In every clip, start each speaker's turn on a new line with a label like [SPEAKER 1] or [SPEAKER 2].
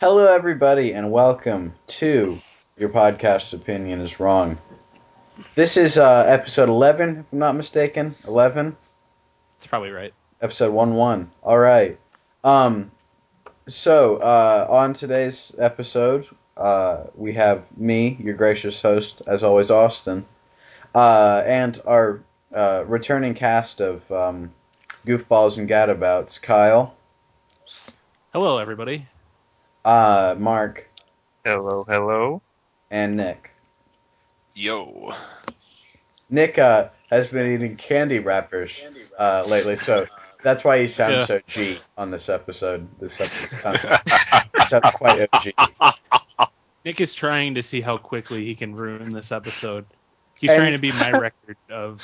[SPEAKER 1] Hello, everybody, and welcome to your podcast. Opinion is wrong. This is uh, episode eleven, if I'm not mistaken. Eleven,
[SPEAKER 2] It's probably right.
[SPEAKER 1] episode one one. All right. Um. So uh, on today's episode, uh, we have me, your gracious host, as always, Austin, uh, and our uh, returning cast of um, goofballs and gadabouts, Kyle,
[SPEAKER 2] Hello, everybody.
[SPEAKER 1] uh, Mark,
[SPEAKER 3] Hello, hello.
[SPEAKER 1] and Nick.
[SPEAKER 4] Yo.
[SPEAKER 1] Nick uh, has been eating candy wrappers uh, lately, so that's why he sounds
[SPEAKER 2] Yeah.
[SPEAKER 1] so G on this episode. This episode sounds, sounds quite OG.
[SPEAKER 2] Nick is trying to see how quickly he can ruin this episode. He's
[SPEAKER 1] And-
[SPEAKER 2] trying to beat my record of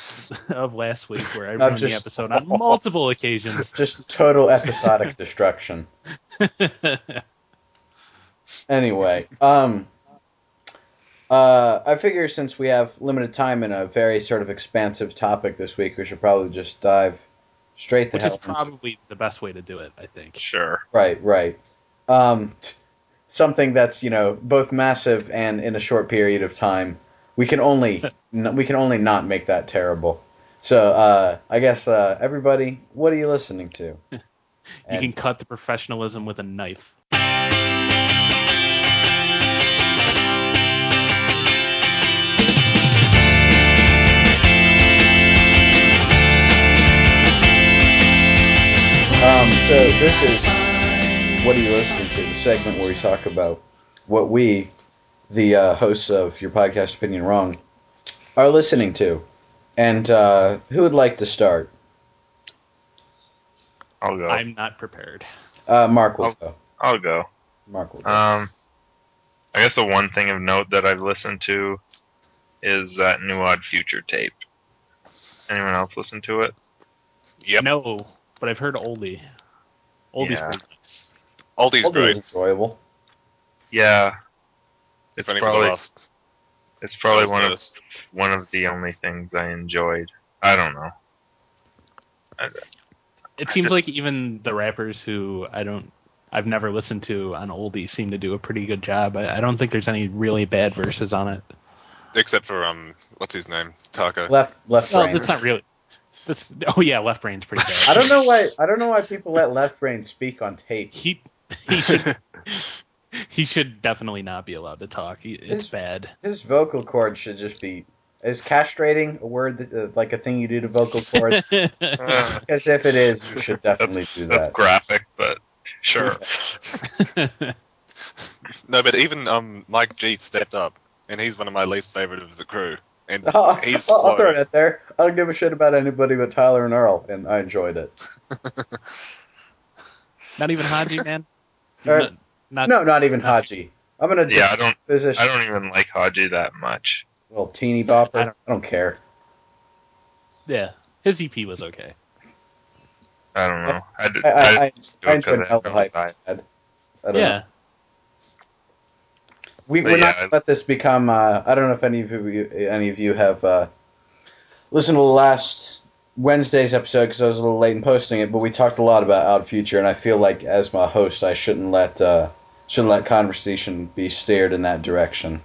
[SPEAKER 2] of last week, where I
[SPEAKER 1] Of
[SPEAKER 2] ruined the
[SPEAKER 1] just-
[SPEAKER 2] episode on multiple occasions.
[SPEAKER 1] Just total episodic destruction. Anyway, um, uh, I figure since we have limited time and a very sort of expansive topic this week, we should probably just dive straight the
[SPEAKER 2] Which
[SPEAKER 1] hell
[SPEAKER 2] is
[SPEAKER 1] into
[SPEAKER 2] probably the best way to do it, I think.
[SPEAKER 3] Sure.
[SPEAKER 1] Right, right. Um, something that's you know both massive and in a short period of time. We can only n- we can only not make that terrible. So uh, I guess uh, everybody, what are you listening to?
[SPEAKER 2] You
[SPEAKER 1] And-
[SPEAKER 2] can cut the professionalism with a knife.
[SPEAKER 1] Um, so this is what are you listening to? The segment where we talk about what we, the uh, hosts of your podcast, Opinion Wrong, are listening to. And uh, who would like to start?
[SPEAKER 3] I'll go. i
[SPEAKER 2] I'm not prepared.
[SPEAKER 1] Uh, Mark will go.
[SPEAKER 3] I'll- will go.
[SPEAKER 1] Mark will go.
[SPEAKER 3] Um, I guess the one thing of note that I've listened to is that new Odd Future tape. Anyone else listen to it?
[SPEAKER 4] Yep.
[SPEAKER 2] No, but I've heard oldie. Oldie's
[SPEAKER 3] Yeah.
[SPEAKER 2] pretty nice.
[SPEAKER 4] Aldi's
[SPEAKER 1] Although it's
[SPEAKER 4] great.
[SPEAKER 1] enjoyable.
[SPEAKER 3] Yeah. It's
[SPEAKER 4] If anyone
[SPEAKER 3] probably
[SPEAKER 4] lost,
[SPEAKER 3] it's probably
[SPEAKER 4] lost
[SPEAKER 3] one of
[SPEAKER 4] notice.
[SPEAKER 3] one of the only things I enjoyed. I don't know.
[SPEAKER 2] It seems like even the rappers who I don't, I've never listened to on oldie seem to do a pretty good job. I, I don't think there's any really bad verses on it.
[SPEAKER 4] Except for um, what's his name? Taka.
[SPEAKER 1] Left, left
[SPEAKER 2] Well,
[SPEAKER 1] brain.
[SPEAKER 2] that's not really. That's oh yeah, left brain's pretty
[SPEAKER 1] I
[SPEAKER 2] bad.
[SPEAKER 1] don't know why. I don't know why people let left brain speak on tape.
[SPEAKER 2] he he should he should definitely not be allowed to talk. He- It's bad.
[SPEAKER 1] His vocal cords should just be. Is castrating a word that, uh, like a thing you do to vocal cords?
[SPEAKER 3] Uh,
[SPEAKER 1] Because if it is, you should definitely do
[SPEAKER 3] that's
[SPEAKER 1] that.
[SPEAKER 3] graphic, but sure.
[SPEAKER 4] No, but even um, Mike G stepped up, and he's one of my least favorite of the crew. And
[SPEAKER 2] Oh,
[SPEAKER 1] I'll,
[SPEAKER 4] he's
[SPEAKER 1] I'll- I'll throw
[SPEAKER 4] slow.
[SPEAKER 1] that there. I don't give a shit about anybody but Tyler and Earl, and I enjoyed it.
[SPEAKER 2] Not even Haji, man.
[SPEAKER 1] Or-
[SPEAKER 2] Not- not-
[SPEAKER 1] no, not even
[SPEAKER 2] not-
[SPEAKER 1] Haji. I'm gonna
[SPEAKER 3] Yeah, I don't
[SPEAKER 1] physician.
[SPEAKER 3] I don't even like Haji that much.
[SPEAKER 1] Little teeny bopper.
[SPEAKER 2] I
[SPEAKER 1] I
[SPEAKER 2] don't-
[SPEAKER 1] don't, care.
[SPEAKER 2] Yeah, his EP was okay.
[SPEAKER 3] I don't know. I did,
[SPEAKER 1] I I, I,
[SPEAKER 3] just do
[SPEAKER 1] I
[SPEAKER 3] it 'cause
[SPEAKER 1] enjoyed Hell
[SPEAKER 3] everyone
[SPEAKER 1] Hype.
[SPEAKER 3] died.
[SPEAKER 1] I don't know.
[SPEAKER 2] Yeah,
[SPEAKER 1] We,
[SPEAKER 3] But
[SPEAKER 1] we're not
[SPEAKER 3] yeah,
[SPEAKER 1] gonna let this become. Uh, I don't know if any of you, any of you have uh, listened to the last Wednesday's episode because I was a little late in posting it, but we talked a lot about Odd Future, and I feel like as my host, I shouldn't let uh, shouldn't let conversation be steered in that direction.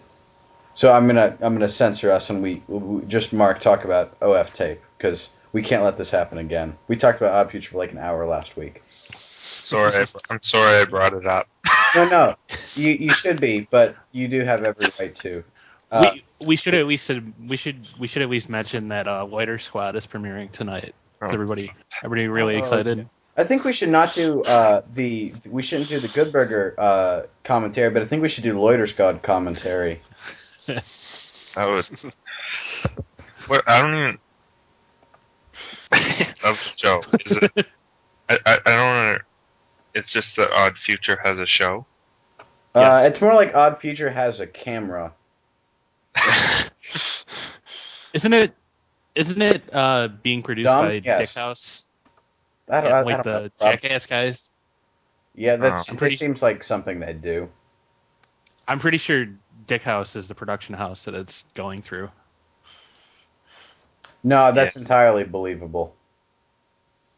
[SPEAKER 1] So I'm gonna I'm gonna censor us, and we, we just Mark talk about OF tape because we can't let this happen again. We talked about Odd Future for like an hour last week.
[SPEAKER 3] Sorry, I, I'm sorry I brought it up.
[SPEAKER 1] No, no, you you should be, but you do have every right to. Uh,
[SPEAKER 2] we we should at least we should we should at least mention that uh, Whiter Squad is premiering tonight. Is
[SPEAKER 3] Oh.
[SPEAKER 2] everybody everybody really
[SPEAKER 1] Oh,
[SPEAKER 2] excited?
[SPEAKER 1] I think we should not do uh, the we shouldn't do the Good Burger uh, commentary, but I think we should do Loiter's God commentary.
[SPEAKER 3] That was. what I don't even. Of the show, is it? I, I, I don't. Under, it's just that Odd Future has a show.
[SPEAKER 1] Uh,
[SPEAKER 2] Yes.
[SPEAKER 1] it's more like Odd Future has a camera.
[SPEAKER 2] Isn't it? Isn't it uh, being produced
[SPEAKER 1] Dumb?
[SPEAKER 2] by
[SPEAKER 1] Yes.
[SPEAKER 2] Dick House?
[SPEAKER 1] I don't,
[SPEAKER 2] Yeah,
[SPEAKER 1] I- I
[SPEAKER 2] like
[SPEAKER 1] don't
[SPEAKER 2] the
[SPEAKER 1] know.
[SPEAKER 2] Jackass guys?
[SPEAKER 1] Yeah,
[SPEAKER 3] Oh.
[SPEAKER 1] that's
[SPEAKER 2] I'm
[SPEAKER 1] it
[SPEAKER 2] pretty-
[SPEAKER 1] seems like something they do.
[SPEAKER 2] I'm pretty sure Dick House is the production house that it's going through.
[SPEAKER 1] No, that's entirely believable.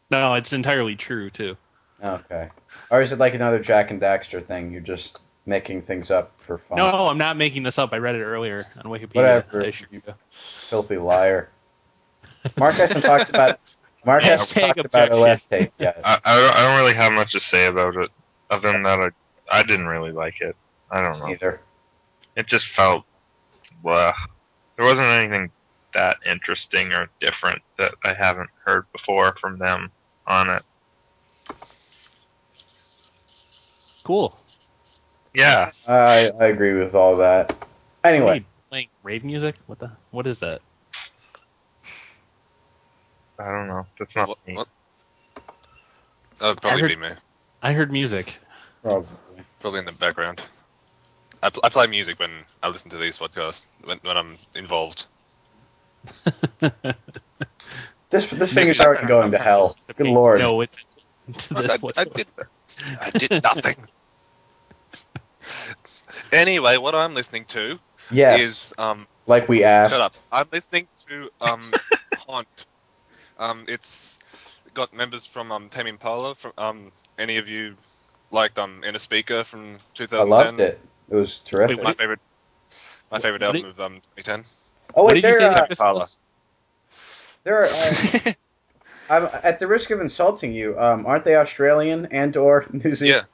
[SPEAKER 2] No, it's entirely true too.
[SPEAKER 1] Okay. Or is it like another Jack and Daxter thing? You're just making things up for fun.
[SPEAKER 2] No, I'm not making this up. I read it earlier on Wikipedia.
[SPEAKER 1] Whatever.
[SPEAKER 2] a day or two ago.
[SPEAKER 1] Filthy liar. Mark Eisen talks about Mark Eisen
[SPEAKER 2] Hashtag
[SPEAKER 1] talked about
[SPEAKER 2] objection.
[SPEAKER 1] OF tape, guys.
[SPEAKER 3] I, I, don't, I don't really have much to say about it, other than that I, I didn't really like it. I don't know.
[SPEAKER 1] Either.
[SPEAKER 3] It just felt, blah. There wasn't anything that interesting or different that I haven't heard before from them on it.
[SPEAKER 2] Cool.
[SPEAKER 3] Yeah,
[SPEAKER 1] I, I agree with all that. Anyway,
[SPEAKER 2] Hey, playing rave music? What the? What is that?
[SPEAKER 3] I don't know. That's not
[SPEAKER 4] What-
[SPEAKER 3] me.
[SPEAKER 4] what- That'd probably
[SPEAKER 2] heard-
[SPEAKER 4] be me.
[SPEAKER 2] I heard music.
[SPEAKER 1] probably.
[SPEAKER 4] Probably in the background. I, pl- I play music when I listen to these podcasts, when, when I'm involved.
[SPEAKER 1] This this thing is
[SPEAKER 4] This podcast
[SPEAKER 1] already going to hell.
[SPEAKER 2] Just a
[SPEAKER 1] Good
[SPEAKER 2] big
[SPEAKER 1] lord.
[SPEAKER 2] No, it's to this
[SPEAKER 4] I, I- I
[SPEAKER 2] whatsoever.
[SPEAKER 4] did, I did nothing. anyway, what I'm listening to
[SPEAKER 1] Yes.
[SPEAKER 4] is um,
[SPEAKER 1] like we asked.
[SPEAKER 4] Shut up. I'm listening to um Haunt. Um it's got members from um Tame Impala from um any of you liked um Inner Speaker from
[SPEAKER 1] I
[SPEAKER 4] 2010.
[SPEAKER 1] loved it. It was terrific.
[SPEAKER 4] My favorite my favorite
[SPEAKER 2] What
[SPEAKER 4] album
[SPEAKER 2] did-
[SPEAKER 4] of um 2010.
[SPEAKER 1] oh
[SPEAKER 2] what
[SPEAKER 1] wait,
[SPEAKER 2] did you
[SPEAKER 1] there
[SPEAKER 2] say?
[SPEAKER 1] are,
[SPEAKER 2] Chris
[SPEAKER 4] Paula.
[SPEAKER 2] was?
[SPEAKER 1] there are uh, I'm, at the risk of insulting you, um, aren't they Australian and or New Zealand?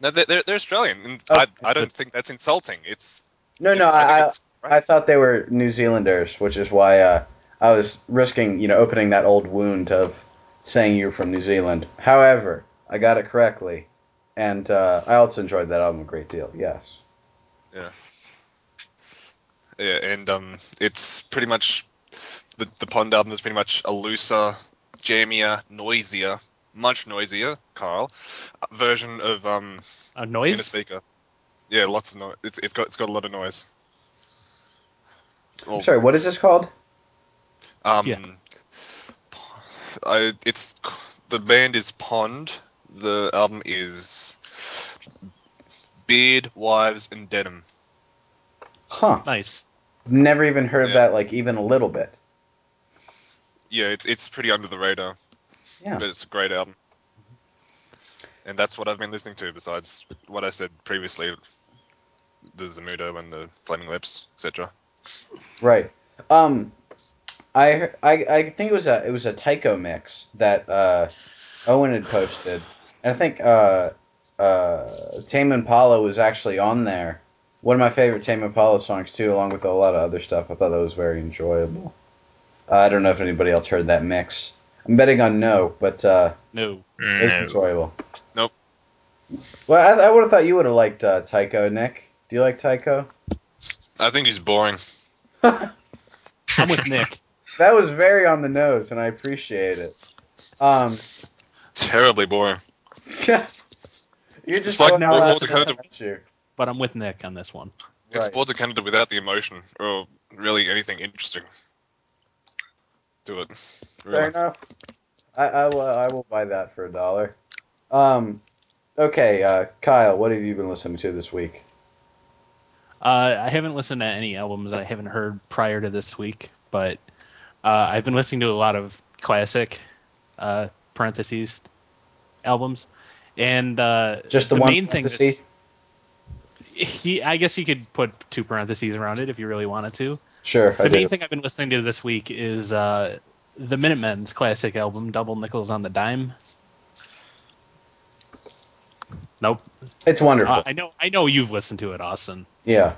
[SPEAKER 4] No, they're, they're, they're Australian, and
[SPEAKER 1] Oh.
[SPEAKER 4] I, I don't think that's insulting. It's
[SPEAKER 1] No, no,
[SPEAKER 4] it's- think
[SPEAKER 1] I, I,
[SPEAKER 4] it's right.
[SPEAKER 1] I thought they were New Zealanders, which is why uh, I was risking, you know, opening that old wound of saying you're from New Zealand. However, I got it correctly, and uh, I also enjoyed that album a great deal. Yes,
[SPEAKER 4] Yeah, and um, it's pretty much the the Pond album is pretty much a looser, jammier, noisier, much noisier, Carl, version of um
[SPEAKER 2] A
[SPEAKER 4] in a
[SPEAKER 2] noise?
[SPEAKER 4] speaker. Yeah, lots of noise. It's it's got it's got a lot of noise. Oh,
[SPEAKER 1] I'm sorry. What is this called?
[SPEAKER 4] Um,
[SPEAKER 2] Yeah.
[SPEAKER 4] I, it's c- the band is Pond. The album is Beard, Wives, and Denim.
[SPEAKER 1] Huh?
[SPEAKER 2] Nice.
[SPEAKER 1] Never even heard of
[SPEAKER 4] Yeah.
[SPEAKER 1] that, like even a little bit.
[SPEAKER 4] Yeah, it's it's pretty under the radar.
[SPEAKER 1] Yeah.
[SPEAKER 4] but it's a great album. And that's what I've been listening to. Besides what I said previously, the Zamudo and the Flaming Lips, etc.
[SPEAKER 1] Right. Um, I, I I think it was a it was a Tycho mix that uh, Owen had posted, and I think uh, uh, Tame Impala was actually on there. One of my favorite Tame Impala songs too, along with a lot of other stuff. I thought that was very enjoyable. Uh, I don't know if anybody else heard that mix. I'm betting on no, but uh,
[SPEAKER 2] No.
[SPEAKER 1] it was
[SPEAKER 3] No.
[SPEAKER 1] enjoyable.
[SPEAKER 4] Nope.
[SPEAKER 1] Well, I, I would have thought you would have liked uh, Tycho, Nick. Do you like Tycho?
[SPEAKER 4] I think he's boring.
[SPEAKER 2] I'm with Nick.
[SPEAKER 1] That was very on the nose, and I appreciate it. Um,
[SPEAKER 4] Terribly boring.
[SPEAKER 1] you're just
[SPEAKER 4] It's like
[SPEAKER 1] going out
[SPEAKER 4] North
[SPEAKER 1] last
[SPEAKER 4] Dakota.
[SPEAKER 1] at you.
[SPEAKER 2] But I'm with Nick on this one.
[SPEAKER 4] It's
[SPEAKER 1] Right.
[SPEAKER 4] Border Canada without the emotion or really anything interesting. Do it.
[SPEAKER 1] Fair
[SPEAKER 4] Really.
[SPEAKER 1] enough. I, I will. I will buy that for a dollar. Um, okay, uh, Kyle, what have you been listening to this week?
[SPEAKER 2] Uh, I haven't listened to any albums I haven't heard prior to this week, but uh, I've been listening to a lot of classic uh, parentheses albums, and uh,
[SPEAKER 1] Just the, one
[SPEAKER 2] main thing.
[SPEAKER 1] parenthesis?
[SPEAKER 2] that's- He, I guess you could put two parentheses around it if you really wanted to.
[SPEAKER 1] Sure, I
[SPEAKER 2] the main
[SPEAKER 1] do.
[SPEAKER 2] thing I've been listening to this week is uh, the Minutemen's classic album, Double Nickels on the Dime. Nope.
[SPEAKER 1] It's wonderful.
[SPEAKER 2] Uh, I know. I know you've listened to it, Austin.
[SPEAKER 1] yeah,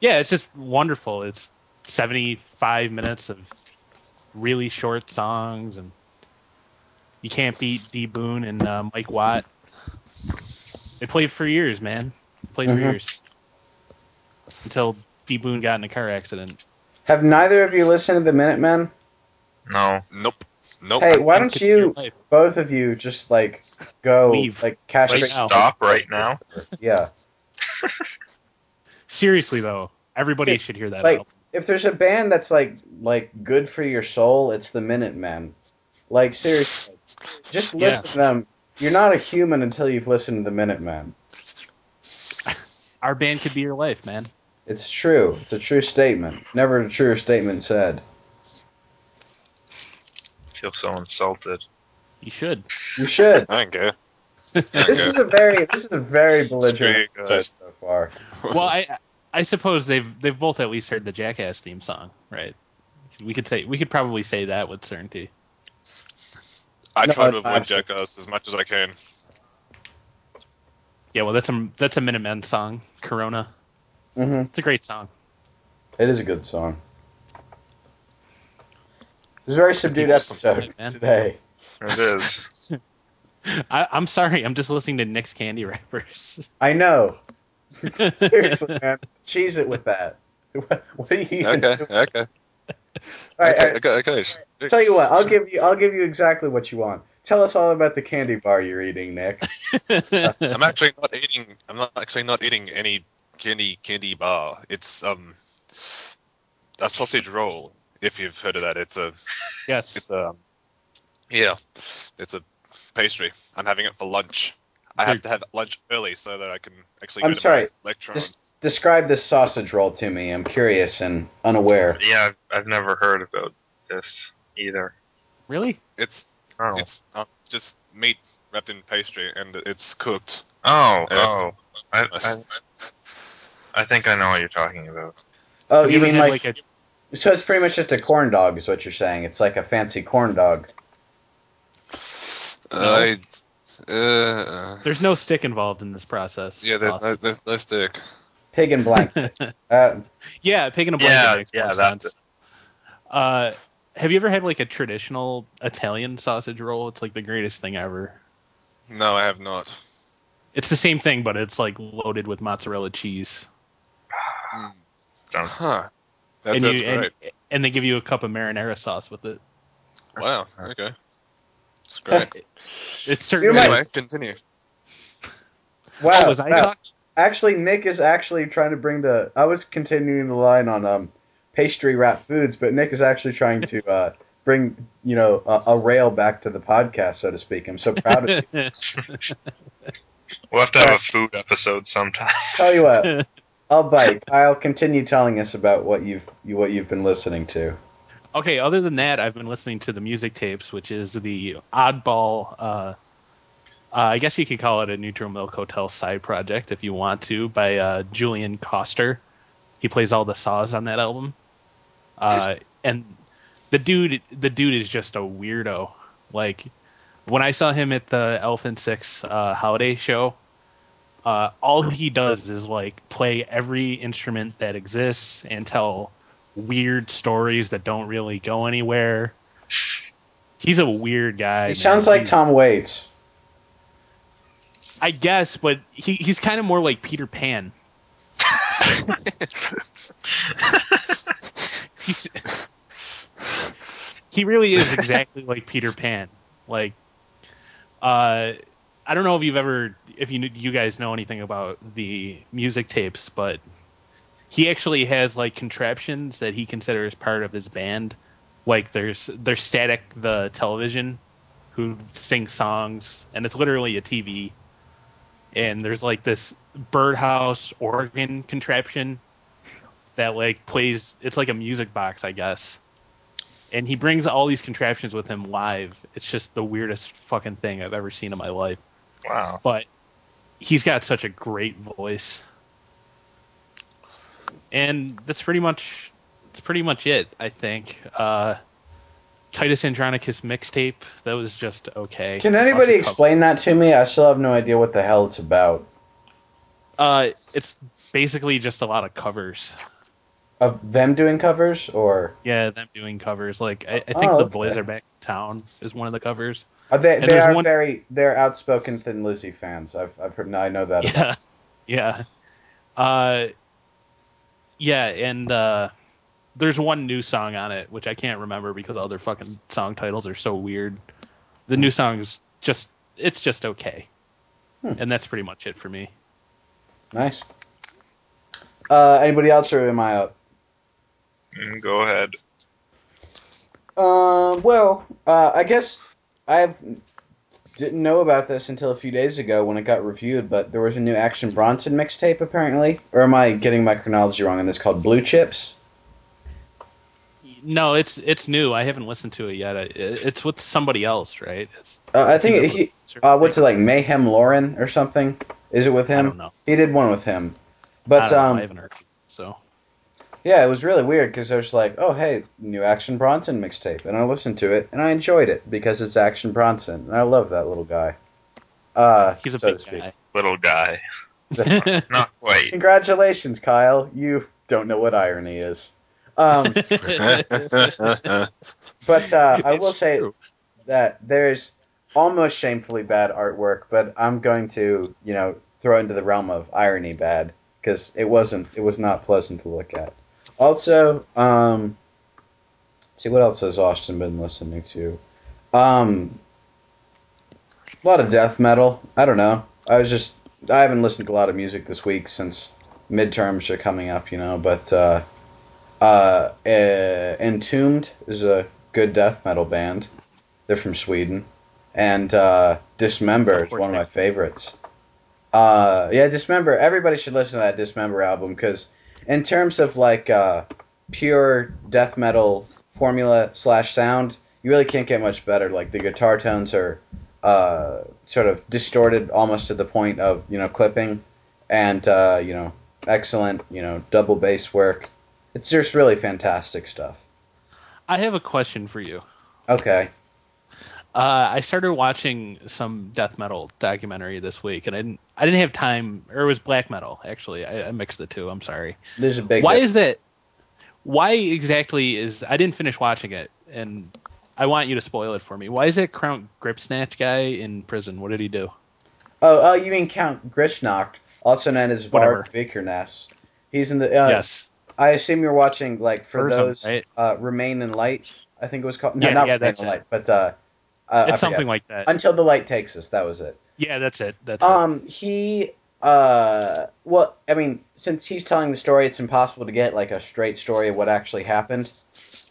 [SPEAKER 2] Yeah, it's just wonderful. It's 75 minutes of really short songs, and you can't beat D Boone and uh, Mike Watt. They played for years, man. Played
[SPEAKER 1] Mhm.
[SPEAKER 2] for years until D Boone got in a car accident.
[SPEAKER 1] have neither of you listened to the Minutemen?
[SPEAKER 3] No.
[SPEAKER 4] Nope. Nope.
[SPEAKER 1] Hey, why don't
[SPEAKER 2] could be your
[SPEAKER 1] you,
[SPEAKER 2] life.
[SPEAKER 1] both of you, just like go
[SPEAKER 2] Leave.
[SPEAKER 1] like castrate?
[SPEAKER 2] Right now.
[SPEAKER 3] Stop right now.
[SPEAKER 1] Yeah.
[SPEAKER 2] Seriously though, everybody
[SPEAKER 1] It's
[SPEAKER 2] should hear that.
[SPEAKER 1] like
[SPEAKER 2] album.
[SPEAKER 1] if there's a band that's like like good for your soul, it's the Minutemen. Like seriously, just
[SPEAKER 2] Yeah.
[SPEAKER 1] listen to them. You're not a human until you've listened to the Minutemen.
[SPEAKER 2] Our band could be your life, man.
[SPEAKER 1] It's true. It's a true statement. Never a truer statement said.
[SPEAKER 3] I feel so insulted.
[SPEAKER 2] You should.
[SPEAKER 1] You should.
[SPEAKER 4] I don't care.
[SPEAKER 1] this is a very this is a very belligerent
[SPEAKER 4] Screw you
[SPEAKER 3] uh,
[SPEAKER 1] episode
[SPEAKER 4] guys.
[SPEAKER 1] so far.
[SPEAKER 2] Well, I I suppose they've they've both at least heard the Jackass theme song, right? We could say we could probably say that with certainty.
[SPEAKER 4] I
[SPEAKER 1] No,
[SPEAKER 4] try to
[SPEAKER 1] it's
[SPEAKER 4] avoid
[SPEAKER 1] not true.
[SPEAKER 4] Jackass as much as I can.
[SPEAKER 2] Yeah, well, that's a that's a Minutemen song, Corona.
[SPEAKER 1] hmm
[SPEAKER 2] It's a great song.
[SPEAKER 1] It is a good song. It's a very subdued
[SPEAKER 2] People support
[SPEAKER 1] episode
[SPEAKER 2] it, man.
[SPEAKER 1] today.
[SPEAKER 3] It is.
[SPEAKER 2] I, I'm sorry, I'm just listening to Nick's Candy Wrappers.
[SPEAKER 1] I know. Seriously, man, cheese it with that. What, what are you even
[SPEAKER 4] Okay,
[SPEAKER 1] doing?
[SPEAKER 4] okay,
[SPEAKER 1] All right, all
[SPEAKER 4] okay,
[SPEAKER 1] right.
[SPEAKER 4] okay, okay.
[SPEAKER 1] Tell you what, I'll give you I'll give you exactly what you want. Tell us all about the candy bar you're eating, Nick.
[SPEAKER 4] I'm actually not eating. I'm not actually not eating any candy candy bar. It's um a sausage roll. If you've heard of that, it's a
[SPEAKER 2] yes,
[SPEAKER 4] it's a um, yeah, it's a pastry. I'm having it for lunch. I have to have lunch early so that I can actually.
[SPEAKER 1] I'm
[SPEAKER 4] go to
[SPEAKER 1] sorry.
[SPEAKER 4] My lecture. on-
[SPEAKER 1] Just describe this sausage roll to me. I'm curious and unaware.
[SPEAKER 3] Yeah, I've, I've never heard about this either.
[SPEAKER 2] really?
[SPEAKER 4] It's
[SPEAKER 3] Oh,
[SPEAKER 4] it's uh, just meat wrapped in pastry and it's cooked.
[SPEAKER 3] oh,
[SPEAKER 4] Yeah.
[SPEAKER 3] oh! I, I, I think I know what you're talking about.
[SPEAKER 1] Oh,
[SPEAKER 2] Have
[SPEAKER 1] you
[SPEAKER 2] ever
[SPEAKER 1] mean
[SPEAKER 2] had,
[SPEAKER 1] like,
[SPEAKER 2] a
[SPEAKER 1] so? It's pretty much just a corn dog, is what you're saying. It's like a fancy corn dog.
[SPEAKER 4] Uh, it's- uh,
[SPEAKER 2] there's no stick involved in this process.
[SPEAKER 4] yeah, there's no
[SPEAKER 2] Awesome.
[SPEAKER 4] there's no stick.
[SPEAKER 1] Pig and blanket. uh,
[SPEAKER 2] yeah, pig in a blanket
[SPEAKER 3] Yeah,
[SPEAKER 2] makes
[SPEAKER 3] yeah,
[SPEAKER 2] more
[SPEAKER 3] that's
[SPEAKER 2] sense. Uh, have you ever had like a traditional Italian sausage roll? It's like the greatest thing ever.
[SPEAKER 4] No, I have not.
[SPEAKER 2] It's the same thing, but it's like loaded with mozzarella cheese.
[SPEAKER 3] Sounds
[SPEAKER 4] Huh. That
[SPEAKER 2] and
[SPEAKER 4] sounds
[SPEAKER 2] you
[SPEAKER 4] great.
[SPEAKER 2] and, and they give you a cup of marinara sauce with it.
[SPEAKER 4] Wow. Okay. It's great.
[SPEAKER 2] It's certainly
[SPEAKER 1] You're
[SPEAKER 4] anyway,
[SPEAKER 1] right.
[SPEAKER 4] continue.
[SPEAKER 1] wow.
[SPEAKER 2] Oh, was I
[SPEAKER 1] wow.
[SPEAKER 2] talking?
[SPEAKER 1] Actually, Nick is actually trying to bring the. I was continuing the line on um, pastry wrap foods, but Nick is actually trying to uh, bring you know a, a rail back to the podcast, so to speak. I'm so proud of you.
[SPEAKER 3] We'll have to have a food episode sometime.
[SPEAKER 1] Tell you what, I'll bite. I'll continue telling us about what you've you, what you've been listening to.
[SPEAKER 2] Okay, other than that, I've been listening to the music tapes, which is the oddball. Uh, uh, I guess you could call it a Neutral Milk Hotel side project if you want to, by uh, Julian Coster. He plays all the saws on that album, uh, and the dude, the dude is just a weirdo. Like when I saw him at the Elephant Six uh, holiday show, uh, all he does is like play every instrument that exists and tell weird stories that don't really go anywhere. He's a weird guy.
[SPEAKER 1] He
[SPEAKER 2] man.
[SPEAKER 1] sounds like
[SPEAKER 2] He's-
[SPEAKER 1] Tom Waits.
[SPEAKER 2] I guess, but he, he's kind of more like Peter Pan. He's- he really is exactly like Peter Pan. Like, uh, I don't know if you've ever, if you you guys know anything about the music tapes, but he actually has like contraptions that he considers part of his band. Like, there's there's Static, the television, who sings songs, and it's literally a TV and there's like this birdhouse organ contraption that like plays it's like a music box i guess and he brings all these contraptions with him live it's just the weirdest fucking thing i've ever seen in my life
[SPEAKER 3] Wow.
[SPEAKER 2] but he's got such a great voice and that's pretty much that's pretty much it i think uh titus andronicus mixtape that was just okay
[SPEAKER 1] Can anybody
[SPEAKER 2] Awesome cover.
[SPEAKER 1] explain that to me? I still have no idea what the hell it's about.
[SPEAKER 2] uh it's basically just a lot of covers
[SPEAKER 1] Of them doing covers, or
[SPEAKER 2] Yeah, them doing covers. Like I, I think
[SPEAKER 1] Oh,
[SPEAKER 2] the
[SPEAKER 1] okay.
[SPEAKER 2] boys are back in town is one of the covers.
[SPEAKER 1] are they,
[SPEAKER 2] And
[SPEAKER 1] they
[SPEAKER 2] there's
[SPEAKER 1] are
[SPEAKER 2] one-
[SPEAKER 1] very they're outspoken Thin Lizzy fans. I've, I've heard, I know that. about-
[SPEAKER 2] Yeah, yeah, uh, yeah. And uh, there's one new song on it which I can't remember because all their fucking song titles are so weird. The new song's just it's just okay,
[SPEAKER 1] Hmm.
[SPEAKER 2] and that's pretty much it for me.
[SPEAKER 1] Nice. Uh, anybody else, or am I up?
[SPEAKER 3] Mm, Go ahead.
[SPEAKER 1] Uh, well, uh, I guess I didn't know about this until a few days ago when it got reviewed, but there was a new Action Bronson mixtape apparently. Or am I getting my chronology wrong on this called Blue Chips?
[SPEAKER 2] No, it's it's new. I haven't listened to it yet. I, it- it's with somebody else, right? It's,
[SPEAKER 1] Uh, I think he. Uh, what's it like? Mayhem Lauren or something? Is it with him?
[SPEAKER 2] I don't know.
[SPEAKER 1] He did one with him,
[SPEAKER 2] I
[SPEAKER 1] but
[SPEAKER 2] don't know, I
[SPEAKER 1] um,
[SPEAKER 2] haven't heard. it, So
[SPEAKER 1] yeah, it was really weird because I was like, oh hey, new Action Bronson mixtape, and I listened to it and I enjoyed it because it's Action Bronson and I love that little guy. Uh,
[SPEAKER 2] he's a
[SPEAKER 1] so to
[SPEAKER 2] big
[SPEAKER 1] speak.
[SPEAKER 2] guy.
[SPEAKER 3] Little guy.
[SPEAKER 2] yeah,
[SPEAKER 3] Not quite.
[SPEAKER 1] Congratulations, Kyle. You don't know what irony is. Um, but uh, I
[SPEAKER 4] It's
[SPEAKER 1] will say
[SPEAKER 4] true.
[SPEAKER 1] that there's almost shamefully bad artwork, but I'm going to, you know, throw into the realm of irony bad because it wasn't, it was not pleasant to look at. Also, um, let's see what else has Austin been listening to? Um, a lot of death metal. I don't know. I was just, I haven't listened to a lot of music this week since midterms are coming up, you know, but uh, uh, uh, Entombed is a good death metal band. They're from Sweden. And uh, Dismember
[SPEAKER 2] Of
[SPEAKER 1] is
[SPEAKER 2] course
[SPEAKER 1] one of
[SPEAKER 2] they-
[SPEAKER 1] my favorites. Uh, yeah, Dismember. Everybody should listen to that Dismember album because, in terms of like uh, pure death metal formula slash sound, you really can't get much better. Like the guitar tones are uh, sort of distorted almost to the point of you know clipping, and uh, you know excellent you know double bass work. It's just really fantastic stuff.
[SPEAKER 2] I have a question for you.
[SPEAKER 1] Okay.
[SPEAKER 2] Uh, I started watching some death metal documentary this week, and I didn't. I didn't have time, or it was black metal actually. I, I mixed the two. I'm sorry.
[SPEAKER 1] There's a big
[SPEAKER 2] why is that? Why exactly is I didn't finish watching it, and I want you to spoil it for me. Why is that Crown Gripsnatch guy in prison? What did he do?
[SPEAKER 1] Oh, oh, you mean Count Grishnak, also known as
[SPEAKER 2] Whatever.
[SPEAKER 1] Vard Vikernes. He's in the uh,
[SPEAKER 2] yes.
[SPEAKER 1] I assume you're watching like for
[SPEAKER 2] Burzum,
[SPEAKER 1] those
[SPEAKER 2] right?
[SPEAKER 1] uh, Remain in Light. I think it was called. No,
[SPEAKER 2] Yeah,
[SPEAKER 1] not
[SPEAKER 2] yeah,
[SPEAKER 1] Remain
[SPEAKER 2] that's
[SPEAKER 1] in
[SPEAKER 2] it.
[SPEAKER 1] Light, but uh, uh, I
[SPEAKER 2] it's
[SPEAKER 1] forget.
[SPEAKER 2] something like that.
[SPEAKER 1] Until the light takes us. That was it.
[SPEAKER 2] yeah, that's it. That's it.
[SPEAKER 1] Um, he uh, well, I mean, since he's telling the story, it's impossible to get like a straight story of what actually happened.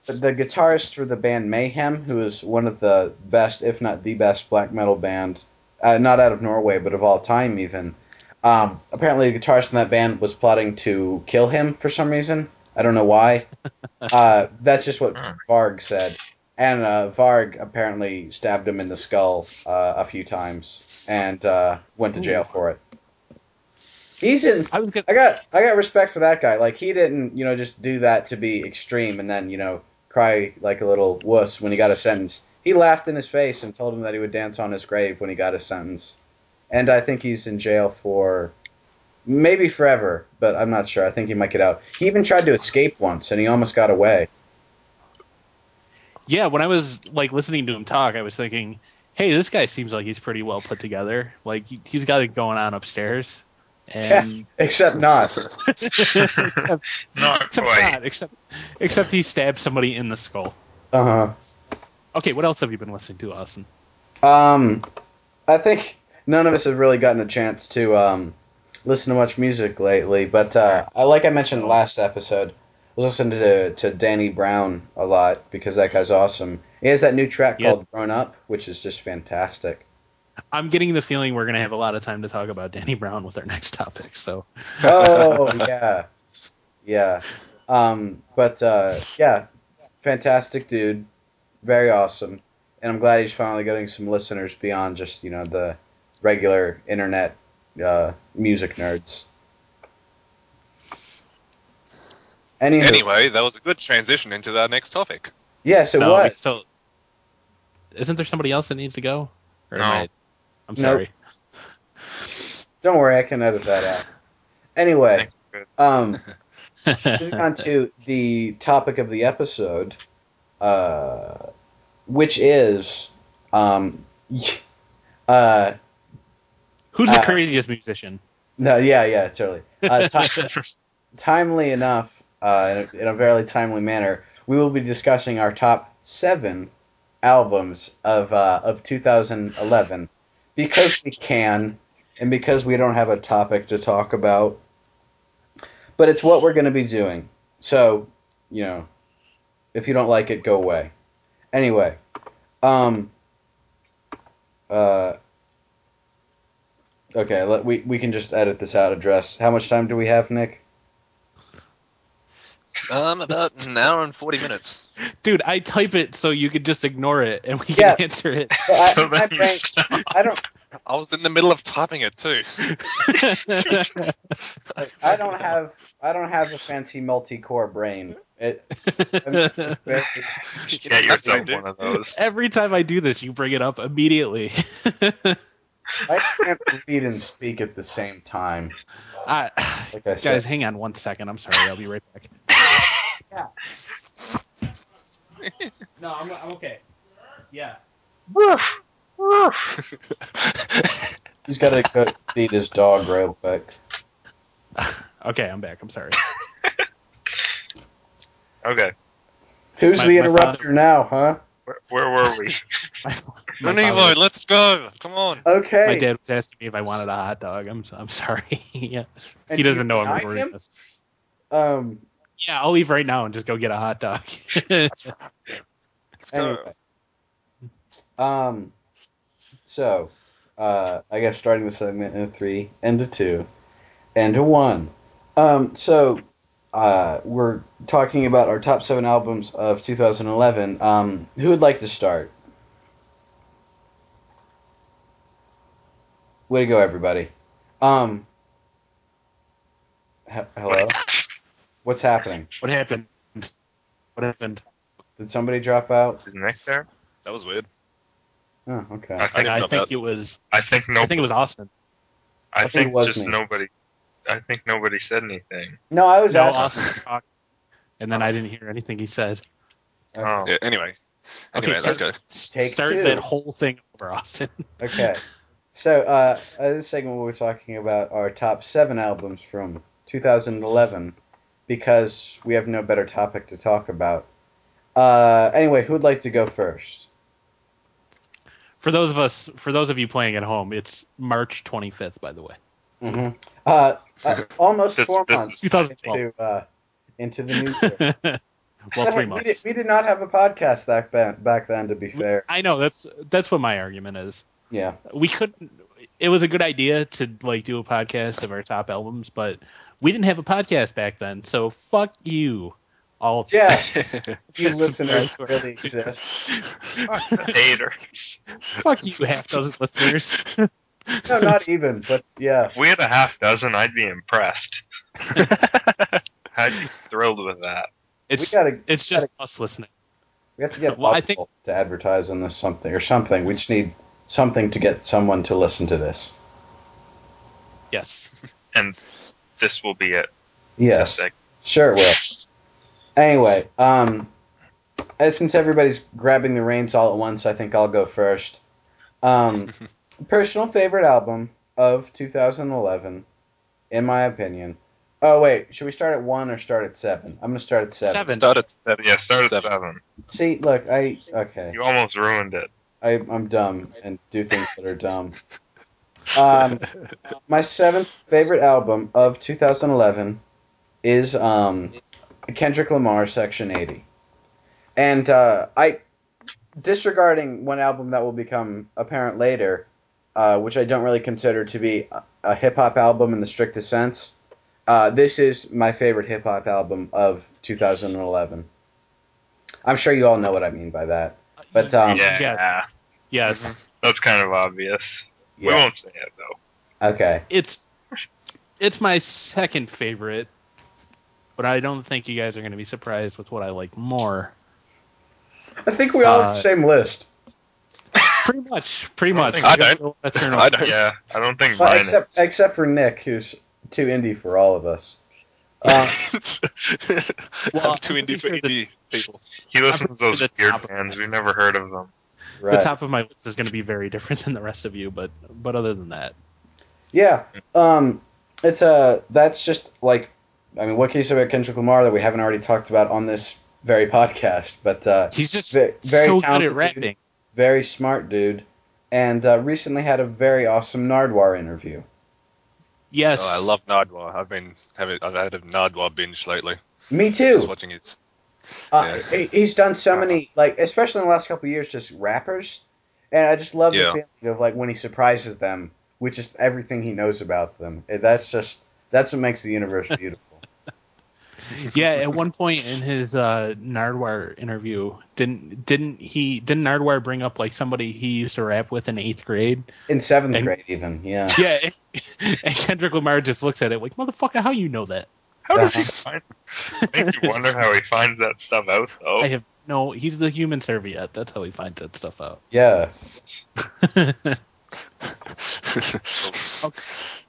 [SPEAKER 1] But the guitarist for the band Mayhem, who is one of the best, if not the best, black metal band, uh, not out of Norway but of all time, even. Um, apparently, the guitarist in that band was plotting to kill him for some reason. I don't know why. uh, that's just what Varg said. And uh, Varg apparently stabbed him in the skull uh, a few times and uh, went to jail
[SPEAKER 2] Ooh.
[SPEAKER 1] for it. He's in.
[SPEAKER 2] I was gonna.
[SPEAKER 1] I got I got respect for that guy. Like he didn't, you know, just do that to be extreme and then you know cry like a little wuss when he got a sentence. He laughed in his face and told him that he would dance on his grave when he got a sentence. And I think he's in jail for maybe forever, but I'm not sure. I think he might get out. He even tried to escape once and he almost got away.
[SPEAKER 2] Yeah, when I was like listening to him talk, I was thinking, "Hey, this guy seems like he's pretty well put together. Like he- he's got it going on upstairs." And
[SPEAKER 1] Except not.
[SPEAKER 2] except,
[SPEAKER 3] Not
[SPEAKER 2] except
[SPEAKER 3] quite.
[SPEAKER 2] not, except except he stabbed somebody in the skull.
[SPEAKER 1] Uh
[SPEAKER 2] Okay, what else have you been listening to, Austin?
[SPEAKER 1] huh. Um, I think none of us have really gotten a chance to um, listen to much music lately, but uh, I, like I mentioned last episode, I was listening to, to Danny Brown a lot because that guy's awesome. He has that new track called
[SPEAKER 2] Yes.
[SPEAKER 1] Grown Up, which is just fantastic.
[SPEAKER 2] I'm getting the feeling we're gonna have a lot of time to talk about Danny Brown with our next topic. So
[SPEAKER 1] oh yeah, yeah. Um, but uh, yeah, fantastic dude, very awesome, and I'm glad he's finally getting some listeners beyond just you know the regular internet uh, music nerds. Anywho,
[SPEAKER 4] Anyway, that was a good transition into our next topic.
[SPEAKER 1] yeah. So
[SPEAKER 2] no, we
[SPEAKER 1] what?
[SPEAKER 2] still- isn't there somebody else that needs to go? Or am
[SPEAKER 3] No.
[SPEAKER 2] I- I'm
[SPEAKER 1] Nope.
[SPEAKER 2] sorry.
[SPEAKER 1] Don't worry, I can edit that out. Anyway, um. moving on to the topic of the episode, uh, which is um, uh,
[SPEAKER 2] Who's the
[SPEAKER 1] Uh,
[SPEAKER 2] craziest musician?
[SPEAKER 1] no, yeah, yeah, totally. Uh, ti- timely enough, uh, in, a, in a very timely manner, we will be discussing our top seven albums of uh, of 2011 because we can, and because we don't have a topic to talk about. But it's what we're going to be doing. So, you know, if you don't like it, go away. Anyway, um, uh. Okay, let, we we can just edit this out. Address. How much time do we have, Nick?
[SPEAKER 4] Um, about an hour and forty minutes.
[SPEAKER 2] Dude, I type it so you could just ignore it and we can
[SPEAKER 1] Yeah.
[SPEAKER 2] answer it.
[SPEAKER 1] But I,
[SPEAKER 3] So
[SPEAKER 1] my
[SPEAKER 3] then you
[SPEAKER 1] brain- I don't.
[SPEAKER 4] I was in the middle of typing it too.
[SPEAKER 1] I don't have. I don't have a fancy multi-core brain. It, I'm just very-
[SPEAKER 3] Get yourself
[SPEAKER 4] Dude.
[SPEAKER 3] one of those.
[SPEAKER 2] Every time I do this, you bring it up immediately.
[SPEAKER 1] I can't read and speak at the same time.
[SPEAKER 2] I,
[SPEAKER 1] Like I
[SPEAKER 2] guys,
[SPEAKER 1] said,
[SPEAKER 2] hang on one second. I'm sorry. I'll be right back. no, I'm, I'm okay. Yeah.
[SPEAKER 3] Woof, woof.
[SPEAKER 1] he's got to go feed his dog real quick.
[SPEAKER 2] Okay, I'm back. I'm sorry.
[SPEAKER 3] Okay,
[SPEAKER 1] Who's
[SPEAKER 2] My-
[SPEAKER 1] the
[SPEAKER 2] my
[SPEAKER 1] interrupter now, huh?
[SPEAKER 3] where, where were we?
[SPEAKER 2] My, my father-
[SPEAKER 4] Anivo, let's go. Come on.
[SPEAKER 1] Okay.
[SPEAKER 2] my dad was asking me if I wanted a hot dog. I'm I'm sorry. yeah.
[SPEAKER 1] And
[SPEAKER 2] he
[SPEAKER 1] do you
[SPEAKER 2] doesn't know I'm
[SPEAKER 1] deny
[SPEAKER 2] recording
[SPEAKER 1] him?
[SPEAKER 2] this.
[SPEAKER 1] Um.
[SPEAKER 2] Yeah, I'll leave right now and just go get a hot dog.
[SPEAKER 4] Let's go.
[SPEAKER 1] Anyway. Um. So, uh, I guess starting the segment in a three and a two and a one. Um. So, uh, we're talking about our top seven albums of 2011. Um, who would like to start? Way to go, everybody. Um. he- hello. What's happening?
[SPEAKER 2] what happened? What happened?
[SPEAKER 1] Did somebody drop out?
[SPEAKER 3] Is Nick there?
[SPEAKER 5] That was weird.
[SPEAKER 1] Oh, okay.
[SPEAKER 3] I think
[SPEAKER 2] I,
[SPEAKER 5] dropped
[SPEAKER 2] think
[SPEAKER 5] out.
[SPEAKER 2] it was.
[SPEAKER 3] I think no.
[SPEAKER 2] I think it was Austin.
[SPEAKER 3] I
[SPEAKER 1] think
[SPEAKER 3] think,
[SPEAKER 1] it was
[SPEAKER 3] just
[SPEAKER 1] me.
[SPEAKER 3] nobody. I think nobody said anything.
[SPEAKER 1] No, I was
[SPEAKER 2] No,
[SPEAKER 1] asking.
[SPEAKER 2] Austin was talking, and then I didn't hear anything he said.
[SPEAKER 1] Okay.
[SPEAKER 3] Oh,
[SPEAKER 4] Yeah, anyway.
[SPEAKER 2] Okay,
[SPEAKER 4] Anyway,
[SPEAKER 2] so-
[SPEAKER 4] let's go.
[SPEAKER 1] Take
[SPEAKER 2] Start
[SPEAKER 1] two.
[SPEAKER 2] that whole thing over, Austin.
[SPEAKER 1] Okay. So, uh, uh, this segment we're talking about our top seven albums from 2011 because we have no better topic to talk about. Uh, anyway, who would like to go first?
[SPEAKER 2] For those of us, for those of you playing at home, it's March 25th, by the way.
[SPEAKER 1] hmm
[SPEAKER 2] Mm-hmm.
[SPEAKER 1] Uh, uh, almost
[SPEAKER 3] This-
[SPEAKER 1] four
[SPEAKER 3] this
[SPEAKER 1] months
[SPEAKER 2] 2012.
[SPEAKER 1] into, uh, into the new year.
[SPEAKER 2] well, three
[SPEAKER 1] we, did,
[SPEAKER 2] months.
[SPEAKER 1] we did not have a podcast back then, back then, to be fair.
[SPEAKER 2] I know that's that's what my argument is.
[SPEAKER 1] Yeah.
[SPEAKER 2] we couldn't it was a good idea to like do a podcast of our top albums but we didn't have a podcast back then so fuck you all
[SPEAKER 1] Yeah, you
[SPEAKER 2] It's
[SPEAKER 1] listeners
[SPEAKER 2] embarrassing.
[SPEAKER 1] really exist.
[SPEAKER 3] haters.
[SPEAKER 2] fuck you half dozen listeners
[SPEAKER 1] No, not even, but yeah.
[SPEAKER 3] If we had a half dozen, I'd be impressed. I'd be thrilled with that.
[SPEAKER 2] it's
[SPEAKER 1] we gotta
[SPEAKER 2] it's just us listening
[SPEAKER 1] We have to get
[SPEAKER 2] Well, I
[SPEAKER 1] Audible to advertise on this something or something. We just need something to get someone to listen to this.
[SPEAKER 2] yes
[SPEAKER 3] And this will be it.
[SPEAKER 1] Yes,
[SPEAKER 3] Like,
[SPEAKER 1] sure will. Anyway, um, as since everybody's grabbing the reins all at once, I think I'll go first. Um, personal favorite album of 2011, in my opinion. Oh wait, should we start at one or start at seven? I'm gonna start at seven.
[SPEAKER 2] Seven.
[SPEAKER 4] Start at seven.
[SPEAKER 3] Yeah, start at
[SPEAKER 4] Seven.
[SPEAKER 3] seven.
[SPEAKER 1] See, look, I okay.
[SPEAKER 3] You almost ruined it.
[SPEAKER 1] I, I'm dumb and do things that are dumb. Um, my seventh favorite album of 2011 is um, Kendrick Lamar, Section 80. And uh, I, disregarding one album that will become apparent later, uh, which I don't really consider to be a, a hip hop album in the strictest sense, uh, this is my favorite hip hop album of 2011. I'm sure you all know what I mean by that. But, um,
[SPEAKER 3] yeah,
[SPEAKER 2] yes yes
[SPEAKER 3] that's kind of obvious. We
[SPEAKER 1] Yeah.
[SPEAKER 3] won't say it though.
[SPEAKER 1] Okay.
[SPEAKER 2] it's it's my second favorite but i don't think you guys are going to be surprised with what i like more
[SPEAKER 1] I think we all
[SPEAKER 2] Uh,
[SPEAKER 1] have the same list.
[SPEAKER 2] pretty much pretty much
[SPEAKER 4] think- I don't.
[SPEAKER 2] We'll turn
[SPEAKER 4] I
[SPEAKER 2] off.
[SPEAKER 4] don't.
[SPEAKER 3] Yeah, I don't think
[SPEAKER 1] Well,
[SPEAKER 3] mine
[SPEAKER 1] except
[SPEAKER 3] is.
[SPEAKER 1] except for Nick, who's too indie for all of us. Uh,
[SPEAKER 2] Well,
[SPEAKER 4] I'm too
[SPEAKER 2] I'm pretty
[SPEAKER 4] indie for
[SPEAKER 2] sure that-
[SPEAKER 4] indie people.
[SPEAKER 3] He listens to
[SPEAKER 2] I'm
[SPEAKER 3] those
[SPEAKER 2] pretty sure
[SPEAKER 3] weird
[SPEAKER 2] that's-
[SPEAKER 3] bands. We've never heard of them.
[SPEAKER 1] right.
[SPEAKER 2] the top of my list is going to be very different than the rest of you, but but other than that,
[SPEAKER 1] Yeah. Um, it's a that's just like I mean, what can you say about Kendrick Lamar that we haven't already talked about on this very podcast? But uh,
[SPEAKER 2] he's just
[SPEAKER 1] Ve- very
[SPEAKER 2] so
[SPEAKER 1] talented
[SPEAKER 2] good at rapping.
[SPEAKER 1] very smart dude, and uh, recently had a very awesome Nardwar interview.
[SPEAKER 2] Yes,
[SPEAKER 4] Oh, I love Nardwar. I've been having. I've had a Nardwar binge lately.
[SPEAKER 1] Me
[SPEAKER 4] Just
[SPEAKER 1] too.
[SPEAKER 4] watching it.
[SPEAKER 1] Uh,
[SPEAKER 4] yeah.
[SPEAKER 1] he- he's done so many like, especially in the last couple of years, just rappers, and I just love
[SPEAKER 4] Yeah.
[SPEAKER 1] the feeling of like when he surprises them with just everything he knows about them. Eh, That's just that's what makes the universe beautiful.
[SPEAKER 2] yeah, at one point in his uh, Nardwar interview, didn't didn't he didn't Nardwar bring up like somebody he used to rap with in eighth grade?
[SPEAKER 1] in seventh
[SPEAKER 2] And-
[SPEAKER 1] grade, even yeah.
[SPEAKER 2] Yeah, and, and Kendrick Lamar just looks at it like, motherfucker, how you know that?
[SPEAKER 3] How does he
[SPEAKER 1] Uh-huh.
[SPEAKER 3] find? Makes you wonder how he finds that stuff out,
[SPEAKER 1] Oh.
[SPEAKER 3] though.
[SPEAKER 2] I have no. He's the human serviette. That's how he finds that stuff out.
[SPEAKER 1] Yeah,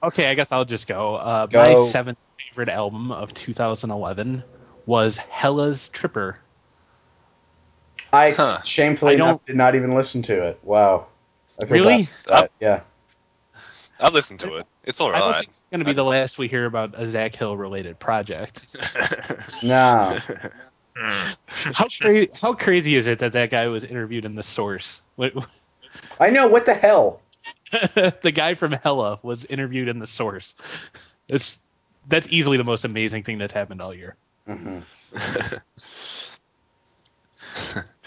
[SPEAKER 2] Okay, I guess I'll just go. Uh,
[SPEAKER 1] Go.
[SPEAKER 2] My seventh favorite album of 2011 was Hella's Tripper.
[SPEAKER 1] I
[SPEAKER 4] Huh.
[SPEAKER 1] shamefully
[SPEAKER 2] I
[SPEAKER 1] enough
[SPEAKER 2] don't-
[SPEAKER 1] did not even listen to it. Wow, I feel
[SPEAKER 2] Really?
[SPEAKER 1] bad for that. yeah,
[SPEAKER 4] I've listened to it. It's all
[SPEAKER 2] I don't
[SPEAKER 4] right.
[SPEAKER 2] think it's going to be the last we hear about a Zach Hill related project.
[SPEAKER 1] no,
[SPEAKER 3] Hmm.
[SPEAKER 2] How crazy! How crazy is it that that guy was interviewed in The Source? What-
[SPEAKER 1] I know what the hell.
[SPEAKER 2] the guy from Hella was interviewed in The Source. It's that's easily the most amazing thing that's happened all year.
[SPEAKER 1] hmm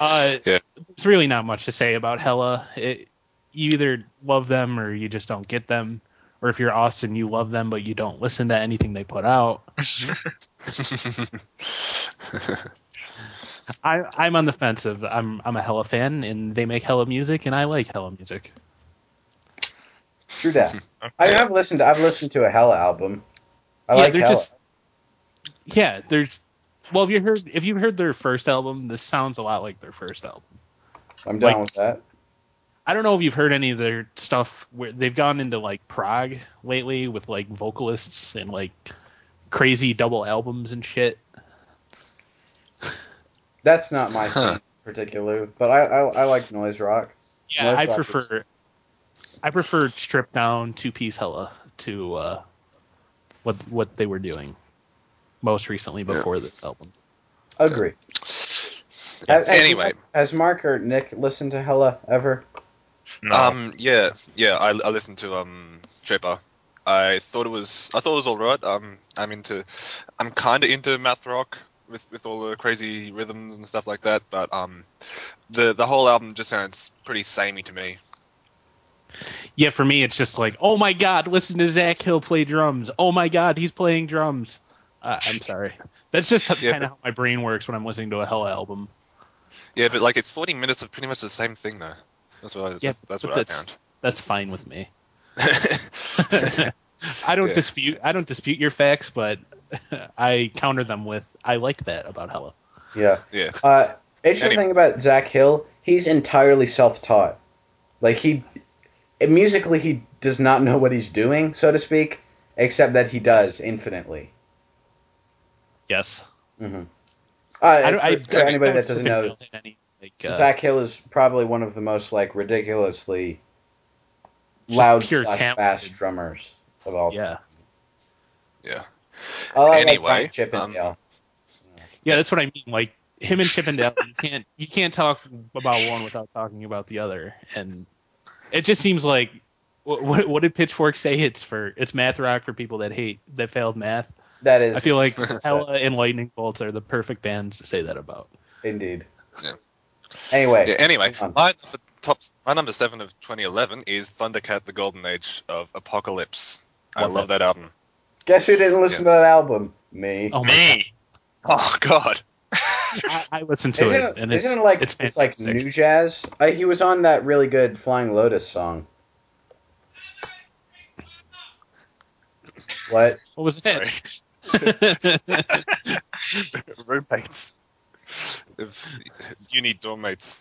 [SPEAKER 2] Uh,
[SPEAKER 4] Yeah.
[SPEAKER 2] There's really not much to say about Hella. It, you either love them or you just don't get them. Or if you're Austin, you love them but you don't listen to anything they put out. I, I'm on the fence of I'm I'm a Hella fan and they make Hella music and I like Hella music.
[SPEAKER 1] True that. I mean,
[SPEAKER 3] Okay.
[SPEAKER 1] I've listened. I've listened to a Hella album. I
[SPEAKER 2] Yeah,
[SPEAKER 1] like
[SPEAKER 2] they're
[SPEAKER 1] Hella.
[SPEAKER 2] just- Yeah, there's well if you heard if you've heard their first album, this sounds a lot like their first album.
[SPEAKER 1] I'm down
[SPEAKER 2] like-
[SPEAKER 1] with that.
[SPEAKER 2] I don't know if you've heard any of their stuff where they've gone into like Prague lately with like vocalists and like crazy double albums and shit.
[SPEAKER 1] That's not my
[SPEAKER 4] Huh.
[SPEAKER 1] scene particularly, but I, I I like noise rock.
[SPEAKER 2] Yeah,
[SPEAKER 1] Nice
[SPEAKER 2] I
[SPEAKER 1] records.
[SPEAKER 2] prefer I prefer stripped down two piece hella to uh, what what they were doing most recently
[SPEAKER 4] Yeah.
[SPEAKER 2] before this album.
[SPEAKER 1] Agree. Has- has-
[SPEAKER 4] anyway,
[SPEAKER 1] has Mark or Nick listened to Hella ever?
[SPEAKER 3] No.
[SPEAKER 4] um, yeah, yeah. I, I listened to um Tripper. I thought it was I thought it was all right. Um, I'm into, I'm kind of into math rock with with all the crazy rhythms and stuff like that. But um, the the whole album just sounds pretty samey to me.
[SPEAKER 2] Yeah, for me it's just like, oh my god, listen to Zach Hill play drums. Oh my god, he's playing drums. Uh, I'm sorry. That's just
[SPEAKER 4] Yeah.
[SPEAKER 2] kind of how my brain works when I'm listening to a hella album.
[SPEAKER 4] Yeah, but like it's 40 minutes of pretty much the same thing though. That's what I,
[SPEAKER 2] Yeah,
[SPEAKER 4] that's, that's
[SPEAKER 2] but
[SPEAKER 4] what I found.
[SPEAKER 2] That's fine with me. I don't
[SPEAKER 4] Yeah.
[SPEAKER 2] dispute I don't dispute your facts, but I counter them with I like that about Hella.
[SPEAKER 1] Yeah.
[SPEAKER 4] yeah.
[SPEAKER 1] Uh, interesting
[SPEAKER 4] Anyway.
[SPEAKER 1] thing about Zach Hill, he's entirely self-taught. Like he, musically, he does not know what he's doing, so to speak, except that he does infinitely.
[SPEAKER 2] Yes.
[SPEAKER 1] hmm Uh,
[SPEAKER 2] I don't-
[SPEAKER 1] for,
[SPEAKER 2] I-
[SPEAKER 1] for
[SPEAKER 4] I-
[SPEAKER 1] anybody
[SPEAKER 2] I
[SPEAKER 1] that
[SPEAKER 2] don't
[SPEAKER 1] doesn't
[SPEAKER 2] think
[SPEAKER 1] know,
[SPEAKER 2] I'll hit any, like, uh,
[SPEAKER 1] Zach Hill is probably one of the most like ridiculously loud
[SPEAKER 2] pure
[SPEAKER 1] slash
[SPEAKER 2] talent.
[SPEAKER 1] fast drummers of all.
[SPEAKER 2] yeah.
[SPEAKER 4] Yeah.
[SPEAKER 1] Oh, I
[SPEAKER 4] Anyway,
[SPEAKER 1] like
[SPEAKER 4] um,
[SPEAKER 1] Brian Chippendale.
[SPEAKER 2] Yeah, that's what I mean. Like him and Chippendale, you can't you can't talk about one without talking about the other, and it just seems like what what, what did Pitchfork say? It's for it's math rock for people that hate that failed math.
[SPEAKER 1] that is
[SPEAKER 2] I feel like
[SPEAKER 1] That's it.
[SPEAKER 2] Hella and Lightning Bolts are the perfect bands to say that about.
[SPEAKER 1] indeed.
[SPEAKER 4] Yeah.
[SPEAKER 1] Anyway,
[SPEAKER 4] Yeah, anyway,
[SPEAKER 2] Uh-huh.
[SPEAKER 1] Um,
[SPEAKER 4] my number top my number seven of 2011 is Thundercat: The Golden Age of Apocalypse. I
[SPEAKER 2] Love
[SPEAKER 4] love that album.
[SPEAKER 1] guess who didn't listen to that album? Me.
[SPEAKER 2] Oh my god,
[SPEAKER 3] me.
[SPEAKER 4] Oh God,
[SPEAKER 2] I, I listened to
[SPEAKER 1] Isn't
[SPEAKER 2] it,
[SPEAKER 1] it,
[SPEAKER 2] and
[SPEAKER 1] isn't
[SPEAKER 2] it's
[SPEAKER 1] it like
[SPEAKER 2] it's,
[SPEAKER 1] it's, like
[SPEAKER 2] fantastic.
[SPEAKER 1] new jazz? Uh, he was on that really good Flying Lotus song. What?
[SPEAKER 2] What was
[SPEAKER 4] sorry,
[SPEAKER 2] that?
[SPEAKER 4] roommates, If- uni dorm mates,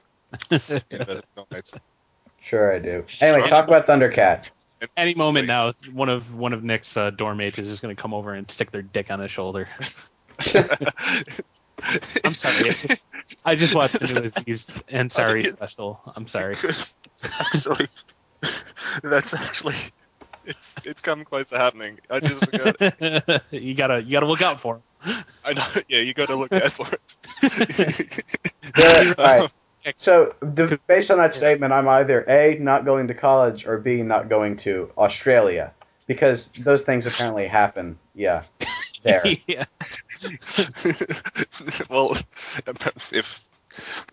[SPEAKER 4] University dorm mates.
[SPEAKER 1] Sure, I do. Anyway, talk about Thundercat.
[SPEAKER 2] Any moment now, it's one of one of Nick's uh, dorm mates is just going to come over and stick their dick on his shoulder. I'm sorry. it's just- I just watched the new Aziz and sorry
[SPEAKER 4] it's-
[SPEAKER 2] special. I'm sorry.
[SPEAKER 4] actually, that's actually it's it's come close to happening. I just got,
[SPEAKER 2] you gotta you gotta look out for him.
[SPEAKER 4] I know. Yeah, you got to look out for it.
[SPEAKER 1] The- all right.
[SPEAKER 2] Um,
[SPEAKER 1] So, the, based on that statement, I'm either A, not going to college, or B, not going to Australia. Because those things apparently happen. Yeah. There.
[SPEAKER 2] yeah.
[SPEAKER 4] well, um, if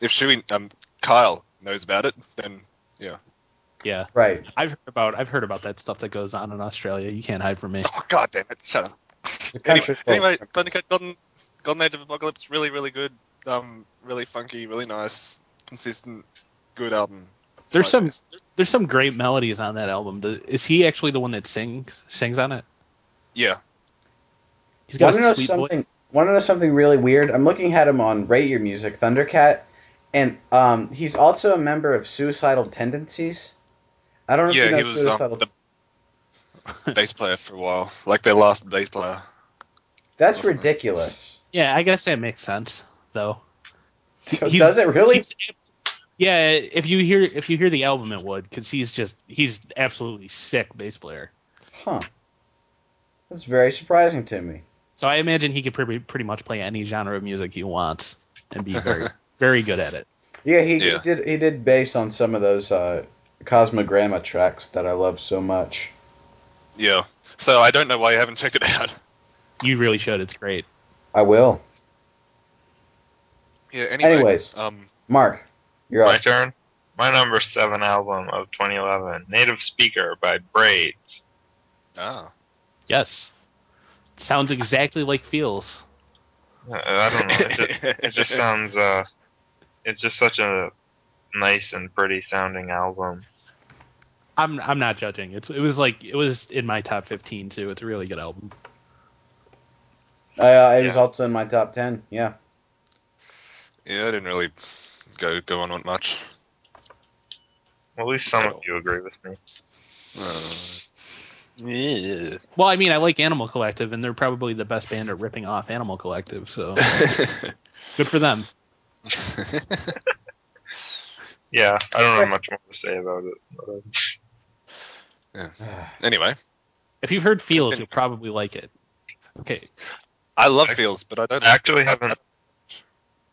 [SPEAKER 4] if Shui, um, Kyle knows about it, then
[SPEAKER 2] Yeah.
[SPEAKER 1] Right.
[SPEAKER 2] I've heard about I've heard about that stuff that goes on in Australia. You can't hide from me.
[SPEAKER 4] oh god damn it, shut up.
[SPEAKER 1] The
[SPEAKER 4] Anyway,
[SPEAKER 1] country's full.
[SPEAKER 4] anyway Thundercat Golden Golden Age of Apocalypse, really, really good. Um, really funky, really nice, consistent, good album.
[SPEAKER 2] There's
[SPEAKER 4] Like-
[SPEAKER 2] some there's some great melodies on that album. Does- Is he actually the one that sings sings on it?
[SPEAKER 4] Yeah.
[SPEAKER 2] He's got
[SPEAKER 1] Want to know
[SPEAKER 2] a sweet voice.
[SPEAKER 1] something? Want to know something really weird? I'm looking at him on Rate Your Music, Thundercat, and um, he's also a member of Suicidal Tendencies. I don't know if
[SPEAKER 4] Yeah,
[SPEAKER 1] you know
[SPEAKER 4] he was
[SPEAKER 1] Suicidal.
[SPEAKER 4] um, the bass player for a while, like their last bass player.
[SPEAKER 1] That's ridiculous.
[SPEAKER 2] Yeah, I guess that makes sense though. He's-
[SPEAKER 1] Does it really?
[SPEAKER 2] he's- yeah, if you hear if you hear the album, it would because he's just he's absolutely sick bass player.
[SPEAKER 1] Huh. That's very surprising to me.
[SPEAKER 2] So I imagine he could pretty pretty much play any genre of music he wants and be very very good at it.
[SPEAKER 1] Yeah, he, he
[SPEAKER 4] Yeah.
[SPEAKER 1] did. He did bass on some of those uh, Cosmogramma tracks that I love so much.
[SPEAKER 4] Yeah. So I don't know why you haven't checked it out.
[SPEAKER 2] You really should. It's great.
[SPEAKER 1] I will.
[SPEAKER 4] Yeah. Anyway,
[SPEAKER 1] Anyways.
[SPEAKER 4] um,
[SPEAKER 1] Mark, you're
[SPEAKER 3] My
[SPEAKER 1] up.
[SPEAKER 3] turn. My number seven album of 2011, Native Speaker by Braids.
[SPEAKER 4] ah,
[SPEAKER 2] Yes, sounds exactly like feels.
[SPEAKER 3] Uh, I don't know. It just, it just sounds. Uh, it's just such a nice and pretty sounding album.
[SPEAKER 2] I'm I'm not judging. It's it was like it was in my top fifteen too. It's a really good album.
[SPEAKER 1] Uh, it was
[SPEAKER 3] Yeah.
[SPEAKER 1] also in my top ten. Yeah.
[SPEAKER 4] yeah, I didn't really go go on it much.
[SPEAKER 3] Well, at least some of you agree with me.
[SPEAKER 4] Yeah.
[SPEAKER 2] Well, I mean, I like Animal Collective, and they're probably the best band at ripping off Animal Collective. So good for them.
[SPEAKER 3] Yeah, I don't have much more to say about it. but, uh,
[SPEAKER 4] anyway,
[SPEAKER 2] If you've heard feels, you'll probably like it. Okay,
[SPEAKER 4] I love feels, but I don't.
[SPEAKER 3] I actually haven't.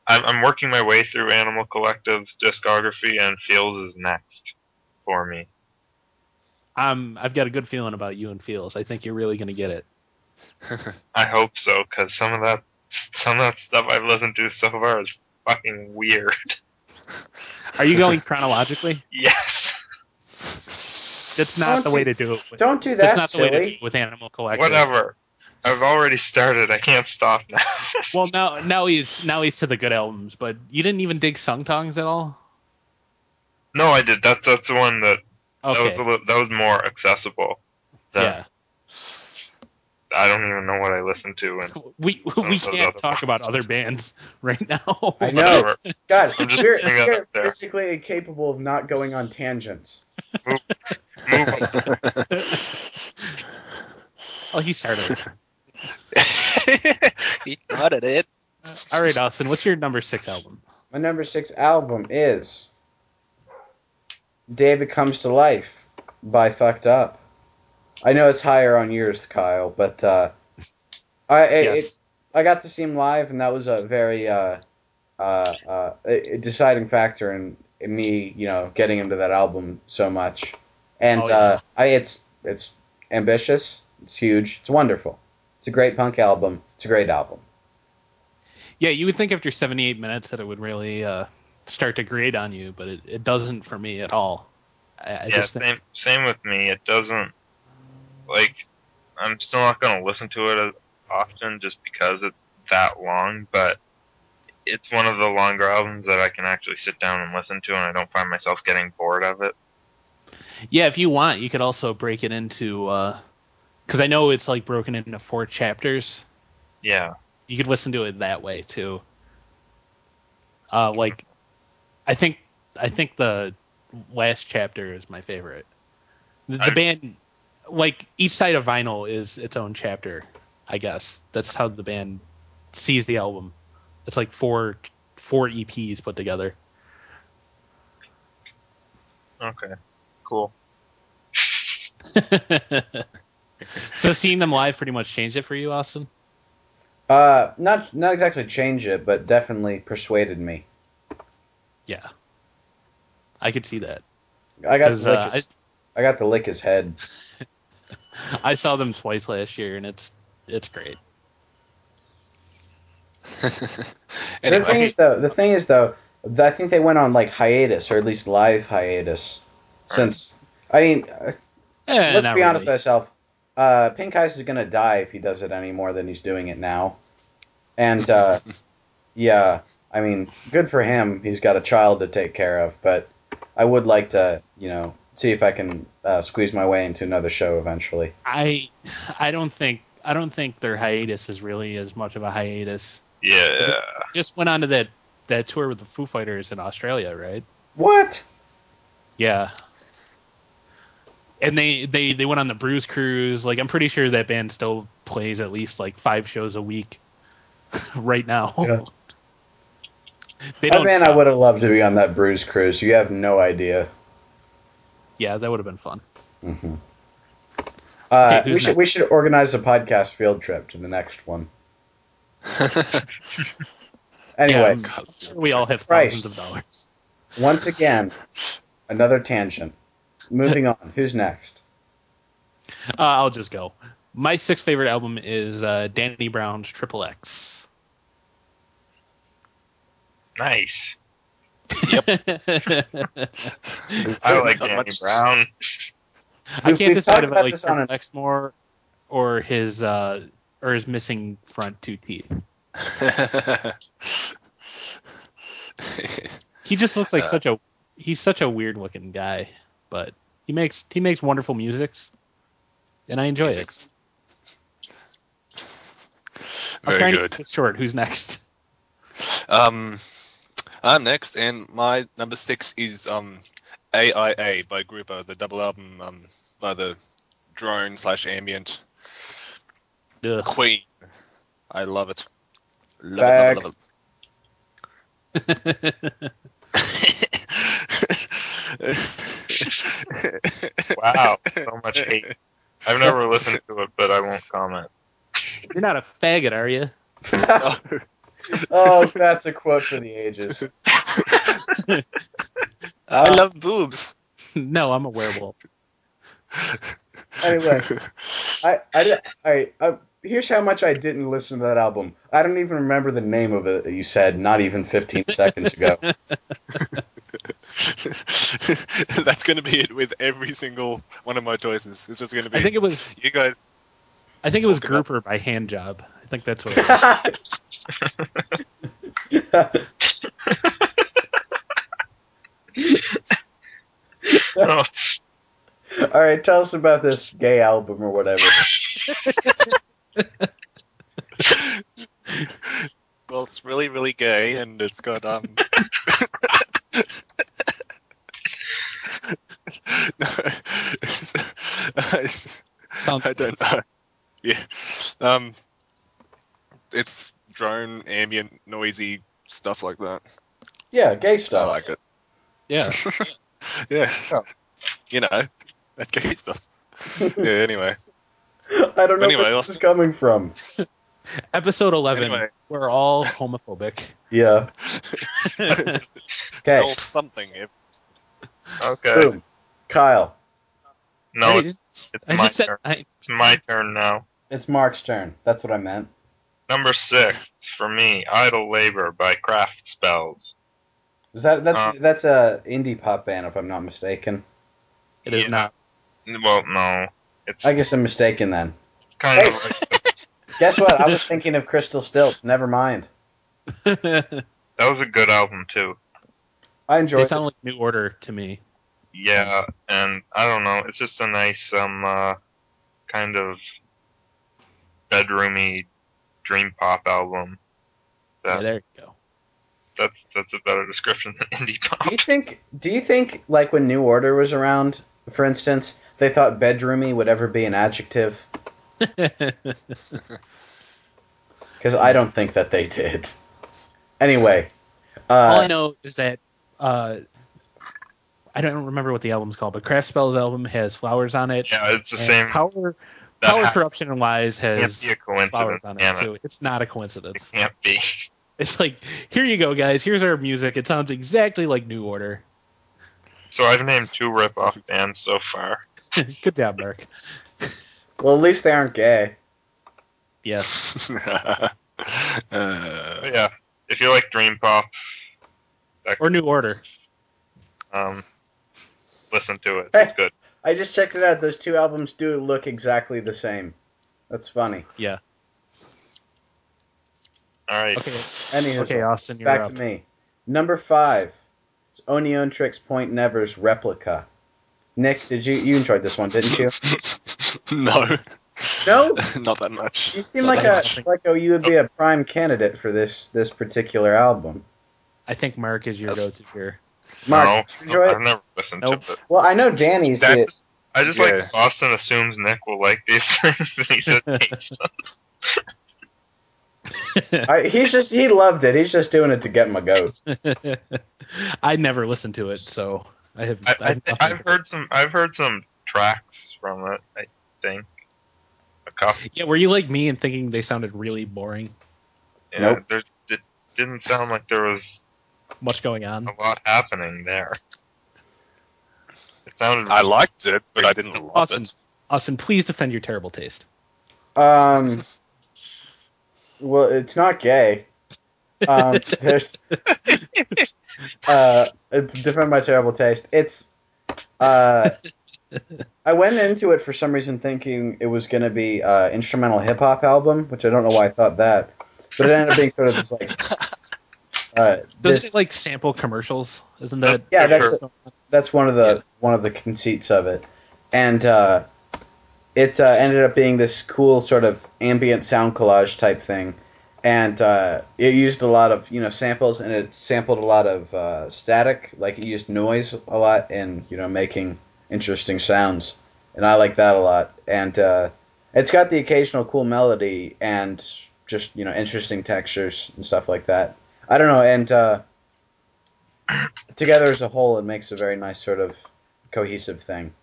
[SPEAKER 3] I'm, I'm working my way through Animal Collective's discography, and Fields is next for me.
[SPEAKER 2] um, I've got a good feeling about you and feels. I think you're really gonna get it.
[SPEAKER 3] I hope so, because some of that some of that stuff I've listened to so far is fucking weird.
[SPEAKER 2] Are you going chronologically?
[SPEAKER 3] Yes.
[SPEAKER 2] That's
[SPEAKER 4] That's
[SPEAKER 2] not
[SPEAKER 1] Don't
[SPEAKER 2] the way to do it. With,
[SPEAKER 1] Don't do
[SPEAKER 2] that's
[SPEAKER 1] that,
[SPEAKER 2] not the
[SPEAKER 1] silly.
[SPEAKER 2] way to do it with Animal Collective.
[SPEAKER 3] Whatever. I've already started. I can't stop now.
[SPEAKER 2] Well, now now he's now he's to the good albums, but you didn't even dig Sung Tongs at all.
[SPEAKER 3] no, I did. That that's the one that that was
[SPEAKER 2] Okay,
[SPEAKER 3] a little, that was more accessible. than-
[SPEAKER 2] yeah.
[SPEAKER 3] I don't even know what I listened to, and
[SPEAKER 2] We
[SPEAKER 3] Some
[SPEAKER 2] we
[SPEAKER 3] of those
[SPEAKER 2] can't
[SPEAKER 3] other
[SPEAKER 2] talk about other bands right now.
[SPEAKER 1] I know.
[SPEAKER 3] whatever.
[SPEAKER 1] God,
[SPEAKER 3] I'm just
[SPEAKER 1] you're,
[SPEAKER 3] putting that
[SPEAKER 1] you're
[SPEAKER 3] out there.
[SPEAKER 1] physically incapable of not going on tangents.
[SPEAKER 3] Move on.
[SPEAKER 2] Oh, he started.
[SPEAKER 4] he got it.
[SPEAKER 2] All right, Austin, what's your number six album?
[SPEAKER 1] My number six album is David Comes to Life by Fucked Up. I know it's higher on yours, Kyle, but uh, I it- it,
[SPEAKER 2] yes.
[SPEAKER 1] I got to see him live, and that was a very uh, uh, uh, a a deciding factor in, in me, you know, getting into that album so much. And
[SPEAKER 2] Oh, yeah.
[SPEAKER 1] uh, I, it's it's ambitious. It's huge. It's wonderful. It's a great punk album. It's a great album.
[SPEAKER 2] yeah, you would think after 78 minutes that it would really uh, start to grade on you, but it, it doesn't for me at all. I, I
[SPEAKER 3] yeah,
[SPEAKER 2] just think,
[SPEAKER 3] same, same with me. It doesn't like I'm still not gonna listen to it as often just because it's that long, but it's one of the longer albums that I can actually sit down and listen to, and I don't find myself getting bored of it.
[SPEAKER 2] yeah, if you want, you could also break it into because I know it's like broken into four chapters.
[SPEAKER 3] Yeah,
[SPEAKER 2] You could listen to it that way too. Uh, like, I think I think the last chapter is my favorite. The, the
[SPEAKER 3] I-
[SPEAKER 2] band, like each side of vinyl, is its own chapter. I guess that's how the band sees the album. It's like four four EPs put together.
[SPEAKER 3] okay, cool.
[SPEAKER 2] so seeing them live pretty much changed it for you, Austin.
[SPEAKER 1] Uh, not not exactly change it, but definitely persuaded me.
[SPEAKER 2] Yeah, I could see that.
[SPEAKER 1] I got to
[SPEAKER 2] 'Cause,
[SPEAKER 1] lick
[SPEAKER 2] uh,
[SPEAKER 1] his, I got to lick his head.
[SPEAKER 2] I saw them twice last year, and it's it's great.
[SPEAKER 1] the thing
[SPEAKER 4] Anyway,
[SPEAKER 1] is though, the thing is though, th- I think they went on like hiatus or at least live hiatus since. I mean, uh,
[SPEAKER 2] Eh,
[SPEAKER 1] let's
[SPEAKER 2] not
[SPEAKER 1] be honest
[SPEAKER 2] really.
[SPEAKER 1] with ourselves. Uh, Pink Ice is gonna die if he does it any more than he's doing it now. And uh, yeah, I mean, good for him. He's got a child to take care of, but I would like to, you know, see if I can uh, squeeze my way into another show eventually.
[SPEAKER 2] I I don't think I don't think their hiatus is really as much of a hiatus.
[SPEAKER 4] Uh,
[SPEAKER 3] Yeah.
[SPEAKER 2] Just went on to that that tour with the Foo Fighters in Australia, right?
[SPEAKER 1] What?
[SPEAKER 2] Yeah. And they they they went on the Bruise Cruise. Like I'm pretty sure that band still plays at least like five shows a week right now.
[SPEAKER 1] Yeah.
[SPEAKER 2] They
[SPEAKER 1] That
[SPEAKER 2] don't.
[SPEAKER 1] man, I
[SPEAKER 2] stop.
[SPEAKER 1] would have loved to be on that Bruise cruise. You have no idea.
[SPEAKER 2] Yeah, that would have been fun.
[SPEAKER 1] hmm Uh,
[SPEAKER 2] Okay,
[SPEAKER 1] we
[SPEAKER 2] who's
[SPEAKER 1] should we should organize a podcast field trip to the next one. Anyway,
[SPEAKER 2] Yeah, I'm sure we all have thousands of
[SPEAKER 1] Christ.
[SPEAKER 2] dollars.
[SPEAKER 1] once again, another tangent. Moving on. Who's next?
[SPEAKER 2] Uh, I'll just go. My sixth favorite album is uh, Danny Brown's Triple X.
[SPEAKER 3] Nice. I
[SPEAKER 4] There's
[SPEAKER 3] like
[SPEAKER 4] not
[SPEAKER 3] Danny
[SPEAKER 4] much-
[SPEAKER 3] Brown.
[SPEAKER 2] I
[SPEAKER 1] We've-
[SPEAKER 2] can't
[SPEAKER 1] we've
[SPEAKER 2] decide
[SPEAKER 1] talked
[SPEAKER 2] if I
[SPEAKER 1] about
[SPEAKER 2] like
[SPEAKER 1] this on
[SPEAKER 2] Triple
[SPEAKER 1] an-
[SPEAKER 2] X more or his uh, or his missing front two teeth. He just looks like
[SPEAKER 4] Uh,
[SPEAKER 2] such a he's such a weird looking guy, but he makes he makes wonderful musics, and I enjoy it.
[SPEAKER 4] Music's-
[SPEAKER 2] I'm
[SPEAKER 4] Very
[SPEAKER 2] trying to
[SPEAKER 4] good.
[SPEAKER 2] keep it short. Who's next?
[SPEAKER 4] Um, I'm next, and my number six is um, AIA by Grupo, the double album um, by the drone slash ambient
[SPEAKER 2] Ugh.
[SPEAKER 4] queen. I love it. Love
[SPEAKER 1] Back.
[SPEAKER 4] it, love it, love it.
[SPEAKER 3] Wow. So much hate. I've never listened to it, but I won't comment.
[SPEAKER 2] You're not a faggot, are you?
[SPEAKER 1] Oh, that's a quote for the ages.
[SPEAKER 4] I love boobs.
[SPEAKER 2] no, I'm a werewolf.
[SPEAKER 1] Anyway, I, I, di- I, I, here's how much I didn't listen to that album. I don't even remember the name of it that you said not even 15 seconds ago.
[SPEAKER 4] That's going to be it with every single one of my choices. It's just going to be.
[SPEAKER 2] I think it was
[SPEAKER 4] you guys.
[SPEAKER 2] I think it was
[SPEAKER 4] Talk about-
[SPEAKER 2] Grouper by Handjob. I think that's what. It was.
[SPEAKER 3] Oh,
[SPEAKER 1] All right, tell us about this gay album or whatever.
[SPEAKER 4] Well, it's really, really gay, and it's got um. no, it's-
[SPEAKER 2] Sounds-
[SPEAKER 4] I don't know. Yeah, um, it's drone, ambient, noisy stuff like that.
[SPEAKER 1] Yeah, gay
[SPEAKER 4] I
[SPEAKER 1] stuff.
[SPEAKER 4] like it.
[SPEAKER 2] yeah.
[SPEAKER 4] Yeah,
[SPEAKER 1] Oh.
[SPEAKER 4] you know, that gay stuff. yeah. Anyway,
[SPEAKER 1] I don't know
[SPEAKER 4] Anyway,
[SPEAKER 1] where
[SPEAKER 4] let's-
[SPEAKER 1] this is coming from.
[SPEAKER 2] Episode 11.
[SPEAKER 4] Anyway.
[SPEAKER 2] We're all homophobic.
[SPEAKER 1] Yeah. Okay.
[SPEAKER 4] roll something. If
[SPEAKER 3] okay.
[SPEAKER 1] Boom. Kyle,
[SPEAKER 3] No,
[SPEAKER 2] I
[SPEAKER 3] it's,
[SPEAKER 2] just,
[SPEAKER 3] it's
[SPEAKER 2] I
[SPEAKER 3] my
[SPEAKER 2] just said
[SPEAKER 3] turn.
[SPEAKER 2] I,
[SPEAKER 3] it's my turn now.
[SPEAKER 1] it's Mark's turn. That's what I meant.
[SPEAKER 3] Number six for me, Idle Labor by Craft Spells.
[SPEAKER 1] Was that that's
[SPEAKER 3] Uh.
[SPEAKER 1] that's a indie pop band if I'm not mistaken.
[SPEAKER 2] it is
[SPEAKER 3] Yeah.
[SPEAKER 2] not.
[SPEAKER 3] Well, no, it's,
[SPEAKER 1] I guess I'm mistaken then.
[SPEAKER 3] it's kind of like
[SPEAKER 1] Guess what? I was thinking of Crystal Stilts. Never mind.
[SPEAKER 3] that was a good album too.
[SPEAKER 1] I
[SPEAKER 2] they
[SPEAKER 1] enjoyed.
[SPEAKER 2] sound like New Order to me.
[SPEAKER 3] Yeah, and I don't know, it's just a nice um uh, kind of bedroomy dream pop album.
[SPEAKER 2] Yeah,
[SPEAKER 3] That
[SPEAKER 2] there you go.
[SPEAKER 3] that's that's a better description than indie
[SPEAKER 1] Do
[SPEAKER 3] pop.
[SPEAKER 1] you think? Do you think like when New Order was around, for instance, they thought bedroomy would ever be an adjective? Because I don't think that they did. Anyway,
[SPEAKER 2] all I
[SPEAKER 1] uh,
[SPEAKER 2] know is that uh, I don't remember what the album's called, but Craft Spell's album has flowers on it.
[SPEAKER 3] Yeah, it's the
[SPEAKER 2] and
[SPEAKER 3] same.
[SPEAKER 2] Power,
[SPEAKER 3] that
[SPEAKER 2] Power
[SPEAKER 3] ha-
[SPEAKER 2] Corruption and Lies
[SPEAKER 3] can't be
[SPEAKER 2] has
[SPEAKER 3] a
[SPEAKER 2] flowers
[SPEAKER 3] coincidence.
[SPEAKER 2] on
[SPEAKER 3] can
[SPEAKER 2] it too. It's not a coincidence.
[SPEAKER 3] It can't be.
[SPEAKER 2] It's like, here you go, guys. Here's our music. It sounds exactly like New Order.
[SPEAKER 3] So I've named two rip-off bands so far.
[SPEAKER 2] Good job, Mark.
[SPEAKER 1] well, at least they aren't gay.
[SPEAKER 2] Yeah.
[SPEAKER 4] uh,
[SPEAKER 3] But yeah, if you like dream pop, that
[SPEAKER 2] Or New Order.
[SPEAKER 3] um, listen to it.
[SPEAKER 1] Hey.
[SPEAKER 3] It's good.
[SPEAKER 1] I just checked it out. Those two albums do look exactly the same. That's funny.
[SPEAKER 2] Yeah.
[SPEAKER 3] All right.
[SPEAKER 2] Okay.
[SPEAKER 1] Anywho,
[SPEAKER 2] Okay, Austin, you're
[SPEAKER 1] back
[SPEAKER 2] up.
[SPEAKER 1] to me. Number five, is Oniontrix Point Never's replica. Nick, did you you enjoyed this one, didn't you?
[SPEAKER 4] no.
[SPEAKER 1] No?
[SPEAKER 4] Not that much.
[SPEAKER 1] You seem
[SPEAKER 4] Not
[SPEAKER 1] like a
[SPEAKER 4] that much.
[SPEAKER 1] like oh you would be a prime candidate for this this particular album.
[SPEAKER 2] I think Mark is your
[SPEAKER 4] That's-
[SPEAKER 2] go-to here.
[SPEAKER 1] Mark,
[SPEAKER 3] no,
[SPEAKER 1] did you enjoy
[SPEAKER 3] I've
[SPEAKER 1] it?
[SPEAKER 3] never listened
[SPEAKER 2] Nope.
[SPEAKER 3] to it.
[SPEAKER 1] Well, I know Danny's
[SPEAKER 3] That
[SPEAKER 1] did.
[SPEAKER 3] just- I just
[SPEAKER 4] Yeah.
[SPEAKER 3] like that Austin assumes Nick will like these things, and he said, "Hey, so
[SPEAKER 1] I, he's just he loved it. He's just doing it to get my goat.
[SPEAKER 2] I never listened to it, so I have.
[SPEAKER 3] I,
[SPEAKER 2] I
[SPEAKER 3] I,
[SPEAKER 2] have
[SPEAKER 3] th-
[SPEAKER 2] nothing
[SPEAKER 3] I've
[SPEAKER 2] to-
[SPEAKER 3] heard some. I've heard some tracks from it. I think a couple.
[SPEAKER 2] Yeah, were you like me and thinking they sounded really boring?
[SPEAKER 3] Yeah,
[SPEAKER 1] Nope.
[SPEAKER 3] there, it didn't sound like there was
[SPEAKER 2] Much going on.
[SPEAKER 3] a lot happening there. It sounded.
[SPEAKER 4] I liked it, but I didn't love
[SPEAKER 2] Austin,
[SPEAKER 4] it.
[SPEAKER 2] Austin, please defend your terrible taste.
[SPEAKER 1] Um, well, it's not gay. Um, there's uh, defend my terrible taste. It's uh, I went into it for some reason thinking it was going to be uh, instrumental hip hop album, which I don't know why I thought that, but it ended up being sort of just like uh,
[SPEAKER 2] Doesn't
[SPEAKER 1] this.
[SPEAKER 2] it like sample commercials? Isn't that?
[SPEAKER 1] Yeah,
[SPEAKER 3] that's-
[SPEAKER 1] that's one of the one of the conceits of it, and uh, it uh, ended up being this cool sort of ambient sound collage type thing, and uh, it used a lot of you know samples, and it sampled a lot of uh, static, like it used noise a lot, and you know making interesting sounds, and I like that a lot, and uh, it's got the occasional cool melody and just you know interesting textures and stuff like that. I don't know, and uh, together as a whole, it makes a very nice sort of cohesive thing.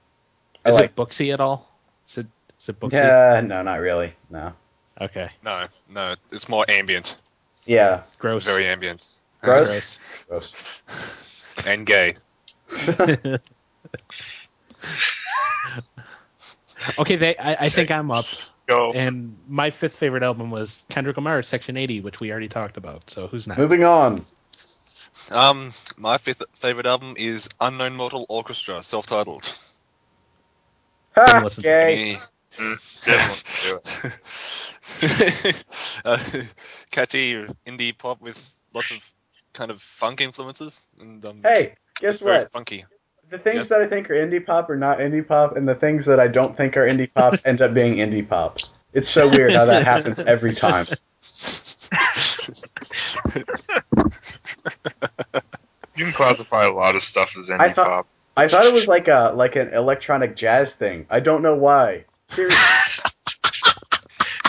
[SPEAKER 1] I
[SPEAKER 2] Is
[SPEAKER 1] like.
[SPEAKER 2] it Booksy at all? Is it? Is it Booksy?
[SPEAKER 1] Yeah, no, not really. No.
[SPEAKER 2] Okay.
[SPEAKER 4] No, no, it's more ambient,
[SPEAKER 1] Yeah.
[SPEAKER 2] Gross.
[SPEAKER 4] very ambient,
[SPEAKER 1] Gross. Gross.
[SPEAKER 4] and gay.
[SPEAKER 2] Okay, they, I, I think I'm up.
[SPEAKER 3] Go.
[SPEAKER 2] And my fifth favorite album was Kendrick Lamar's Section 80, which we already talked about. So who's next?
[SPEAKER 1] Moving on.
[SPEAKER 4] Um, my fifth favorite album is Unknown Mortal Orchestra, self-titled.
[SPEAKER 1] Ha,
[SPEAKER 2] Didn't listen to
[SPEAKER 1] gay.
[SPEAKER 4] Eh.
[SPEAKER 3] Didn't do it.
[SPEAKER 4] uh, catchy indie pop with lots of kind of funk influences. And, um,
[SPEAKER 1] Hey,
[SPEAKER 4] it's
[SPEAKER 1] guess
[SPEAKER 4] very
[SPEAKER 1] what?
[SPEAKER 4] Funky.
[SPEAKER 1] The things
[SPEAKER 4] Yes.
[SPEAKER 1] that I think are indie pop are not indie pop, and the things that I don't think are indie pop end up being indie pop. It's so weird how that happens every time.
[SPEAKER 3] You can classify a lot of stuff as indie
[SPEAKER 1] I thought-
[SPEAKER 3] pop.
[SPEAKER 1] I thought it was like a like an electronic jazz thing. I don't know why. Seriously.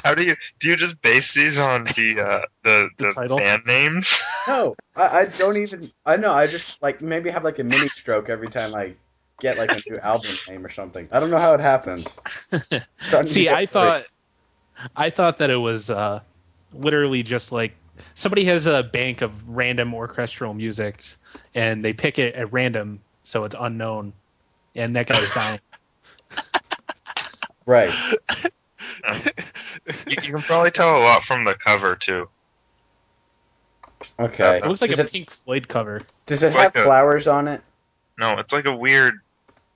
[SPEAKER 3] How do you do? You just base these on the uh, the,
[SPEAKER 2] The
[SPEAKER 3] the,
[SPEAKER 2] title?
[SPEAKER 3] fan names?
[SPEAKER 1] No, I, I don't even. I know. I just like maybe have like a mini stroke every time I get like a new album name or something. I don't know how it happens. Starting to
[SPEAKER 2] See,
[SPEAKER 1] get
[SPEAKER 2] I thought, I thought that it was uh, literally just like somebody has a bank of random orchestral musics, and they pick it at random, so it's unknown, and that guy's dying.
[SPEAKER 1] right.
[SPEAKER 3] You, you can probably tell a lot from the cover too.
[SPEAKER 1] Okay.
[SPEAKER 2] It looks like
[SPEAKER 1] does,
[SPEAKER 2] a
[SPEAKER 1] it,
[SPEAKER 2] Pink Floyd cover.
[SPEAKER 1] does it
[SPEAKER 3] like
[SPEAKER 1] have
[SPEAKER 3] a-
[SPEAKER 1] flowers on it?
[SPEAKER 3] No, it's like a weird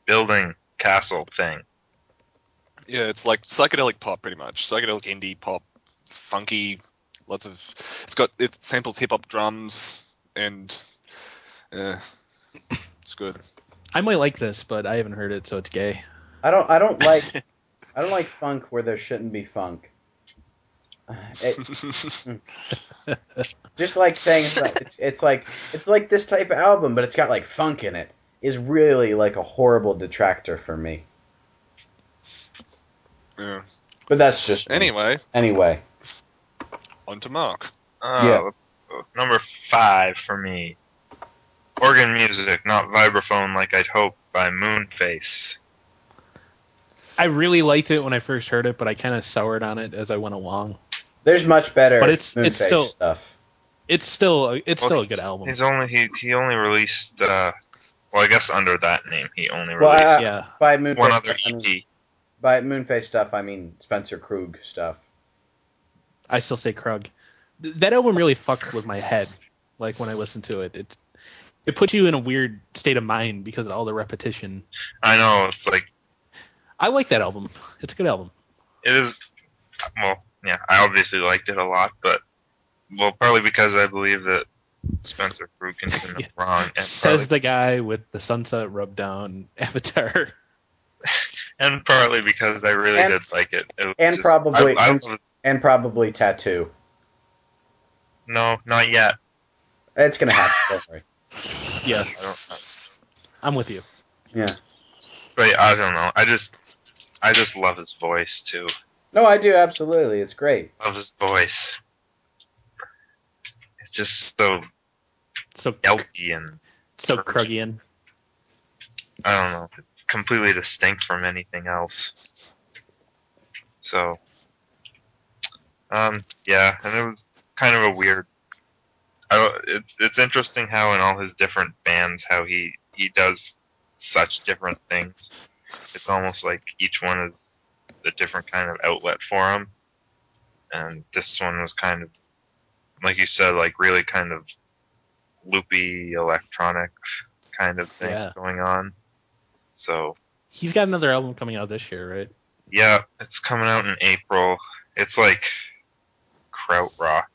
[SPEAKER 3] building castle thing.
[SPEAKER 4] Yeah, it's like psychedelic pop, pretty much. Psychedelic indie pop, funky, lots of. It's got it samples hip hop drums, and yeah, it's good.
[SPEAKER 2] I might like this, but I haven't heard it, so it's gay.
[SPEAKER 1] I don't. I don't like. I don't like funk where there shouldn't be funk. Uh, It, just like saying it's like, it's, it's like it's like this type of album, but it's got like funk in it is really like a horrible detractor for me.
[SPEAKER 4] yeah.
[SPEAKER 1] But that's just me.
[SPEAKER 4] Anyway,
[SPEAKER 1] Anyway,
[SPEAKER 4] on to Mark.
[SPEAKER 3] Uh,
[SPEAKER 1] Yeah.
[SPEAKER 3] let's go. Number five for me. Organ music, not vibraphone like I'd hoped by Moonface.
[SPEAKER 2] I really liked it when I first heard it, but I kind of soured on it as I went along.
[SPEAKER 1] there's much better.
[SPEAKER 2] But it's- it's
[SPEAKER 1] Moonface
[SPEAKER 2] still-
[SPEAKER 1] stuff.
[SPEAKER 2] It's still, it's
[SPEAKER 3] Well,
[SPEAKER 2] still a good
[SPEAKER 3] he's-
[SPEAKER 2] album.
[SPEAKER 3] He's only he, he only released uh, well I guess under that name he only
[SPEAKER 1] Well,
[SPEAKER 3] released
[SPEAKER 1] I-
[SPEAKER 2] Yeah,
[SPEAKER 1] By Moonface,
[SPEAKER 3] one other E.
[SPEAKER 1] stuff, I mean,
[SPEAKER 3] EP.
[SPEAKER 1] by Moonface stuff, I mean Spencer Krug stuff.
[SPEAKER 2] I still say Krug. Th- That album really fucked with my head. Like when I listened to it, it it put you in a weird state of mind because of all the repetition.
[SPEAKER 3] I know it's like
[SPEAKER 2] I like that album. It's a good album.
[SPEAKER 3] it is well yeah I obviously liked it a lot but Well, partly because I believe that Spencer Frukenson is
[SPEAKER 2] Yeah.
[SPEAKER 3] wrong, and
[SPEAKER 2] Says
[SPEAKER 3] partly,
[SPEAKER 2] the guy with the sunset rub down avatar.
[SPEAKER 3] and partly because I really
[SPEAKER 1] And-
[SPEAKER 3] did like it. It was
[SPEAKER 1] and
[SPEAKER 3] just-
[SPEAKER 1] probably-
[SPEAKER 3] I, I
[SPEAKER 1] and-
[SPEAKER 3] was-
[SPEAKER 1] and probably tattoo.
[SPEAKER 3] no, not yet.
[SPEAKER 1] It's gonna happen. Don't worry.
[SPEAKER 3] I don't-
[SPEAKER 2] Yes, I'm with you.
[SPEAKER 1] Yeah.
[SPEAKER 3] But I don't know. I just, I just love his voice too.
[SPEAKER 1] No, I do absolutely. It's great.
[SPEAKER 3] Love his voice. It's just so
[SPEAKER 2] So
[SPEAKER 3] elky and
[SPEAKER 2] so Krugian.
[SPEAKER 3] I don't know, it's completely distinct from anything else. So, um, yeah, and it was kind of a weird. I don't, it's it's interesting how in all his different bands how he he does such different things. It's almost like each one is a different kind of outlet for him, and this one was kind of like you said, like really kind of loopy electronic kind of thing
[SPEAKER 2] Yeah.
[SPEAKER 3] going on. So
[SPEAKER 2] He's got another album coming out this year, right?
[SPEAKER 3] yeah, it's coming out in April. It's like krautrock.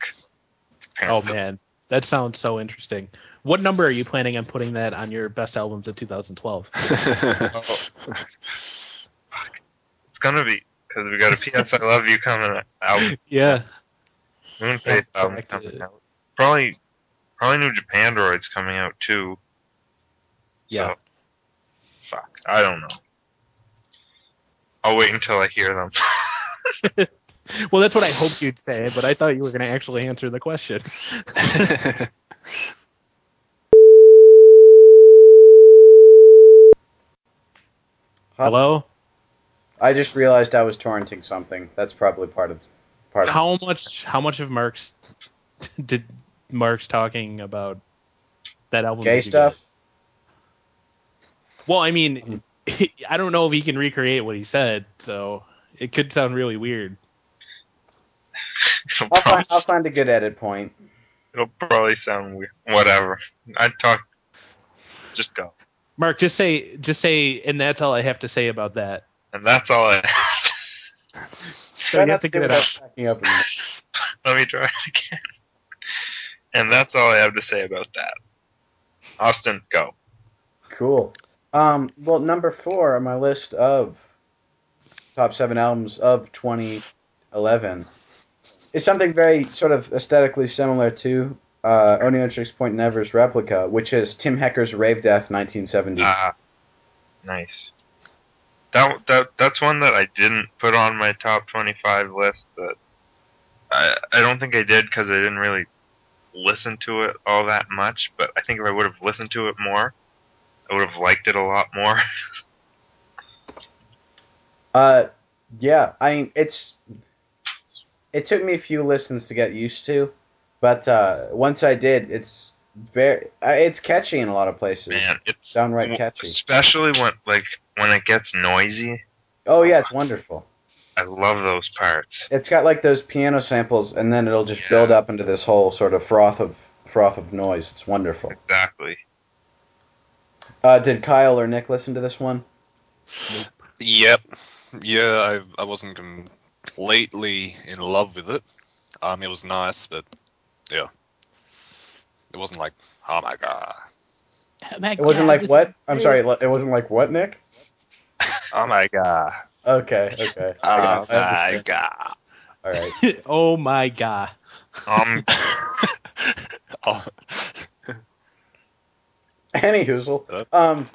[SPEAKER 2] Oh man, that sounds so interesting. What number are you planning on putting that on your best albums of 2012?
[SPEAKER 3] It's gonna be because we got a PS I Love You coming out.
[SPEAKER 2] Yeah,
[SPEAKER 3] Moonface
[SPEAKER 2] Yeah,
[SPEAKER 3] album
[SPEAKER 2] correct.
[SPEAKER 3] coming out. Probably, probably New Japan Droids coming out too.
[SPEAKER 2] Yeah.
[SPEAKER 3] So, fuck, I don't know. I'll wait until I hear them.
[SPEAKER 2] Well, that's what I hoped you'd say, but I thought you were going to actually answer the question. Hello?
[SPEAKER 1] I just realized I was torrenting something. That's probably part of part of.
[SPEAKER 2] How much how much of Mark's did Mark's talking about that album
[SPEAKER 1] Gay
[SPEAKER 2] did you
[SPEAKER 1] stuff?
[SPEAKER 2] get? Well, I mean,
[SPEAKER 1] Mm-hmm.
[SPEAKER 2] I don't know if he can recreate what he said, so it could sound really weird.
[SPEAKER 3] it'll,
[SPEAKER 1] I'll find, I'll
[SPEAKER 3] probably,
[SPEAKER 1] find a good edit point.
[SPEAKER 3] it'll probably sound weird. Whatever. I talk. Just go.
[SPEAKER 2] Mark, just say just say and that's all I have to say about that.
[SPEAKER 3] And that's all I.
[SPEAKER 2] So
[SPEAKER 1] Try
[SPEAKER 2] you have
[SPEAKER 1] not
[SPEAKER 2] to
[SPEAKER 1] do
[SPEAKER 2] get it
[SPEAKER 1] without
[SPEAKER 2] out.
[SPEAKER 1] cracking open your mouth.
[SPEAKER 3] Let me try it again. And that's all I have to say about that. Austin, go.
[SPEAKER 1] Cool. Um, well, number four on my list of top seven albums of 2011 is something very sort of aesthetically similar to uh, Onio Tricks Point Never's replica, which is Tim Hecker's Rave Death 1970.
[SPEAKER 3] Ah, nice. That, that that's one that I didn't put on my top twenty-five list. That I I don't think I did because I didn't really listen to it all that much. But I think if I would have listened to it more, I would have liked it a lot more.
[SPEAKER 1] Uh, yeah, I mean it's. It took me a few listens to get used to, but uh, once I did, it's very uh, it's catchy in a lot of places.
[SPEAKER 3] Man, it's
[SPEAKER 1] Downright catchy.
[SPEAKER 3] especially when like when it gets noisy.
[SPEAKER 1] Oh yeah, it's wonderful.
[SPEAKER 3] I love those parts.
[SPEAKER 1] It's got like those piano samples, and then it'll just
[SPEAKER 3] Yeah.
[SPEAKER 1] build up into this whole sort of froth of froth of noise. It's wonderful.
[SPEAKER 3] Exactly.
[SPEAKER 1] Uh, did Kyle or Nick listen to this one?
[SPEAKER 4] Yep. Yeah, I, I wasn't completely in love with it. Um, it was nice, but yeah, it wasn't like oh my god,
[SPEAKER 1] It wasn't like what? I'm sorry. li- It wasn't like what, Nick?
[SPEAKER 4] oh my god,
[SPEAKER 1] Okay, okay. I
[SPEAKER 4] oh
[SPEAKER 1] got- I
[SPEAKER 4] my
[SPEAKER 1] understand.
[SPEAKER 4] god.
[SPEAKER 1] All right.
[SPEAKER 2] oh my god.
[SPEAKER 3] Um,
[SPEAKER 4] oh,
[SPEAKER 1] Any hoozle.
[SPEAKER 4] Hello?
[SPEAKER 1] Um,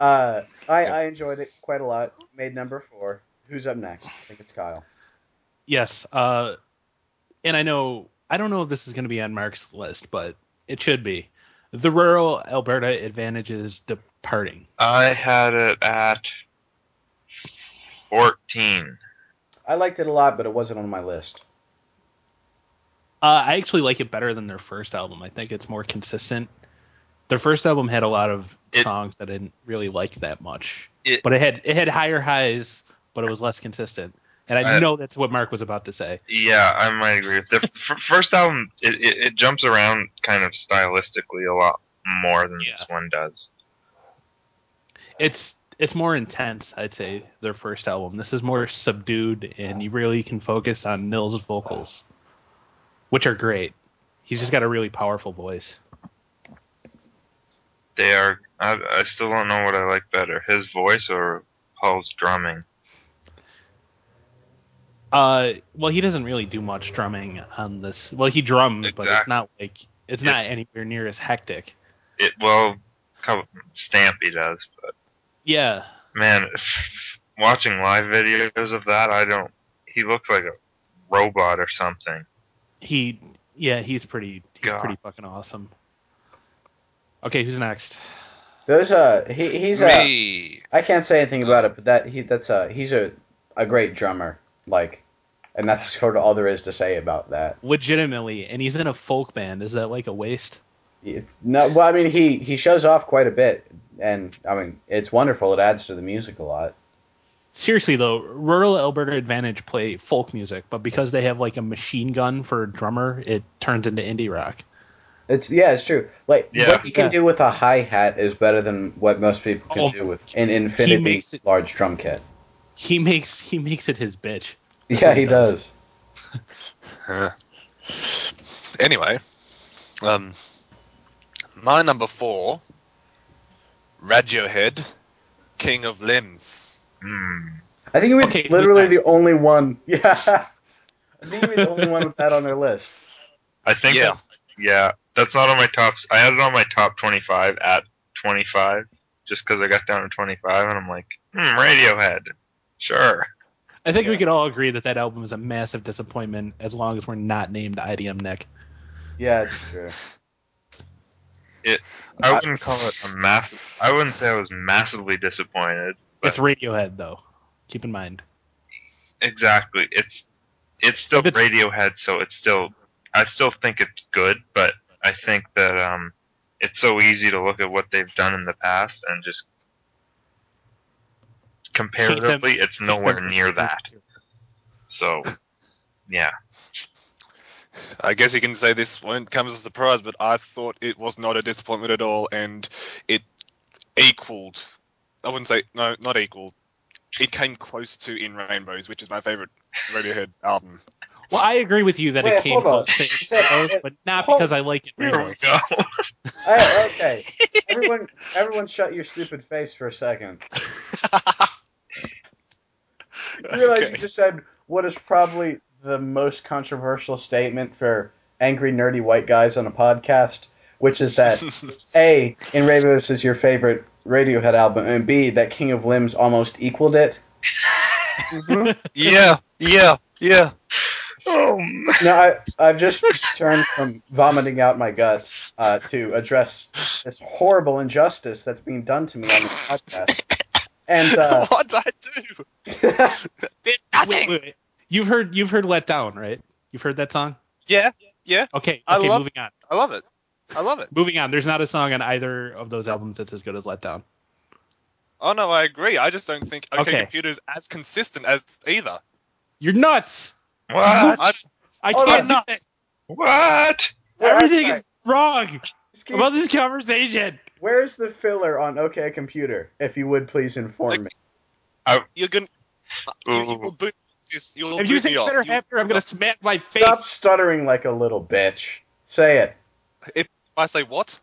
[SPEAKER 1] uh, I I enjoyed it quite a lot. Made number four. Who's up next? I think it's Kyle.
[SPEAKER 2] Yes. Uh, and I know I don't know if this is going to be on Mark's list, but it should be. The rural Alberta advantages departing.
[SPEAKER 3] I had it at 14.
[SPEAKER 1] I liked it a lot, but it wasn't on my list.
[SPEAKER 2] Uh, I actually like it better than their first album. I think it's more consistent. Their first album had a lot of
[SPEAKER 3] It-
[SPEAKER 2] songs that I didn't really like that much,
[SPEAKER 3] It-
[SPEAKER 2] but it had it had higher highs, but it was less consistent. And I
[SPEAKER 3] I-
[SPEAKER 2] know that's what Mark was about to say.
[SPEAKER 3] Yeah, I might agree. The f- first album, it, it, it jumps around kind of stylistically a lot more than this one does.
[SPEAKER 2] it's it's more intense i'd say their first album this is more subdued and you really can focus on nils vocals which are great He's just got a really powerful voice.
[SPEAKER 3] They are. I, I still don't know what I like better, his voice or Paul's drumming.
[SPEAKER 2] Uh, well, he doesn't really do much drumming on this. Well, he drums, but it's
[SPEAKER 3] Exact-
[SPEAKER 2] not like it's
[SPEAKER 3] Yeah.
[SPEAKER 2] not anywhere near as hectic.
[SPEAKER 3] It well, co- Stampy does, but
[SPEAKER 2] Yeah,
[SPEAKER 3] man, watching live videos of that, I don't. He looks like a robot or something.
[SPEAKER 2] he. Yeah, he's pretty. He's
[SPEAKER 3] God.
[SPEAKER 2] pretty fucking awesome. Okay, who's next?
[SPEAKER 1] Those uh, he, he's a.
[SPEAKER 4] Me.
[SPEAKER 1] I can't say anything about it, but that he that's a he's a a great drummer, like, and that's sort of all there is to say about that.
[SPEAKER 2] Legitimately, and he's in a folk band. Is that like a waste?
[SPEAKER 1] Yeah, No, well, I mean he he shows off quite a bit, and I mean it's wonderful. It adds to the music a lot.
[SPEAKER 2] Seriously though, rural Alberta Advantage play folk music, but because they have like a machine gun for a drummer, it turns into indie rock.
[SPEAKER 1] It's yeah, it's true. Like
[SPEAKER 3] Yeah.
[SPEAKER 1] what you can
[SPEAKER 2] Yeah.
[SPEAKER 1] do with a hi hat is better than what most people can
[SPEAKER 2] Oh,
[SPEAKER 1] do with an infinity
[SPEAKER 2] makes it-
[SPEAKER 1] large drum kit.
[SPEAKER 2] He makes he makes it his bitch. That's
[SPEAKER 1] Yeah,
[SPEAKER 2] what
[SPEAKER 1] he
[SPEAKER 2] it does.
[SPEAKER 1] does.
[SPEAKER 4] Huh. anyway, um, my number four, Radiohead, King of Limbs.
[SPEAKER 3] Hmm.
[SPEAKER 1] I think he was
[SPEAKER 2] Okay, who's
[SPEAKER 1] literally the
[SPEAKER 2] next?
[SPEAKER 1] only one. Yeah, I think he was the only one with that on their list.
[SPEAKER 3] I think.
[SPEAKER 4] Yeah.
[SPEAKER 3] that- yeah, that's not on my tops. I had it on my top twenty-five at twenty-five, just because I got down to twenty-five, and I'm like, hmm, Radiohead. Sure.
[SPEAKER 2] I think we
[SPEAKER 4] Yeah.
[SPEAKER 2] could all agree that that album is a massive disappointment as long as we're not named IDM Nick.
[SPEAKER 1] Yeah, it's true.
[SPEAKER 3] I wouldn't call it a massive. I wouldn't say I was massively disappointed. But-
[SPEAKER 2] It's Radiohead though. Keep in mind.
[SPEAKER 3] Exactly. It's it's still
[SPEAKER 2] If it's-
[SPEAKER 3] Radiohead, so it's still I still think it's good, but I think that um it's so easy to look at what they've done in the past and just comparatively it's nowhere near that. So yeah.
[SPEAKER 4] I guess you can say this won't come as a surprise, but I thought it was not a disappointment at all, and it equaled. I wouldn't say no, not equaled. It came close to In Rainbows, which is my favorite Radiohead album.
[SPEAKER 2] Well, I agree with you that
[SPEAKER 1] Wait,
[SPEAKER 2] it came
[SPEAKER 1] hold on.
[SPEAKER 2] close to
[SPEAKER 1] Is that-
[SPEAKER 2] both, but not
[SPEAKER 1] hold-
[SPEAKER 2] because I like it.
[SPEAKER 3] Here
[SPEAKER 2] very
[SPEAKER 3] we
[SPEAKER 2] much.
[SPEAKER 3] go.
[SPEAKER 1] I, okay, everyone, everyone, shut your stupid face for a second. You realize you
[SPEAKER 4] Okay.
[SPEAKER 1] just said what is probably the most controversial statement for angry, nerdy white guys on a podcast, which is that A, In Rainbows is your favorite Radiohead album, and B, that King of Limbs almost equaled it.
[SPEAKER 4] Mm-hmm. yeah, yeah, yeah.
[SPEAKER 3] Oh man.
[SPEAKER 1] No, I, I've just turned from vomiting out my guts uh, to address this horrible injustice that's being done to me on this podcast. And uh,
[SPEAKER 4] what did I do? Did
[SPEAKER 2] Wait,
[SPEAKER 4] nothing.
[SPEAKER 2] wait, wait. You've heard you've heard Let Down, right? You've heard that song?
[SPEAKER 4] Yeah, yeah.
[SPEAKER 2] Okay,
[SPEAKER 4] I
[SPEAKER 2] okay,
[SPEAKER 4] love-
[SPEAKER 2] moving on.
[SPEAKER 4] I love it. I love it.
[SPEAKER 2] Moving on. There's not a song on either of those albums that's as good as Let Down.
[SPEAKER 4] Oh no, I agree. I just don't think OK,
[SPEAKER 2] Okay.
[SPEAKER 4] Computer's as consistent as either.
[SPEAKER 2] You're nuts.
[SPEAKER 3] What?
[SPEAKER 4] I, Oh,
[SPEAKER 2] I
[SPEAKER 1] Hold
[SPEAKER 2] can't
[SPEAKER 1] on.
[SPEAKER 2] do this.
[SPEAKER 3] What?
[SPEAKER 2] Everything is wrong
[SPEAKER 1] Excuse-
[SPEAKER 2] about this conversation.
[SPEAKER 1] Where's the filler on OK Computer? If you would please inform me.
[SPEAKER 4] you're gonna. You, you will
[SPEAKER 3] Ooh.
[SPEAKER 4] boot this. You'll
[SPEAKER 2] If you
[SPEAKER 4] boot
[SPEAKER 2] say
[SPEAKER 4] me off.
[SPEAKER 2] better
[SPEAKER 4] You-
[SPEAKER 2] happier, I'm gonna smack my face.
[SPEAKER 1] Stop stuttering like a little bitch. Say it.
[SPEAKER 4] if I say what?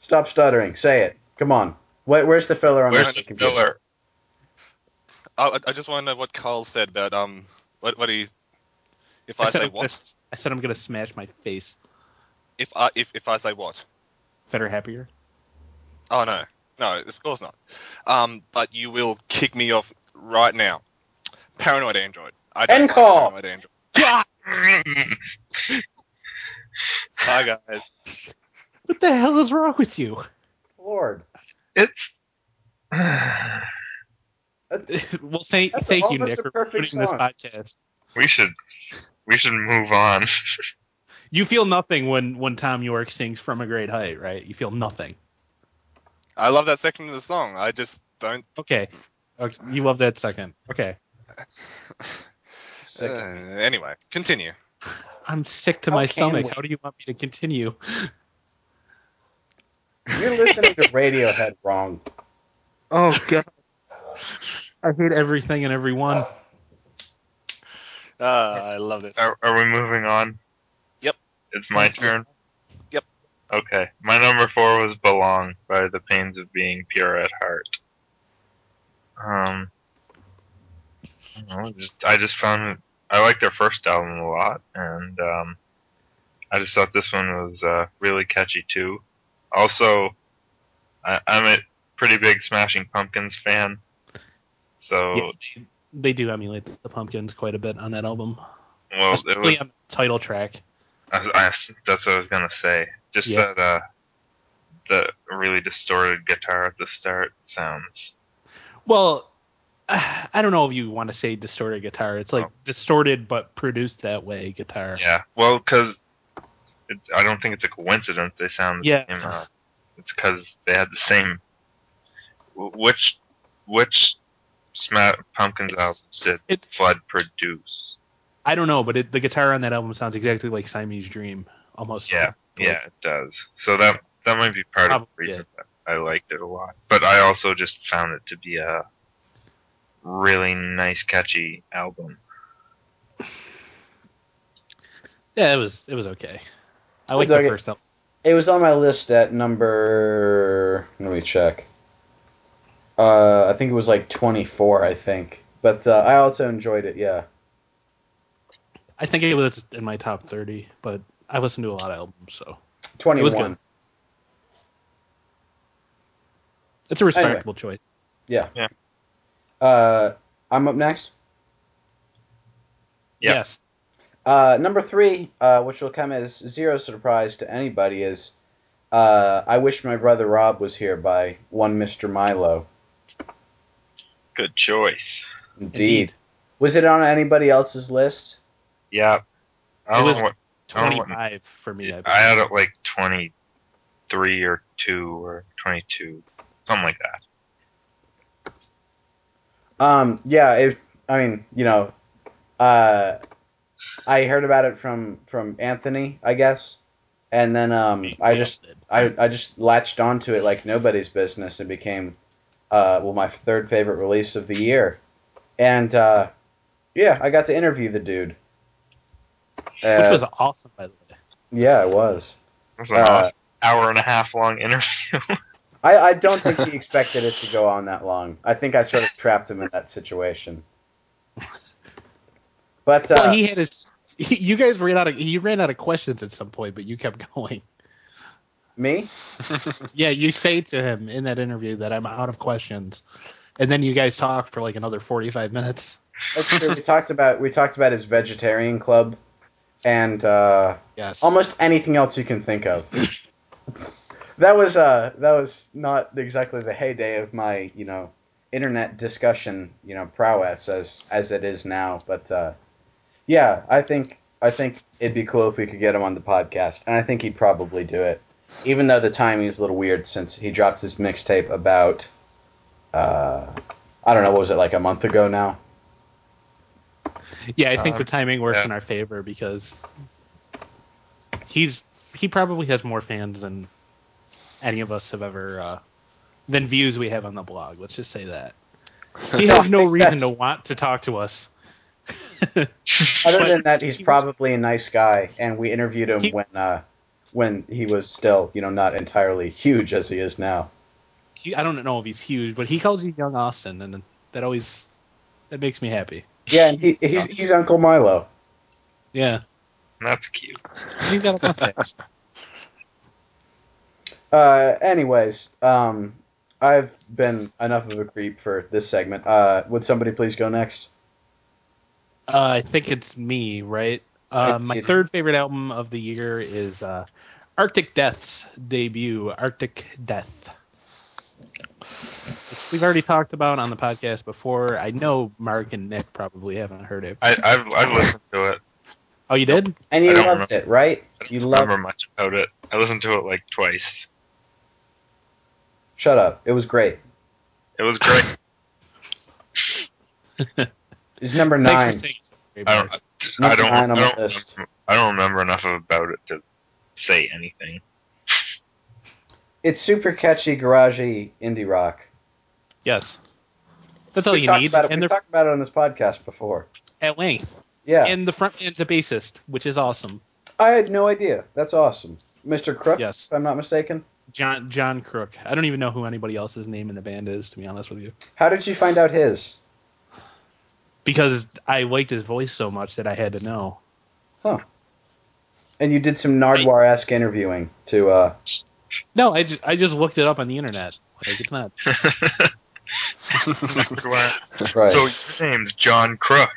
[SPEAKER 1] Stop stuttering. Say it. Come on. Where, where's the filler on
[SPEAKER 3] Where's
[SPEAKER 1] OK
[SPEAKER 3] the
[SPEAKER 1] Computer?
[SPEAKER 3] filler?
[SPEAKER 4] I, I- I just want to know what Carl said about um what what he. If I,
[SPEAKER 2] I said,
[SPEAKER 4] say
[SPEAKER 2] I'm gonna,
[SPEAKER 4] what?
[SPEAKER 2] s- I said I'm gonna smash my face.
[SPEAKER 4] If I if if I say what?
[SPEAKER 2] Better happier.
[SPEAKER 4] Oh no, no, of course not. Um, but you will kick me off right now. Paranoid Android. I don't
[SPEAKER 1] End
[SPEAKER 4] like
[SPEAKER 1] call.
[SPEAKER 4] Paranoid Android.
[SPEAKER 2] God,
[SPEAKER 4] Hi guys.
[SPEAKER 2] what the hell is wrong with you?
[SPEAKER 1] Lord.
[SPEAKER 3] It's
[SPEAKER 2] well, thank
[SPEAKER 1] That's
[SPEAKER 2] thank you,
[SPEAKER 1] almost
[SPEAKER 2] Nick,
[SPEAKER 1] a
[SPEAKER 2] for putting
[SPEAKER 1] perfect
[SPEAKER 2] this
[SPEAKER 1] song.
[SPEAKER 2] podcast.
[SPEAKER 3] we should we should move on.
[SPEAKER 2] You feel nothing when when Tom York sings from a great height, right? You feel nothing.
[SPEAKER 4] I love that section of the song. I just don't.
[SPEAKER 2] Okay, okay. you love that second. Okay,
[SPEAKER 4] Uh,
[SPEAKER 1] Sick.
[SPEAKER 4] anyway, continue.
[SPEAKER 2] I'm sick to
[SPEAKER 1] How
[SPEAKER 2] my
[SPEAKER 1] can
[SPEAKER 2] stomach.
[SPEAKER 1] we-
[SPEAKER 2] How do you want me to continue?
[SPEAKER 1] You're listening to Radiohead wrong.
[SPEAKER 2] Oh God, I hate everything and everyone.
[SPEAKER 4] Ah, I love this. Uh,
[SPEAKER 3] Are, are we moving on?
[SPEAKER 4] Yep.
[SPEAKER 3] It's my turn. Okay. My number four was Belong by The Pains of Being Pure at Heart. Um, I, don't know, just, I just found I liked their first album a lot, and um, I just thought this one was uh, really catchy too. Also, I, I'm a pretty big Smashing Pumpkins fan, so
[SPEAKER 2] Yeah, they, they do emulate the Pumpkins quite a bit on that album,
[SPEAKER 3] well, it
[SPEAKER 2] especially
[SPEAKER 3] was
[SPEAKER 2] on the title track.
[SPEAKER 3] I, I, that's what I was gonna say. Just
[SPEAKER 2] Yes.
[SPEAKER 3] that uh, the really distorted guitar at the start sounds.
[SPEAKER 2] Well, I don't know if you want to say distorted guitar. It's like
[SPEAKER 3] Oh.
[SPEAKER 2] distorted but produced that way guitar.
[SPEAKER 3] Yeah, well, because I don't think it's a coincidence they sound the
[SPEAKER 2] Yeah.
[SPEAKER 3] same. Uh, it's because they had the same. wh- Which which Sma- Pumpkins
[SPEAKER 2] It's-
[SPEAKER 3] albums did
[SPEAKER 2] it-
[SPEAKER 3] Flood produce?
[SPEAKER 2] I don't know, but it, the guitar on that album sounds exactly like Siamese Dream, almost.
[SPEAKER 3] Yeah, Yeah, it does. So that that might be part of the
[SPEAKER 2] Probably
[SPEAKER 3] reason that I liked it a lot. But I also just found it to be a really nice, catchy album.
[SPEAKER 2] yeah. It was it was okay. I like
[SPEAKER 1] dug
[SPEAKER 2] the
[SPEAKER 1] it.
[SPEAKER 2] first album.
[SPEAKER 1] It was on my list at number. Let me check. Uh, I think it was like 24, I think. But uh, I also enjoyed it, yeah.
[SPEAKER 2] I think it was in my top thirty, but I listen to a lot of albums, so
[SPEAKER 1] 21.
[SPEAKER 2] it's a respectable choice.
[SPEAKER 1] Yeah.
[SPEAKER 3] Yeah.
[SPEAKER 1] Uh, I'm up next.
[SPEAKER 3] Yeah.
[SPEAKER 2] Yes,
[SPEAKER 1] Uh, number three, uh, which will come as zero surprise to anybody, is uh, I Wish My Brother Rob Was Here by one Mr. Milo.
[SPEAKER 3] Good choice.
[SPEAKER 1] Indeed.
[SPEAKER 2] indeed.
[SPEAKER 1] Was it on anybody else's list?
[SPEAKER 3] Yeah.
[SPEAKER 2] It
[SPEAKER 3] I, don't
[SPEAKER 2] was-
[SPEAKER 3] know what, Oh,
[SPEAKER 2] Twenty five for me. I
[SPEAKER 3] I uh,
[SPEAKER 2] believe.
[SPEAKER 3] had it like 23 or 2 or 22. Something like that.
[SPEAKER 1] Um, yeah, it, I mean, you know, uh, I heard about it from from Anthony, I guess, and then um, I just I, I just latched onto it like nobody's business and became uh, well my third favorite release of the year, and uh, yeah, I got to interview the dude. Uh,
[SPEAKER 2] which was awesome by the way.
[SPEAKER 1] yeah, it was.
[SPEAKER 3] It was an
[SPEAKER 1] Uh,
[SPEAKER 3] awesome hour and a half long interview.
[SPEAKER 1] I, I don't think he expected it to go on that long. I think I sort of trapped him in that situation. But uh,
[SPEAKER 2] well, he had his. He, you guys ran out of. He ran out of questions at some point, but you kept going.
[SPEAKER 1] me,
[SPEAKER 2] Yeah, you say to him in that interview that I'm out of questions, and then you guys talk for like another 45 minutes.
[SPEAKER 1] That's true. we talked about we talked about his vegetarian club, and uh,
[SPEAKER 2] Yes,
[SPEAKER 1] almost anything else you can think of. that was uh, that was not exactly the heyday of my you know internet discussion you know prowess as as it is now, but uh, yeah, I think I think it'd be cool if we could get him on the podcast, and I think he'd probably do it, even though the timing is a little weird since he dropped his mixtape about. Uh, I don't know. What was it like a month ago now?
[SPEAKER 2] Yeah, I think
[SPEAKER 3] Um,
[SPEAKER 2] the timing works
[SPEAKER 3] yeah.
[SPEAKER 2] in our favor because he's he probably has more fans than any of us have ever uh, than views we have on the blog. Let's just say that he has no reason to
[SPEAKER 1] That's-
[SPEAKER 2] want to talk to us.
[SPEAKER 1] Other
[SPEAKER 2] But
[SPEAKER 1] than that, he's
[SPEAKER 2] he was-
[SPEAKER 1] probably a nice guy, and we interviewed him
[SPEAKER 2] He-
[SPEAKER 1] when uh, when he was still, you know, not entirely huge as he is now.
[SPEAKER 2] He, I don't know if he's huge, but he calls you Young Austin, and that always that makes me happy.
[SPEAKER 1] Yeah, and he, he's he's Uncle Milo.
[SPEAKER 2] Yeah,
[SPEAKER 3] That's cute.
[SPEAKER 2] he's got a mustache.
[SPEAKER 1] Uh, anyways, um, I've been enough of a creep for this segment. Uh, would somebody please go next?
[SPEAKER 2] Uh, I think it's me, right?
[SPEAKER 1] I
[SPEAKER 2] Uh, my
[SPEAKER 1] did it.
[SPEAKER 2] third favorite album of the year is uh, Arctic Death's debut, Arctic Death. Which we've already talked about on the podcast before. I know Mark and Nick probably haven't heard it.
[SPEAKER 3] I, I've, I've listened to it.
[SPEAKER 2] Oh, you did?
[SPEAKER 1] And you
[SPEAKER 3] I don't
[SPEAKER 1] loved it, right?
[SPEAKER 3] I don't
[SPEAKER 1] You
[SPEAKER 3] remember
[SPEAKER 1] loved.
[SPEAKER 3] much about it. I listened to it like twice.
[SPEAKER 1] Shut up! It was great.
[SPEAKER 3] It was great.
[SPEAKER 1] It's number
[SPEAKER 2] Thanks
[SPEAKER 1] nine.
[SPEAKER 2] for saying so, Mark.
[SPEAKER 3] Oh, I don't. I don't. I
[SPEAKER 1] Nine on my
[SPEAKER 3] don't,
[SPEAKER 1] list.
[SPEAKER 3] remember- I don't remember enough about it to say anything.
[SPEAKER 1] It's super catchy, garagey indie rock.
[SPEAKER 2] Yes. That's all
[SPEAKER 1] we
[SPEAKER 2] you
[SPEAKER 1] talked
[SPEAKER 2] need.
[SPEAKER 1] about it.
[SPEAKER 2] And
[SPEAKER 1] we
[SPEAKER 2] they're
[SPEAKER 1] talked about it on this podcast before.
[SPEAKER 2] at length.
[SPEAKER 1] Yeah,
[SPEAKER 2] And the front man's a bassist, which is awesome.
[SPEAKER 1] I had no idea. That's awesome. Mr. Crook,
[SPEAKER 2] Yes.
[SPEAKER 1] if I'm not mistaken.
[SPEAKER 2] John John Crook. I don't even know who anybody else's name in the band is, to be honest with you,
[SPEAKER 1] How did you find out his?
[SPEAKER 2] because I liked his voice so much that I had to know.
[SPEAKER 1] And you did some Nardwar esque interviewing to uh,
[SPEAKER 2] No, I just, I just looked it up on the internet. Like it's not.
[SPEAKER 1] right.
[SPEAKER 3] So your name's John Crook.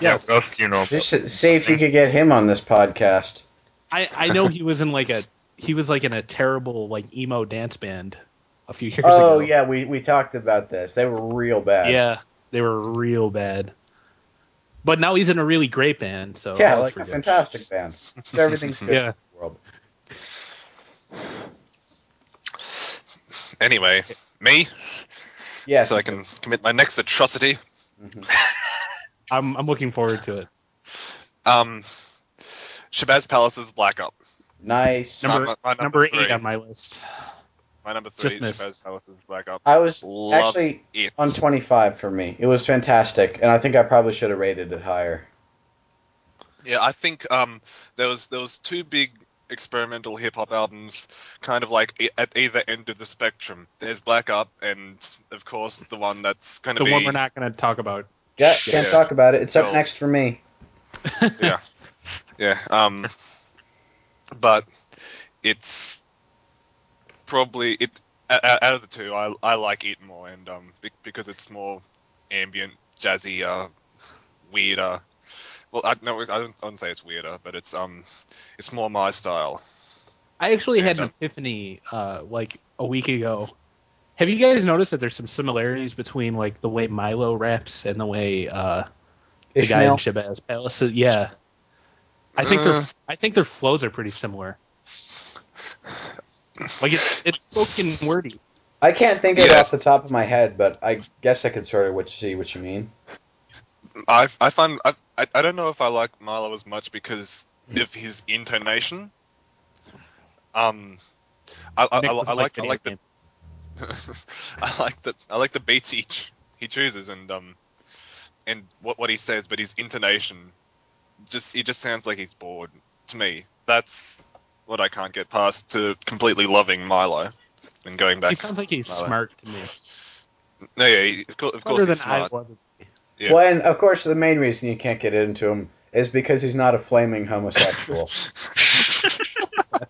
[SPEAKER 2] Yes,
[SPEAKER 3] Yeah, what else do you know? about-
[SPEAKER 1] Just see if you could get him on this podcast.
[SPEAKER 2] I I know he was in like a he was like in a terrible like emo dance band a few years ago.
[SPEAKER 1] Oh yeah, we we talked about this. They were real bad.
[SPEAKER 2] Yeah, they were real bad. But now he's in a really great band, so
[SPEAKER 1] yeah,
[SPEAKER 2] that's
[SPEAKER 1] like a
[SPEAKER 2] pretty good.
[SPEAKER 1] fantastic band. So everything's good. in
[SPEAKER 2] Yeah.
[SPEAKER 1] the world.
[SPEAKER 4] Anyway, me,
[SPEAKER 1] Yes.
[SPEAKER 4] so I can commit my next atrocity.
[SPEAKER 2] I'm I'm looking forward to it.
[SPEAKER 4] Um, Shabazz Palace's Black Up.
[SPEAKER 1] nice.
[SPEAKER 2] Number
[SPEAKER 4] my- my number
[SPEAKER 2] number
[SPEAKER 4] three.
[SPEAKER 2] eight on my list.
[SPEAKER 4] My number three,
[SPEAKER 2] Just missed.
[SPEAKER 4] Shabazz Palace's Black Up.
[SPEAKER 1] I was
[SPEAKER 4] Love
[SPEAKER 1] actually
[SPEAKER 4] it.
[SPEAKER 1] on 25 for me. It was fantastic, and I think I probably should have rated it higher.
[SPEAKER 4] Yeah, I think um, there was there was two big experimental hip hop albums, kind of like e- at either end of the spectrum. There's Black Up, and of course the one that's going
[SPEAKER 2] The
[SPEAKER 4] to be
[SPEAKER 2] one we're not going to talk about.
[SPEAKER 1] Yeah, can't
[SPEAKER 4] Yeah.
[SPEAKER 1] talk about it. It's up
[SPEAKER 4] No.
[SPEAKER 1] next for me.
[SPEAKER 4] yeah, yeah. Um, but it's probably it o- o- out of the two. I I like it more, and um, be- because it's more ambient, jazzy, uh, weirder. Well, I no, I don't, I don't say it's weirder, but it's um, it's more my style.
[SPEAKER 2] I actually
[SPEAKER 4] Yeah,
[SPEAKER 2] had an
[SPEAKER 4] no.
[SPEAKER 2] epiphany uh, like a week ago. Have you guys noticed that there's some similarities between like the way Milo raps and the way uh, the guy in
[SPEAKER 1] Ishmael.
[SPEAKER 2] Shabazz Palace? is- Yeah, I think
[SPEAKER 4] Uh.
[SPEAKER 2] their I think their flows are pretty similar. Like it's it's spoken wordy.
[SPEAKER 1] I can't think of
[SPEAKER 4] Yes.
[SPEAKER 1] it off the top of my head, but I guess I could sort of what, see what you mean.
[SPEAKER 4] I I find I I I don't know if I like Milo as much because of his intonation. Um, I I, I,
[SPEAKER 2] Nick
[SPEAKER 4] I
[SPEAKER 2] doesn't
[SPEAKER 4] like I
[SPEAKER 2] video
[SPEAKER 4] like the
[SPEAKER 2] games.
[SPEAKER 4] I like the I like the beats he ch- he chooses and um and what what he says, but his intonation just he just sounds like he's bored to me. That's what I can't get past to completely loving Milo and going
[SPEAKER 2] He
[SPEAKER 4] back.
[SPEAKER 2] sounds like he's
[SPEAKER 4] Milo.
[SPEAKER 2] smart to me.
[SPEAKER 4] No, yeah, he- of course, of
[SPEAKER 2] Smarter
[SPEAKER 4] course
[SPEAKER 2] than
[SPEAKER 4] he's smart.
[SPEAKER 2] I was.
[SPEAKER 4] Yeah.
[SPEAKER 1] Well, and of course, the main reason you can't get into him is because he's not a flaming homosexual.
[SPEAKER 4] I,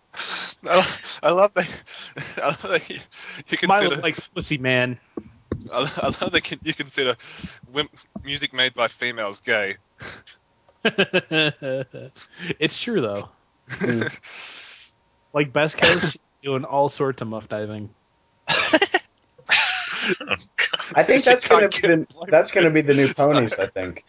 [SPEAKER 4] I love that. I love that you, you
[SPEAKER 2] Milo
[SPEAKER 4] consider.
[SPEAKER 2] likes pussy man.
[SPEAKER 4] I, I love that con- you consider wim- music made by females gay.
[SPEAKER 2] it's true though.
[SPEAKER 1] Mm.
[SPEAKER 2] Like best coach doing all sorts of muff diving.
[SPEAKER 1] I think that's
[SPEAKER 4] You
[SPEAKER 1] gonna
[SPEAKER 4] can't
[SPEAKER 1] be
[SPEAKER 4] get
[SPEAKER 1] the,
[SPEAKER 4] blamed.
[SPEAKER 1] that's gonna be the new ponies. I think.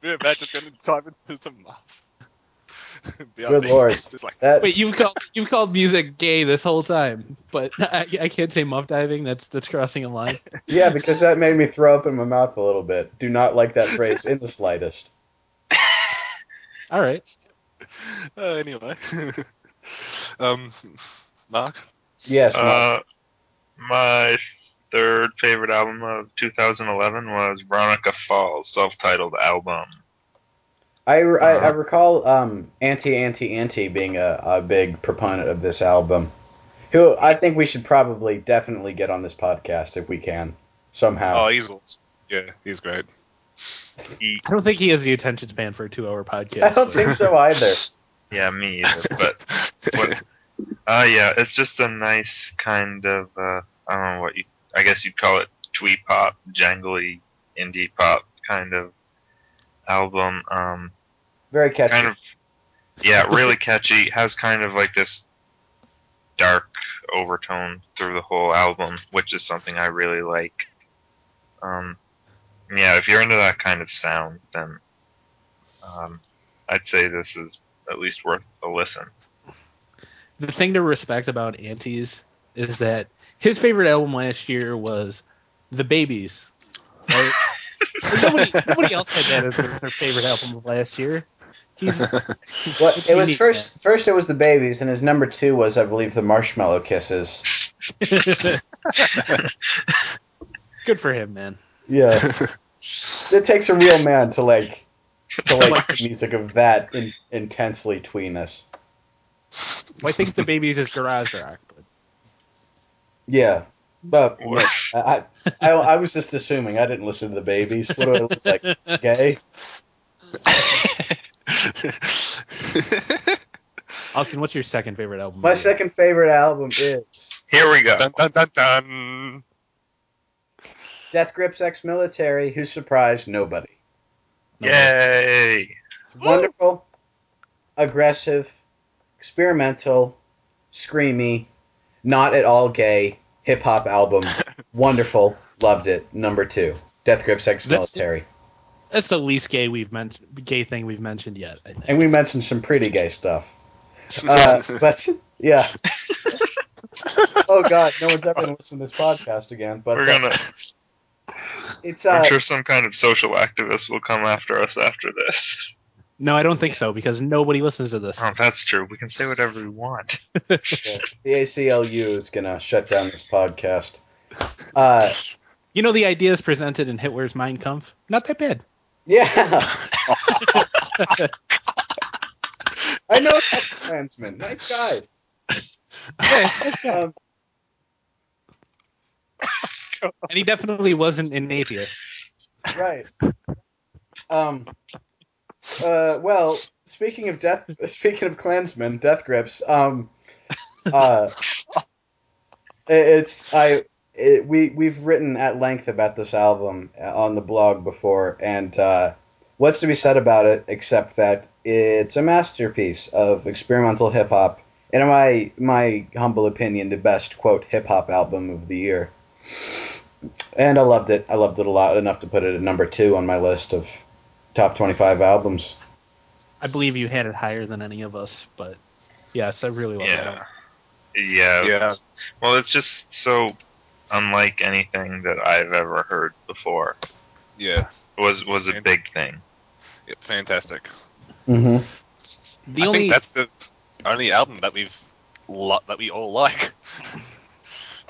[SPEAKER 4] Yeah, Matt just gonna dive into some muff. Be up
[SPEAKER 1] Good
[SPEAKER 4] there,
[SPEAKER 1] lord.
[SPEAKER 4] Just like
[SPEAKER 1] That
[SPEAKER 2] Wait, you've called you've called music gay this whole time, but I, I can't say muff diving. That's that's crossing a line.
[SPEAKER 1] yeah, because that made me throw up in my mouth a little bit. Do not like that phrase in the slightest.
[SPEAKER 2] All right.
[SPEAKER 4] uh, anyway. um Mark?
[SPEAKER 1] Yes. Mark.
[SPEAKER 3] Uh, my third favorite album of 2011 was Veronica Falls' self-titled album.
[SPEAKER 1] I, I,
[SPEAKER 4] uh-huh.
[SPEAKER 1] I recall um, Anti Anti Anti being a, a big proponent of this album, who I think we should probably definitely get on this podcast if we can somehow.
[SPEAKER 4] Oh he's awesome. Yeah, he's great.
[SPEAKER 3] He,
[SPEAKER 2] I don't think he has the attention span for a two-hour podcast.
[SPEAKER 1] I don't think so either.
[SPEAKER 3] yeah, me either. But what, uh, yeah, it's just a nice kind of uh, I don't know what you I guess you'd call it twee pop, jangly indie pop kind of album. Um,
[SPEAKER 1] Very catchy.
[SPEAKER 3] kind of yeah really catchy has kind of like this dark overtone through the whole album which is something i really like um yeah if you're into that kind of sound then um i'd say this is at least worth a listen
[SPEAKER 2] the thing to respect about Antes is that his favorite album last year was The Babies. Right? nobody, nobody else had that as their, their favorite album of last year. He's
[SPEAKER 1] Well,
[SPEAKER 2] It's
[SPEAKER 1] it was
[SPEAKER 2] unique,
[SPEAKER 1] first. First, it was the babies, and his number two was, I believe, the marshmallow kisses.
[SPEAKER 2] good for him, man.
[SPEAKER 1] Yeah, it takes a real man to like to like the music of that in- intensely tweeness.
[SPEAKER 2] Well, I think the babies is garage rock, but
[SPEAKER 1] Yeah, but yeah, I, I I was just assuming I didn't listen to the babies. What do I look like? Gay?
[SPEAKER 2] Austin, what's your second favorite album?
[SPEAKER 1] My second favorite album is
[SPEAKER 3] Here we go.
[SPEAKER 4] dun, dun, dun, dun.
[SPEAKER 1] Death Grips Ex Military. Who surprised nobody?
[SPEAKER 3] Yay!
[SPEAKER 1] It's wonderful, aggressive, experimental, screamy, not at all gay hip hop album. wonderful, loved it. Number two, Death Grips Ex
[SPEAKER 2] That's-
[SPEAKER 1] Military,
[SPEAKER 2] That's the least gay we've mentioned, gay thing we've mentioned yet. I think.
[SPEAKER 1] and we mentioned some pretty gay stuff. Uh, but yeah. oh God, no one's ever gonna listen to this podcast again. But
[SPEAKER 3] We're
[SPEAKER 1] uh,
[SPEAKER 3] gonna.
[SPEAKER 1] it's
[SPEAKER 3] I'm
[SPEAKER 1] uh,
[SPEAKER 3] sure some kind of social activist will come after us after this.
[SPEAKER 2] No, I don't think so because nobody listens to this.
[SPEAKER 3] Oh, that's true. We can say whatever we want.
[SPEAKER 1] the ACLU is gonna shut down this podcast. Uh,
[SPEAKER 2] You know the ideas presented in Hitler's Mein Kampf? Not that bad.
[SPEAKER 1] Yeah. I know that's Klansman. Nice guy. Um,
[SPEAKER 2] And he definitely wasn't an atheist.
[SPEAKER 1] right. Um. Uh. Well, speaking of death, speaking of Klansmen, death grips. Um. Uh. it- It's I. It, we we've written at length about this album uh, on the blog before, and uh, what's to be said about it except that it's a masterpiece of experimental hip hop, and in my my humble opinion, the best quote hip hop album of the year. And I loved it. I loved it a lot enough to put it at number two on my list of top twenty five albums.
[SPEAKER 2] I believe you had it higher than any of us, but yes, I really love that
[SPEAKER 3] Yeah.
[SPEAKER 2] album.
[SPEAKER 3] Yeah.
[SPEAKER 4] Yeah.
[SPEAKER 3] Well, it's just so unlike anything that I've ever heard before.
[SPEAKER 4] Yeah,
[SPEAKER 3] Was was a big thing.
[SPEAKER 4] yeah, fantastic.
[SPEAKER 1] Mm-hmm.
[SPEAKER 2] The
[SPEAKER 4] I
[SPEAKER 2] only
[SPEAKER 4] think that's the only album that we've lo- that we all like.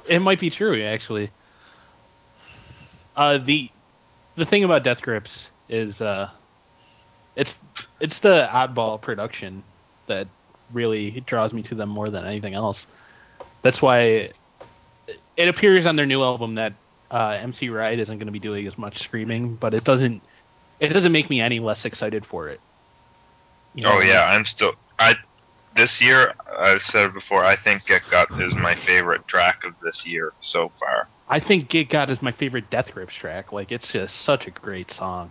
[SPEAKER 2] It might be true, actually. Uh, the the thing about Death Grips is uh, it's it's the oddball production that really draws me to them more than anything else. That's why it appears on their new album that uh, MC Ride isn't going to be doing as much screaming, but it doesn't it doesn't make me any less excited for it. You know?
[SPEAKER 3] Oh yeah, I'm still. I this year I've said it before. I think Get Got is my favorite track of this year so far.
[SPEAKER 2] I think Get God is my favorite Death Grips track. Like it's just such a great song.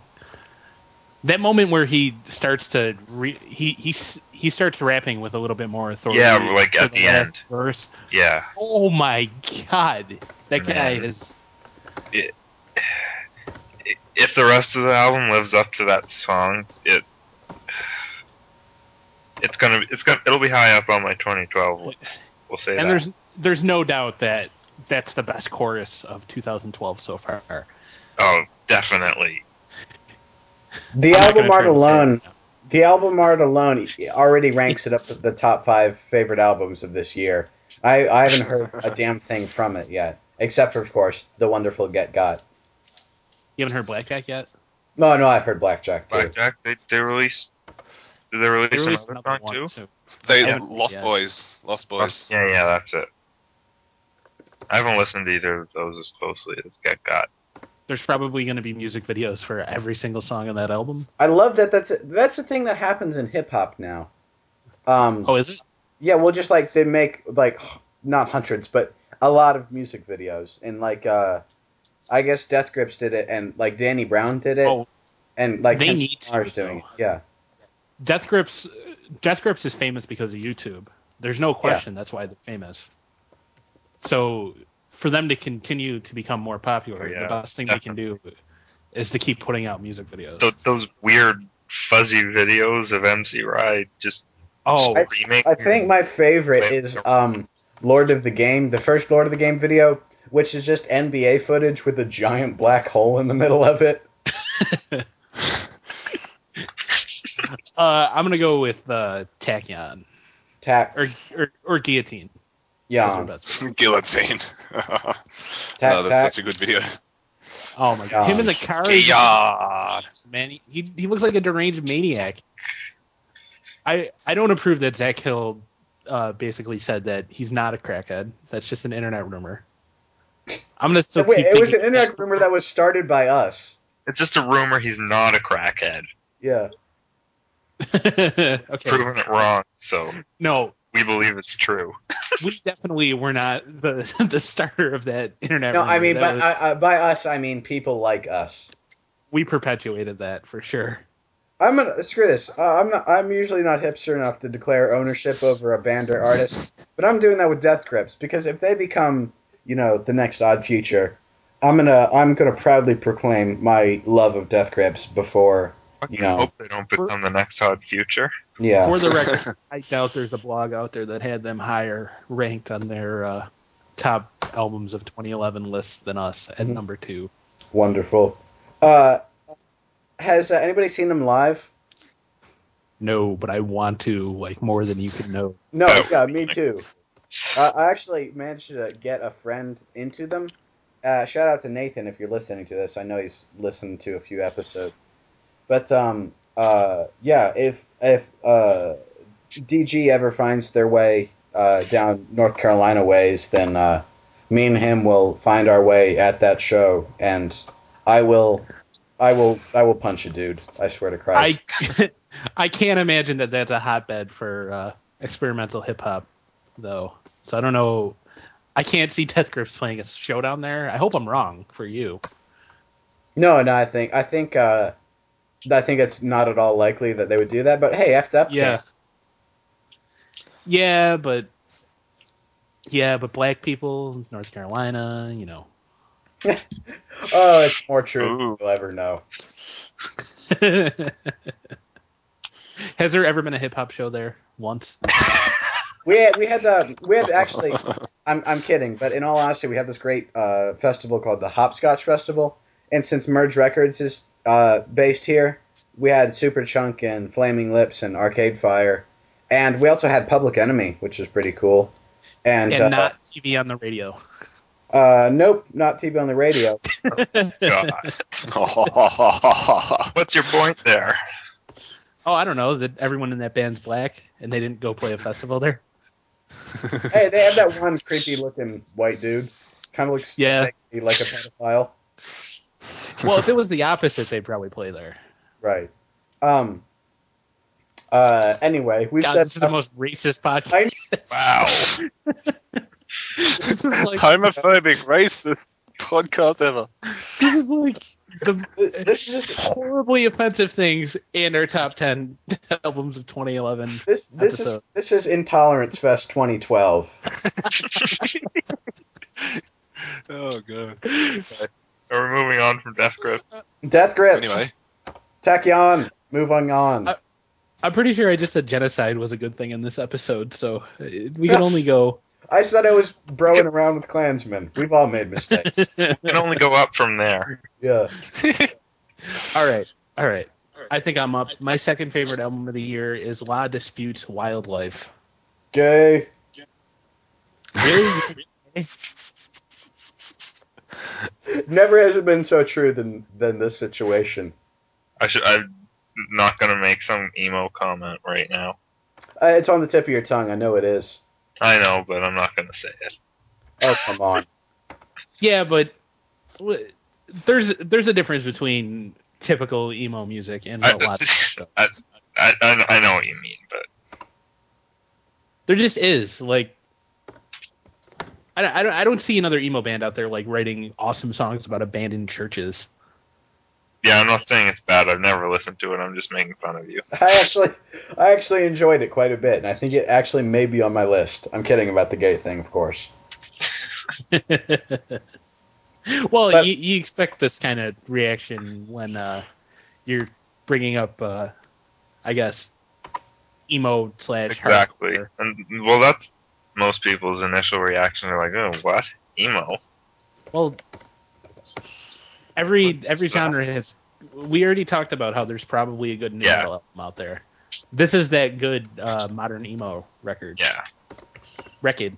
[SPEAKER 2] That moment where he starts to re- he he s- he starts rapping with a little bit more authority.
[SPEAKER 3] Yeah, like
[SPEAKER 2] for
[SPEAKER 3] at the
[SPEAKER 2] last
[SPEAKER 3] end.
[SPEAKER 2] verse.
[SPEAKER 3] Yeah,
[SPEAKER 2] Oh my god, that guy
[SPEAKER 3] Man.
[SPEAKER 2] is
[SPEAKER 3] I- if the rest of the album lives up to that song, it it's gonna it's gonna it'll be high up on my 2012 list. We'll say
[SPEAKER 2] and
[SPEAKER 3] that.
[SPEAKER 2] there's there's no doubt that that's the best chorus of 2012 so far.
[SPEAKER 3] Oh, definitely.
[SPEAKER 1] The
[SPEAKER 2] I'm not gonna
[SPEAKER 1] album
[SPEAKER 2] try
[SPEAKER 1] art
[SPEAKER 2] to say
[SPEAKER 1] alone,
[SPEAKER 2] it.
[SPEAKER 1] the album art alone already ranks it up to the top five favorite albums of this year. I, I haven't heard a damn thing from it yet, except for, of course, the wonderful Get Got. Oh,
[SPEAKER 2] You haven't heard Blackjack yet?
[SPEAKER 1] No, no, I've heard Blackjack too.
[SPEAKER 3] Blackjack. They they released. Did they release
[SPEAKER 2] They released
[SPEAKER 3] another
[SPEAKER 2] another
[SPEAKER 3] song
[SPEAKER 2] one,
[SPEAKER 3] too?
[SPEAKER 2] too.
[SPEAKER 4] They
[SPEAKER 2] Yeah.
[SPEAKER 4] Lost
[SPEAKER 2] Yeah.
[SPEAKER 4] Boys, Lost Boys.
[SPEAKER 3] Yeah, yeah, that's it. I haven't listened to either of those as closely as Get Got.
[SPEAKER 2] There's probably going to be music videos for every single song on that album.
[SPEAKER 1] I love that. That's that's the thing that happens in hip hop now. Um,
[SPEAKER 2] Oh, is it?
[SPEAKER 1] Yeah, well, just like they make like h- not hundreds, but a lot of music videos, and like uh, I guess Death Grips did it, and like Danny Brown did it,
[SPEAKER 2] Oh,
[SPEAKER 1] and like
[SPEAKER 2] they
[SPEAKER 1] Kendrick
[SPEAKER 2] need to,
[SPEAKER 1] Lamar's doing it. Yeah,
[SPEAKER 2] Death Grips Death Grips is famous because of YouTube. There's no question that's why they're famous. So for them to continue to become more popular,
[SPEAKER 3] Oh, yeah,
[SPEAKER 2] the best thing they can do is to keep putting out music videos.
[SPEAKER 3] Th- those weird fuzzy videos of MC Ride just
[SPEAKER 2] oh,
[SPEAKER 1] I-
[SPEAKER 3] screaming.
[SPEAKER 1] I think my favorite
[SPEAKER 3] Wait,
[SPEAKER 1] is
[SPEAKER 3] no.
[SPEAKER 1] um, Lord of the Game, the first Lord of the Game video, which is just NBA footage with a giant black hole in the middle of it.
[SPEAKER 2] uh, I'm gonna go with uh, Tachyon
[SPEAKER 1] Tack,
[SPEAKER 2] or, or or Guillotine. Those are
[SPEAKER 1] yeah,
[SPEAKER 2] best.
[SPEAKER 4] Guillotine.
[SPEAKER 1] Tac,
[SPEAKER 4] oh, that's
[SPEAKER 1] tac.
[SPEAKER 4] such a good video.
[SPEAKER 2] Oh my god, him in the
[SPEAKER 1] Gosh.
[SPEAKER 2] car. is-
[SPEAKER 4] God.
[SPEAKER 2] man, he- he, he looks like a deranged maniac. I I don't approve that Zach Hill uh, basically said that he's not a crackhead. That's just an internet rumor. I'm gonna still
[SPEAKER 1] Wait,
[SPEAKER 2] keep
[SPEAKER 1] it was an
[SPEAKER 2] thinking-
[SPEAKER 1] internet rumor that was started by us.
[SPEAKER 3] It's just a rumor he's not a crackhead.
[SPEAKER 1] Yeah.
[SPEAKER 2] okay,
[SPEAKER 3] Proven it wrong, so
[SPEAKER 2] no,
[SPEAKER 3] we believe it's true.
[SPEAKER 2] we definitely were not the the starter of that internet.
[SPEAKER 1] No,
[SPEAKER 2] rumor.
[SPEAKER 1] I mean
[SPEAKER 2] That
[SPEAKER 1] by,
[SPEAKER 2] was-
[SPEAKER 1] I, I, by us, I mean people like us.
[SPEAKER 2] we perpetuated that for sure.
[SPEAKER 1] I'm gonna screw this. Uh, I'm not. I'm usually not hipster enough to declare ownership over a band or artist, but I'm doing that with Death Grips because if they become, you know, the next Odd Future, I'm gonna I'm gonna proudly proclaim my love of Death Grips before, you
[SPEAKER 3] I
[SPEAKER 1] know,
[SPEAKER 3] hope they don't become the next Odd Future.
[SPEAKER 1] yeah.
[SPEAKER 2] For the record, I doubt there's a blog out there that had them higher ranked on their uh, top albums of 2011 lists than us
[SPEAKER 1] Mhm.
[SPEAKER 2] at number two.
[SPEAKER 1] Wonderful. Uh, has uh, anybody seen them live?
[SPEAKER 2] No, but I want to like more than you can know.
[SPEAKER 1] No.
[SPEAKER 3] Oh.
[SPEAKER 1] Yeah, me too. Uh, I actually managed to get a friend into them. Uh, shout out to Nathan if you're listening to this. I know he's listened to a few episodes. But um, uh, yeah, if if uh, DG ever finds their way uh, down North Carolina ways, then uh, me and him will find our way at that show, and I will, I will, I will punch a dude. I swear to
[SPEAKER 2] I
[SPEAKER 1] Christ.
[SPEAKER 2] I can't imagine that that's a hotbed for uh, experimental hip hop, though. So I don't know. I can't see Death Grips playing a show down there. I hope I'm wrong for you.
[SPEAKER 1] no, no, I think I think uh, I think it's not at all likely that they would do that. But hey, E effed up.
[SPEAKER 2] Yeah. Yeah, but yeah, but black people, North Carolina, you know.
[SPEAKER 1] Oh, it's more true than
[SPEAKER 3] Ooh.
[SPEAKER 1] you'll ever know.
[SPEAKER 2] Has there ever been a hip hop show there once?
[SPEAKER 1] We had, we had the we had actually. I'm I'm kidding, but in all honesty, we have this great uh, festival called the Hopscotch Festival, and since Merge Records is uh, based here, we had Superchunk and Flaming Lips and Arcade Fire, and we also had Public Enemy, which is pretty cool. And,
[SPEAKER 2] And
[SPEAKER 1] uh,
[SPEAKER 2] not TV on the radio.
[SPEAKER 1] uh, nope, not TV on the radio.
[SPEAKER 3] God.
[SPEAKER 4] oh,
[SPEAKER 3] What's your point there?
[SPEAKER 2] Oh, I don't know that everyone in that band's black and they didn't go play a festival there.
[SPEAKER 1] hey, they have that one creepy looking white dude, kind of looks
[SPEAKER 2] Yeah.
[SPEAKER 1] like, like a pedophile.
[SPEAKER 2] Well, if it was the opposite, they'd probably play there.
[SPEAKER 1] Right. Um. Uh. Anyway, we've
[SPEAKER 2] God,
[SPEAKER 1] said
[SPEAKER 2] this is the most racist
[SPEAKER 1] I-
[SPEAKER 2] podcast.
[SPEAKER 3] Wow.
[SPEAKER 2] This is like
[SPEAKER 4] homophobic, racist podcast ever.
[SPEAKER 2] this is like the
[SPEAKER 1] this is just
[SPEAKER 2] horribly offensive things and our top ten albums of 2011.
[SPEAKER 1] this this is
[SPEAKER 2] Episode.
[SPEAKER 1] this is Intolerance Fest 2012.
[SPEAKER 4] Oh god.
[SPEAKER 3] We're moving on from Death Grips.
[SPEAKER 1] Death grips.
[SPEAKER 4] Anyway,
[SPEAKER 1] Tachyon, moving on.
[SPEAKER 2] Uh, I'm pretty sure I just said genocide was a good thing in this episode, so uh, we can only go.
[SPEAKER 1] I said I was broing around with Klansmen. We've all made mistakes.
[SPEAKER 3] Can only go up from there.
[SPEAKER 1] yeah.
[SPEAKER 2] All right. All right. I think I'm up. My second favorite album of the year is Law Disputes Wildlife.
[SPEAKER 1] Gay.
[SPEAKER 2] Really?
[SPEAKER 1] Never has it been so true than than this situation.
[SPEAKER 3] I should. I'm not gonna make some emo comment right now.
[SPEAKER 1] Uh, it's on the tip of your tongue. I know it is.
[SPEAKER 3] I know, but I'm not gonna say it.
[SPEAKER 1] Oh come on.
[SPEAKER 2] yeah, but w- there's there's a difference between typical emo music and
[SPEAKER 3] I- uh,
[SPEAKER 2] what Law Disputes does.
[SPEAKER 3] I, I, I, I know what you mean, but
[SPEAKER 2] There just is like. I don't, I don't. I don't see another emo band out there like writing awesome songs about abandoned churches.
[SPEAKER 3] yeah, I'm not saying it's bad. I've never listened to it. I'm just making fun of you.
[SPEAKER 1] I actually I actually enjoyed it quite a bit, and I think it actually may be on my list. I'm kidding about the gay thing, of course.
[SPEAKER 2] well,
[SPEAKER 1] But-
[SPEAKER 2] you, you expect this kind of reaction when uh, you're bringing up, uh, I guess, emo slash
[SPEAKER 3] Exactly.
[SPEAKER 2] hardcore.
[SPEAKER 3] And well, that's most people's initial reaction. They're like, "Oh, what emo?"
[SPEAKER 2] Well, every every
[SPEAKER 3] What's that?
[SPEAKER 2] genre has. We already talked about how there's probably a good new
[SPEAKER 3] Yeah.
[SPEAKER 2] metal album out there. This is that good uh, modern emo record.
[SPEAKER 3] Yeah.
[SPEAKER 2] Record.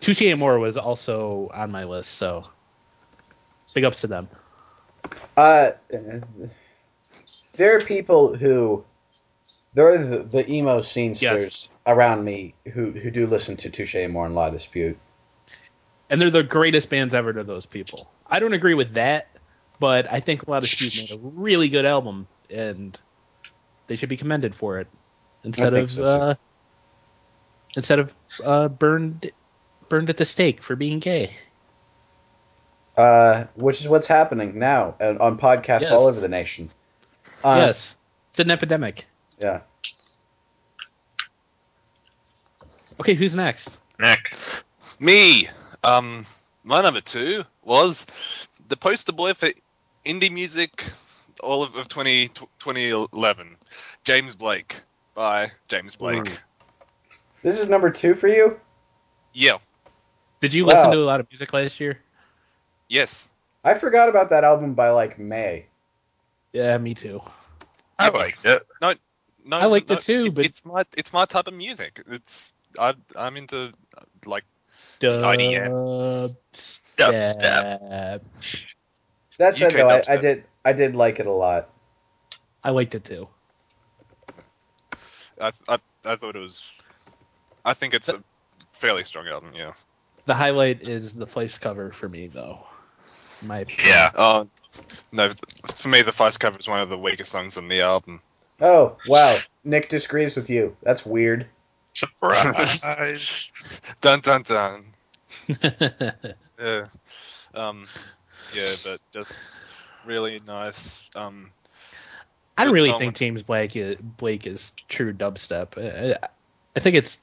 [SPEAKER 2] Touche Amore was also on my list, so Big ups to them.
[SPEAKER 1] Uh, there are people who there are the, the emo scenesters
[SPEAKER 2] Yes.
[SPEAKER 1] around me who who do listen to Touche Amore and La Dispute.
[SPEAKER 2] And they're the greatest bands ever to those people. I don't agree with that, but I think La Dispute made a really good album, and they should be commended for it instead
[SPEAKER 1] think
[SPEAKER 2] of
[SPEAKER 1] so, too.
[SPEAKER 2] uh, instead of uh, burned burned at the stake for being gay.
[SPEAKER 1] Uh, which is what's happening now and on podcasts
[SPEAKER 2] Yes.
[SPEAKER 1] all over the nation. Uh,
[SPEAKER 2] yes, it's an epidemic.
[SPEAKER 1] Yeah.
[SPEAKER 2] Okay, who's next?
[SPEAKER 3] Nick,
[SPEAKER 4] Me. Um, my number two was the poster boy for indie music all of, of 20, 2011, James Blake by James Blake.
[SPEAKER 2] Mm.
[SPEAKER 1] This is number two for you?
[SPEAKER 4] Yeah.
[SPEAKER 2] Did you
[SPEAKER 1] Wow.
[SPEAKER 2] listen to a lot of music last year?
[SPEAKER 4] Yes.
[SPEAKER 1] I forgot about that album by like May.
[SPEAKER 2] Yeah, me too.
[SPEAKER 3] I liked it.
[SPEAKER 4] No,
[SPEAKER 2] I liked
[SPEAKER 4] no,
[SPEAKER 2] it too, but-
[SPEAKER 4] it's my it's my type of music. It's I I'm into uh, like
[SPEAKER 2] Dubstep.
[SPEAKER 1] That said
[SPEAKER 4] UK
[SPEAKER 1] though, I, I
[SPEAKER 4] dubstep.
[SPEAKER 1] did I did like it a lot.
[SPEAKER 2] I liked it too.
[SPEAKER 4] I I, I thought it was. I think it's a fairly strong album. Yeah.
[SPEAKER 2] The highlight is the Fleiss cover for me, though. My opinion.
[SPEAKER 3] Yeah.
[SPEAKER 4] Uh, no, for me, the Feist cover is one of the weakest songs on the album.
[SPEAKER 1] Oh, wow. Nick disagrees with you. That's weird.
[SPEAKER 3] Surprise.
[SPEAKER 4] dun dun dun. Yeah. Um, yeah, but just really nice. Um,
[SPEAKER 2] I don't
[SPEAKER 4] Good
[SPEAKER 2] really
[SPEAKER 4] song.
[SPEAKER 2] think James Blake is, Blake is true dubstep. I, I think it's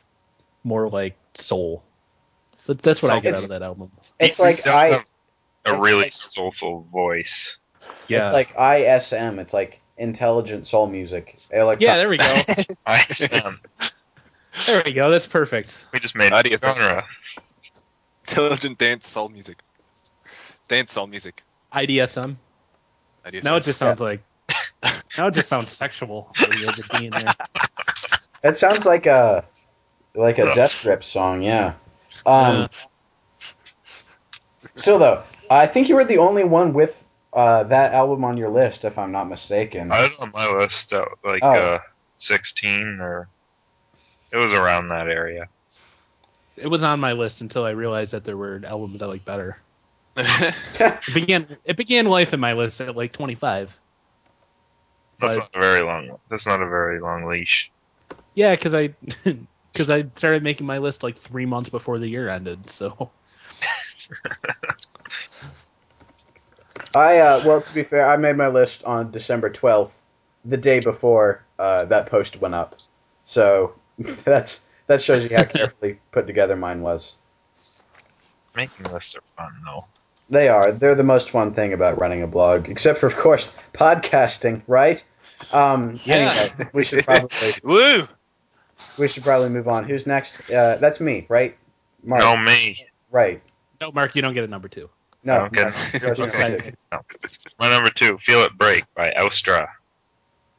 [SPEAKER 2] more like soul. But that's what I get
[SPEAKER 1] It's-
[SPEAKER 2] out of that album.
[SPEAKER 1] It's
[SPEAKER 3] He- he
[SPEAKER 1] like
[SPEAKER 3] does
[SPEAKER 1] I
[SPEAKER 3] have a
[SPEAKER 1] it's
[SPEAKER 3] really
[SPEAKER 1] like-
[SPEAKER 3] soulful voice.
[SPEAKER 2] Yeah,
[SPEAKER 1] it's like ISM. It's like intelligent soul music. Eh, Electro-
[SPEAKER 2] yeah. There we go.
[SPEAKER 3] I um,
[SPEAKER 2] there we go. That's perfect.
[SPEAKER 3] we just made
[SPEAKER 4] How do you
[SPEAKER 3] a
[SPEAKER 4] think-
[SPEAKER 3] genre.
[SPEAKER 4] intelligent dance soul music. Dance soul music.
[SPEAKER 2] IDSM.
[SPEAKER 4] I do
[SPEAKER 2] Now it
[SPEAKER 4] think.
[SPEAKER 2] just sounds like. Now it just sounds sexual. that we had to be in there.
[SPEAKER 1] That sounds like a like a Death Grip song, yeah. Um,
[SPEAKER 2] Uh.
[SPEAKER 1] so though, I think you were the only one with uh, that album on your list, if I'm not mistaken.
[SPEAKER 3] I was on my list at like
[SPEAKER 1] Oh.
[SPEAKER 3] uh, 16 or it was around that area.
[SPEAKER 2] It was on my list until I realized that there were albums I like better. It began it began life in my list at like 25.
[SPEAKER 3] That's
[SPEAKER 2] But-
[SPEAKER 3] not a very long. That's not a very long leash.
[SPEAKER 2] Yeah, because I because I started making my list like three months before the year ended. So
[SPEAKER 1] I uh, well, to be fair, I made my list on December 12th, the day before uh, that post went up. So that's that shows you how carefully put together mine was.
[SPEAKER 3] Making lists are fun though.
[SPEAKER 1] They are. They're the most fun thing about running a blog, except for, of course, podcasting, right? Um,
[SPEAKER 4] Yeah.
[SPEAKER 1] Anyway, we should probably
[SPEAKER 4] Woo!
[SPEAKER 1] we should probably move on. Who's next? Uh, that's me, right? Mark.
[SPEAKER 3] No me.
[SPEAKER 1] Right.
[SPEAKER 2] no, Mark, you don't get a number two.
[SPEAKER 1] No.
[SPEAKER 3] Okay.
[SPEAKER 1] Mark. Yours is
[SPEAKER 2] Okay.
[SPEAKER 1] too.
[SPEAKER 3] My number two, "Feel It Break" by Austra.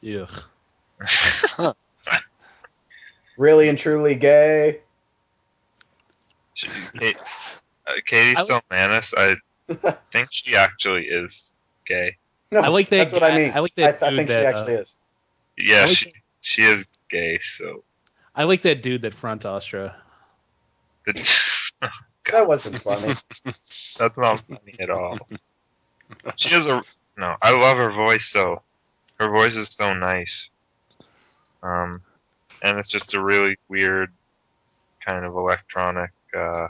[SPEAKER 2] Ugh.
[SPEAKER 1] Really and truly gay.
[SPEAKER 3] She- Kate, uh, Katie
[SPEAKER 2] I like-
[SPEAKER 3] Stelmanis, I think she actually is gay.
[SPEAKER 1] No,
[SPEAKER 2] I like that
[SPEAKER 1] That's what
[SPEAKER 2] guy-
[SPEAKER 1] I mean.
[SPEAKER 2] I like that
[SPEAKER 1] I, I
[SPEAKER 2] dude
[SPEAKER 1] think she
[SPEAKER 2] that, uh,
[SPEAKER 1] actually is.
[SPEAKER 3] Yeah,
[SPEAKER 2] I like
[SPEAKER 3] she she is gay. So
[SPEAKER 2] I like that dude that fronts Astra.
[SPEAKER 3] the-
[SPEAKER 1] That wasn't funny.
[SPEAKER 3] that's not funny at all. She has a no. I love her voice though. Her voice is so nice. Um, and it's just a really weird kind of electronic. Uh,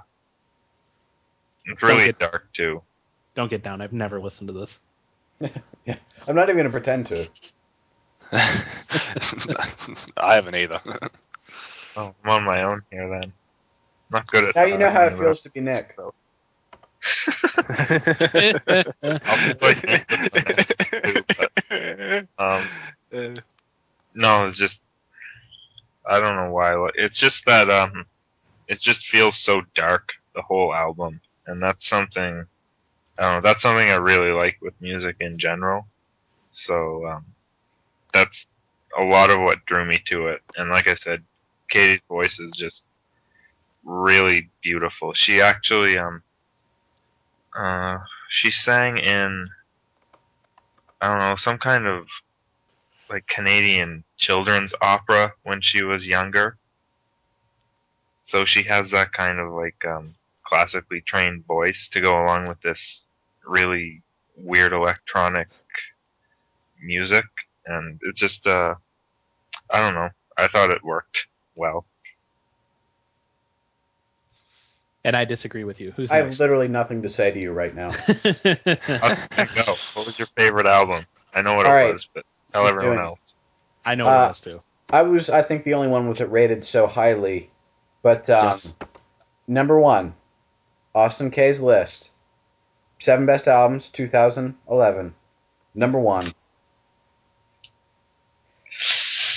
[SPEAKER 3] it's really
[SPEAKER 2] get-
[SPEAKER 3] dark too.
[SPEAKER 2] Don't get down. I've never listened to this.
[SPEAKER 1] I'm not even going to pretend to.
[SPEAKER 4] I haven't either.
[SPEAKER 3] Oh, I'm on my own here then. Not good at.
[SPEAKER 1] Now you know how it
[SPEAKER 3] uh,
[SPEAKER 1] feels to be Nick.
[SPEAKER 3] I'll play next, Um,
[SPEAKER 4] Uh,
[SPEAKER 3] No, it's just I don't know why. like, It's just that um, it just feels so dark the whole album, and that's something I don't know. That's something I really like with music in general. So um, that's a lot of what drew me to it. And like I said, Katie's voice is just really beautiful. She actually um, Uh, she sang in I don't know some kind of like Canadian children's opera when she was younger. So she has that kind of like um, classically trained voice to go along with this really weird electronic music, and it just uh, I don't know. I thought it worked well.
[SPEAKER 2] And I disagree with you. Who's
[SPEAKER 1] I have
[SPEAKER 2] next?
[SPEAKER 1] literally nothing to say to you right now.
[SPEAKER 3] Austin, go. What was your favorite album? I know what
[SPEAKER 1] All
[SPEAKER 3] it
[SPEAKER 1] right.
[SPEAKER 3] was, but tell
[SPEAKER 1] Keep
[SPEAKER 3] everyone
[SPEAKER 1] doing it.
[SPEAKER 3] else.
[SPEAKER 2] I know what
[SPEAKER 1] Uh,
[SPEAKER 2] else too.
[SPEAKER 1] I was, I think, the only one with it rated so highly. But um,
[SPEAKER 2] Yes.
[SPEAKER 1] number one, Austin K's list, seven best albums, 2011. Number one,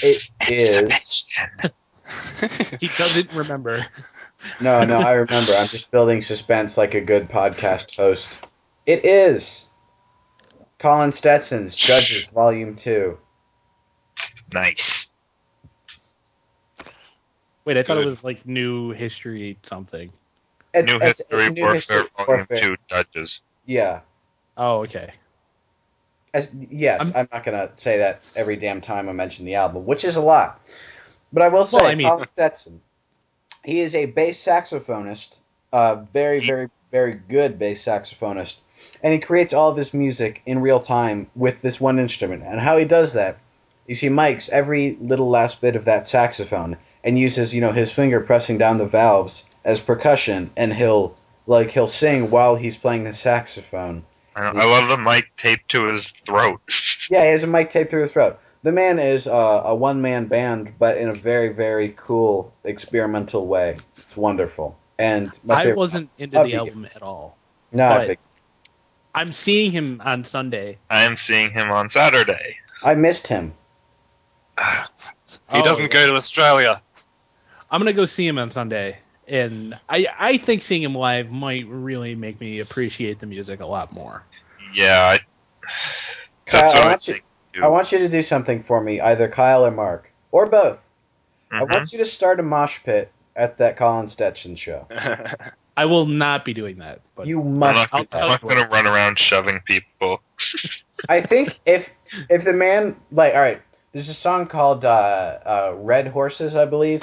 [SPEAKER 1] it is.
[SPEAKER 2] He doesn't remember.
[SPEAKER 1] No, no, I remember. I'm just building suspense like a good podcast host. It is Colin Stetson's Judges Volume Two.
[SPEAKER 3] Nice.
[SPEAKER 2] Wait, I thought it
[SPEAKER 4] Good.
[SPEAKER 2] was like new history something.
[SPEAKER 1] It's-
[SPEAKER 3] New
[SPEAKER 1] it's-
[SPEAKER 3] History
[SPEAKER 1] it's New
[SPEAKER 3] Warfare
[SPEAKER 1] History
[SPEAKER 3] Volume
[SPEAKER 1] Warfare.
[SPEAKER 3] Two Judges.
[SPEAKER 1] Yeah.
[SPEAKER 2] Oh, okay.
[SPEAKER 1] As, yes,
[SPEAKER 2] I'm-
[SPEAKER 1] I'm, not going to say that every damn time I mention the album, which is a lot. But I will say,
[SPEAKER 2] Well, I mean-
[SPEAKER 1] Colin Stetson, he is a bass saxophonist, uh, very, very, very good bass saxophonist, and he creates all of his music in real time with this one instrument. And how he does that, you see, Mike's every little last bit of that saxophone, and uses you know his finger pressing down the valves as percussion, and he'll like he'll sing while he's playing the saxophone.
[SPEAKER 3] I, I love the mic taped to his throat.
[SPEAKER 1] Yeah, he has a mic taped through his throat. The man is uh, a one man band, but in a very, very cool, experimental way. It's wonderful. And my
[SPEAKER 2] I
[SPEAKER 1] favorite-
[SPEAKER 2] wasn't into
[SPEAKER 1] Love
[SPEAKER 2] the
[SPEAKER 1] you.
[SPEAKER 2] album at all.
[SPEAKER 1] No, I,
[SPEAKER 2] but-
[SPEAKER 1] think-
[SPEAKER 2] I'm seeing him on Sunday.
[SPEAKER 3] I am seeing him on Saturday.
[SPEAKER 1] I missed him.
[SPEAKER 4] He
[SPEAKER 2] Oh,
[SPEAKER 4] doesn't
[SPEAKER 2] yeah.
[SPEAKER 4] go to Australia.
[SPEAKER 2] I'm gonna go see him on Sunday, and I I think seeing him live might really make me appreciate the music a lot more.
[SPEAKER 3] Yeah, I, that's
[SPEAKER 1] Kyle,
[SPEAKER 3] what
[SPEAKER 1] Uh, I
[SPEAKER 3] I
[SPEAKER 1] want, you,
[SPEAKER 3] think too.
[SPEAKER 1] I want you to do something for me, either Kyle or Mark, or both. I
[SPEAKER 3] Mhm.
[SPEAKER 1] want you to start a mosh pit at that Colin Stetson show.
[SPEAKER 2] I will not be doing that. But
[SPEAKER 1] You
[SPEAKER 3] I'm
[SPEAKER 1] must.
[SPEAKER 3] not,
[SPEAKER 2] I'll
[SPEAKER 1] do that.
[SPEAKER 2] tell
[SPEAKER 3] I'm not
[SPEAKER 2] you
[SPEAKER 3] gonna run around shoving people.
[SPEAKER 1] I think if if the man like all right, there's a song called uh, uh, "Red Horses," I believe,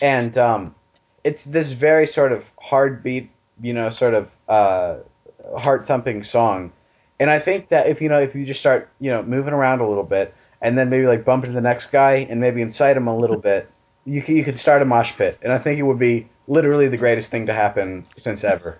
[SPEAKER 1] and um, it's this very sort of hard beat, you know, sort of uh, heart thumping song, and I think that if you know if you just start you know moving around a little bit, and then maybe like bump into the next guy and maybe incite him a little bit, you c- you could start a mosh pit, and I think it would be literally the greatest thing to happen since ever.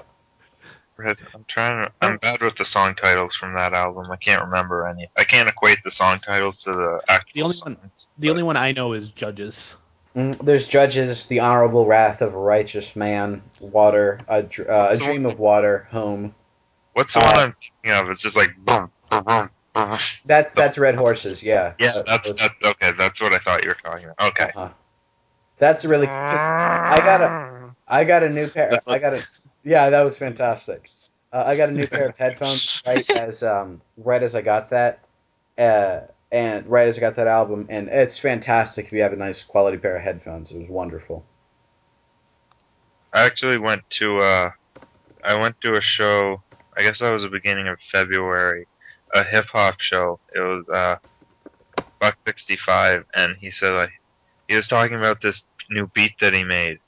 [SPEAKER 3] Red- I'm trying. To,
[SPEAKER 1] Oh.
[SPEAKER 3] I'm bad with the song titles from that album. I can't remember any. I can't equate the song titles to the actual
[SPEAKER 2] The only one-
[SPEAKER 3] songs.
[SPEAKER 2] the only one I know is Judges.
[SPEAKER 1] Mm, There's judges, the honorable wrath of a righteous man, water, a, dr- uh, a
[SPEAKER 3] So-
[SPEAKER 1] dream of water, home.
[SPEAKER 3] What's the
[SPEAKER 1] Uh,
[SPEAKER 3] one I'm thinking of? It's just like boom, boom, boom, boom.
[SPEAKER 1] That's that's red horses, yeah.
[SPEAKER 3] Yeah,
[SPEAKER 1] Uh,
[SPEAKER 3] that's,
[SPEAKER 1] those-
[SPEAKER 3] that's okay. That's what I thought you were talking about. Okay.
[SPEAKER 1] uh-huh. That's really. 'cause I gotta- I got a new pair.
[SPEAKER 4] That's
[SPEAKER 1] I
[SPEAKER 4] what's-
[SPEAKER 1] got a. Yeah, that was fantastic. Uh, I got a new pair of headphones right as um right as I got that, uh, and right as I got that album, and it's fantastic if you have a nice quality pair of headphones. It was wonderful.
[SPEAKER 3] I actually went to uh, I went to a show. I guess that was the beginning of February, a hip hop show. It was uh, Buck sixty five, and he said like he was talking about this new beat that he made,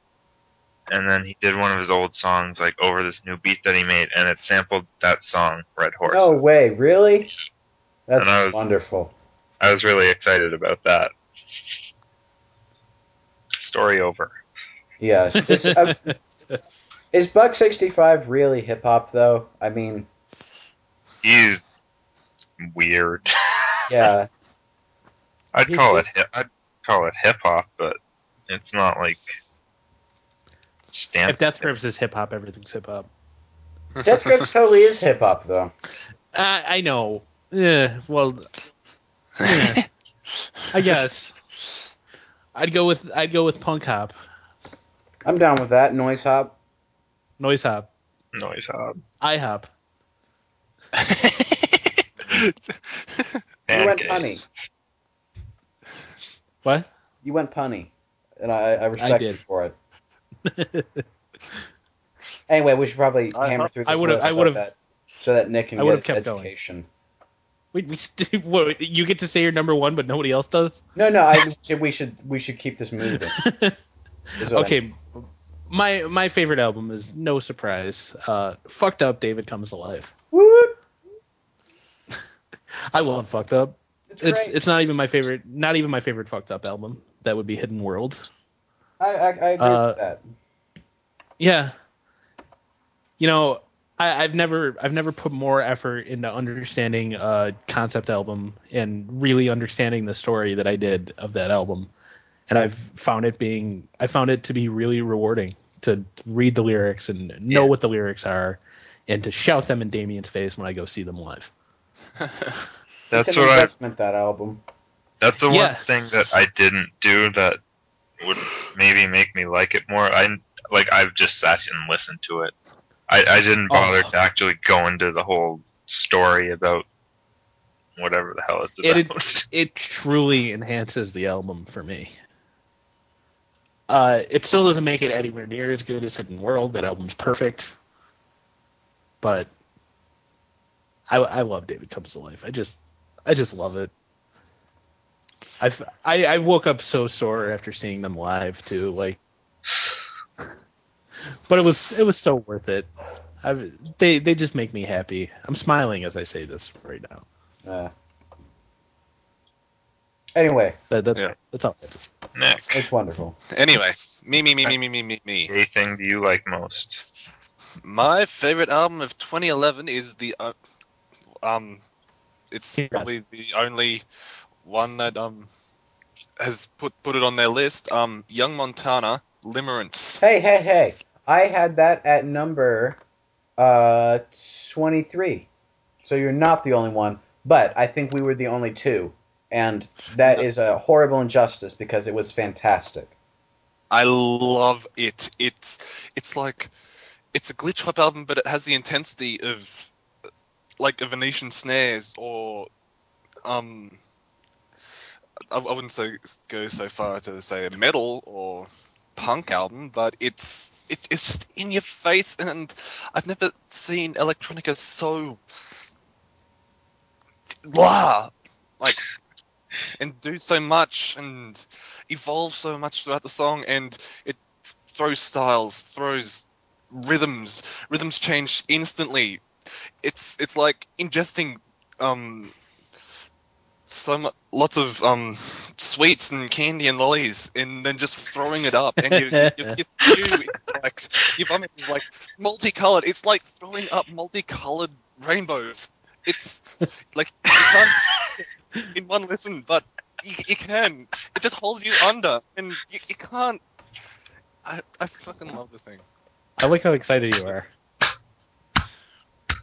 [SPEAKER 3] and then he did one of his old songs like over this new beat that he made, and it sampled that song Red Horse.
[SPEAKER 1] No way, really? That's
[SPEAKER 3] And I was-
[SPEAKER 1] wonderful.
[SPEAKER 3] I was really excited about that. Story over.
[SPEAKER 1] Yes. This, uh, is Buck sixty five really hip hop though? I mean,
[SPEAKER 3] He's weird.
[SPEAKER 1] yeah,
[SPEAKER 3] I'd
[SPEAKER 2] He's
[SPEAKER 3] call it
[SPEAKER 2] just-
[SPEAKER 3] hip. I'd call it hip hop, but it's not like
[SPEAKER 2] If
[SPEAKER 3] stand.
[SPEAKER 2] Death Grips is hip hop, everything's hip hop.
[SPEAKER 1] Death Grips totally is hip hop though.
[SPEAKER 2] Uh, I know. Yeah, well, eh, I guess I'd go with I'd go with punk hop,
[SPEAKER 1] I'm down with that noise hop.
[SPEAKER 2] noise hop,
[SPEAKER 3] noise hub.
[SPEAKER 2] I hop.
[SPEAKER 1] You went
[SPEAKER 3] Pancakes.
[SPEAKER 1] funny.
[SPEAKER 2] What?
[SPEAKER 1] You went punny, and I, I respect
[SPEAKER 2] did.
[SPEAKER 1] you for it. Anyway, we should probably
[SPEAKER 4] I
[SPEAKER 1] hammer
[SPEAKER 4] thought-
[SPEAKER 1] through
[SPEAKER 2] I
[SPEAKER 1] this
[SPEAKER 2] would've-
[SPEAKER 1] list
[SPEAKER 2] I
[SPEAKER 1] so
[SPEAKER 2] would've-
[SPEAKER 1] that, so that Nick can
[SPEAKER 2] I
[SPEAKER 1] get
[SPEAKER 2] would've
[SPEAKER 1] his
[SPEAKER 2] kept going.
[SPEAKER 1] education.
[SPEAKER 2] Wait, we st- what, you get to say your number one, but nobody else does.
[SPEAKER 1] No, no, I said we should we should keep this moving. is what I'm-
[SPEAKER 2] okay, my my favorite album is no surprise. Uh, fucked up. David comes alive.
[SPEAKER 1] Woot!
[SPEAKER 2] I love fucked up.
[SPEAKER 1] It's,
[SPEAKER 2] It's
[SPEAKER 1] great.
[SPEAKER 2] it's not even my favorite. Not even my favorite fucked up album. That would be Hidden World.
[SPEAKER 1] I, I, I agree
[SPEAKER 2] uh,
[SPEAKER 1] with that.
[SPEAKER 2] Yeah. You know, I, I've never I've never put more effort into understanding a concept album and really understanding the story that I did of that album. And I've found it being I found it to be really rewarding to read the lyrics and know
[SPEAKER 3] Yeah.
[SPEAKER 2] what the lyrics are and to shout them in Damien's face when I go see them live.
[SPEAKER 3] That's
[SPEAKER 1] it's an
[SPEAKER 3] what I.
[SPEAKER 1] investment that album.
[SPEAKER 3] That's the
[SPEAKER 2] Yeah.
[SPEAKER 3] one thing that I didn't do that would maybe make me like it more. I like I've just sat and listened to it. I, I didn't
[SPEAKER 2] Oh.
[SPEAKER 3] bother to actually go into the whole story about whatever the hell it's
[SPEAKER 2] It-
[SPEAKER 3] about.
[SPEAKER 2] it truly enhances the album for me. Uh, it still doesn't make it anywhere near as good as Hidden World. That album's perfect, but I, I love David Comes to Life. I just I just love it. I've, I I woke up so sore after seeing them live too. Like, but it was it was so worth it. I they they just make me happy. I'm smiling as I say this right now.
[SPEAKER 1] Uh, anyway,
[SPEAKER 2] That, that's
[SPEAKER 4] Yeah.
[SPEAKER 2] that's all. It is.
[SPEAKER 3] Nick,
[SPEAKER 1] it's wonderful.
[SPEAKER 4] Anyway, me, me, me, me, me, me, me, me.
[SPEAKER 3] a thing do you like most?
[SPEAKER 4] My favorite album of 2011 is the uh, um, it's
[SPEAKER 2] Yeah.
[SPEAKER 4] probably the only one that um has put put it on their list. Um, Young Montana, Limerence.
[SPEAKER 1] Hey, hey, hey! I had that at number uh, twenty-three, so you're not the only one. But I think we were the only two, and that is a horrible injustice because it was fantastic.
[SPEAKER 4] I love it. It's it's like it's a glitch hop album, but it has the intensity of uh, like a Venetian snares or um. I, I wouldn't so, go so far to say a metal or punk album, but it's it, it's just in your face, and I've never seen electronica so blah like and do so much and evolve so much throughout the song and it throws styles throws rhythms rhythms change instantly it's it's like ingesting um some lots of um sweets and candy and lollies and then just throwing it up and you, you, you, you stew it's like your vomit is like multicolored it's like throwing up multicolored rainbows it's like you can't in one listen but you, you can it just holds you under and you, you can't I, I fucking love this thing
[SPEAKER 2] I like how excited you are.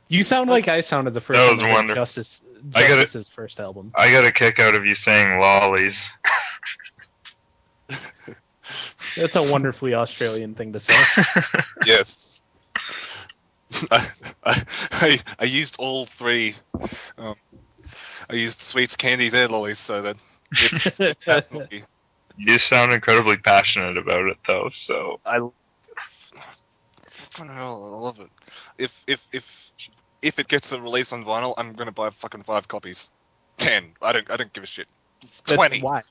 [SPEAKER 2] You sound like I sounded the first
[SPEAKER 3] That
[SPEAKER 2] time
[SPEAKER 3] was
[SPEAKER 2] I heard
[SPEAKER 3] wonderful.
[SPEAKER 2] Justice
[SPEAKER 3] I gotta-
[SPEAKER 2] Justice's first album.
[SPEAKER 3] I got a kick out of you saying lollies.
[SPEAKER 2] That's a wonderfully Australian thing to say.
[SPEAKER 4] yes I, I, I, I used all three um, I used sweets candies and lollies so that it's that's me.
[SPEAKER 3] You sound incredibly passionate about it though, so
[SPEAKER 4] I fucking hell, I love it. If if if if it gets a release on vinyl, I'm gonna buy fucking five copies. Ten. I don't I don't give a shit.
[SPEAKER 2] That's
[SPEAKER 4] Twenty.
[SPEAKER 2] why.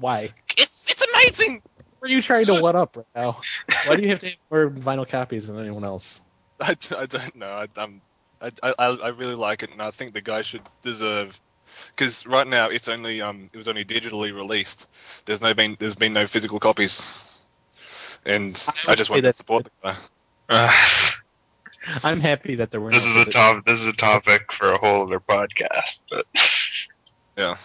[SPEAKER 2] Why?
[SPEAKER 4] It's it's amazing.
[SPEAKER 2] What are you trying to what up right now? Why do you have to have more vinyl copies than anyone else?
[SPEAKER 4] I, I don't know. I, I'm I, I I really like it, and I think the guy should deserve. Because right now it's only um it was only digitally released. There's no been there's been no physical copies, and
[SPEAKER 2] I
[SPEAKER 4] I,
[SPEAKER 2] would
[SPEAKER 4] just
[SPEAKER 2] say
[SPEAKER 4] want to
[SPEAKER 2] that's
[SPEAKER 4] support the guy.
[SPEAKER 3] uh,
[SPEAKER 2] I'm happy that there were.
[SPEAKER 3] this
[SPEAKER 2] no
[SPEAKER 3] is a
[SPEAKER 2] physi-
[SPEAKER 3] top this is a topic for a whole other podcast, but
[SPEAKER 4] Yeah,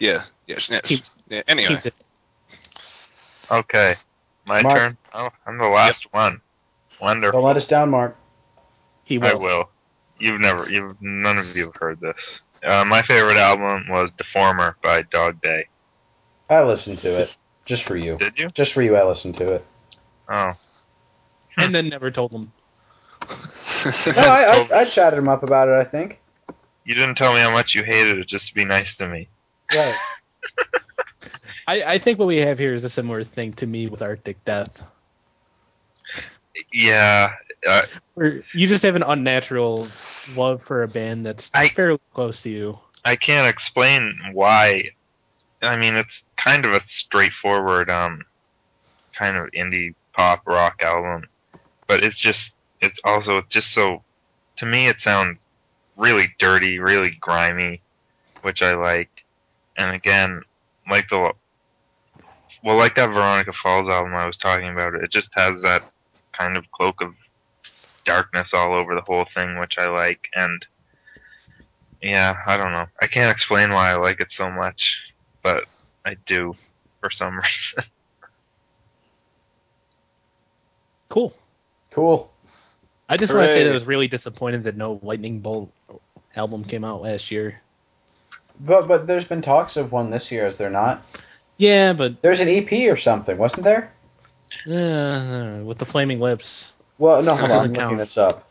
[SPEAKER 4] yeah, sh- yeah. sh-
[SPEAKER 2] Keep-
[SPEAKER 4] yeah. Anyway,
[SPEAKER 2] keep it.
[SPEAKER 3] Okay. My
[SPEAKER 1] Mark.
[SPEAKER 3] turn? Oh, I'm the last one. Wonderful.
[SPEAKER 1] Don't let us down, Mark.
[SPEAKER 2] He
[SPEAKER 3] I
[SPEAKER 2] will.
[SPEAKER 3] will. You've never, you've none of you have heard this. Uh, my favorite album was Deformer by Dog Day.
[SPEAKER 1] I listened to it just for you.
[SPEAKER 3] Did you?
[SPEAKER 1] Just for you, I listened to it.
[SPEAKER 3] Oh,
[SPEAKER 2] And then never told him.
[SPEAKER 1] No, I, I, I chatted him up about it. I think.
[SPEAKER 3] you didn't tell me how much you hated it just to be nice to me.
[SPEAKER 1] Right.
[SPEAKER 2] I, I think what we have here is a similar thing to me with Arctic Death.
[SPEAKER 3] Yeah, Uh,
[SPEAKER 2] Or you just have an unnatural love for a band that's
[SPEAKER 3] I-
[SPEAKER 2] fairly close to you.
[SPEAKER 3] I can't explain why. I mean, it's kind of a straightforward, um, kind of indie pop rock album, but it's just, it's also just so. To me, it sounds really dirty, really grimy, which I like. And again, like the, well, like that Veronica Falls album I was talking about, it just has that kind of cloak of darkness all over the whole thing, which I like. And yeah, I don't know. I can't explain why I like it so much, but I do for some reason.
[SPEAKER 2] Cool.
[SPEAKER 1] Cool.
[SPEAKER 2] I just want to say that
[SPEAKER 4] Hooray.
[SPEAKER 2] I was really disappointed that no Lightning Bolt album came out last year.
[SPEAKER 1] But but there's been talks of one this year, is there not?
[SPEAKER 2] Yeah, but
[SPEAKER 1] There's an EP or something, wasn't there?
[SPEAKER 2] uh, I don't know, with the Flaming Lips,
[SPEAKER 1] Well, no, hold on, I'm
[SPEAKER 2] Doesn't
[SPEAKER 1] looking
[SPEAKER 2] count.
[SPEAKER 1] this up.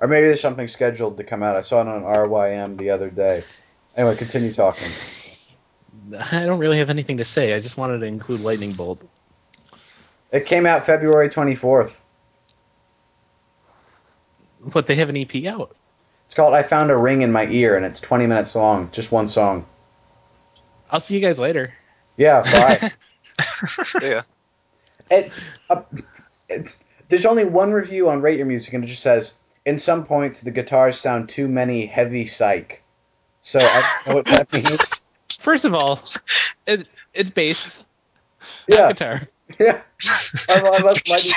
[SPEAKER 1] Or maybe there's something scheduled to come out. I saw it on RYM the other day. Anyway, continue talking.
[SPEAKER 2] I don't really have anything to say. I just wanted to include Lightning Bolt.
[SPEAKER 1] It came out February 24th.
[SPEAKER 2] But they have an EP out.
[SPEAKER 1] It's called I Found a Ring in My Ear, and it's 20 minutes long, just one song.
[SPEAKER 2] I'll see you guys later.
[SPEAKER 1] Yeah, bye.
[SPEAKER 4] yeah.
[SPEAKER 1] it, uh, it- there's only one review on Rate Your Music, and it just says, in some points, the guitars sound too many heavy psych. So I don't know what that means.
[SPEAKER 2] First of all, it, it's bass, not
[SPEAKER 1] Yeah,
[SPEAKER 2] guitar.
[SPEAKER 1] yeah. Unless Lightning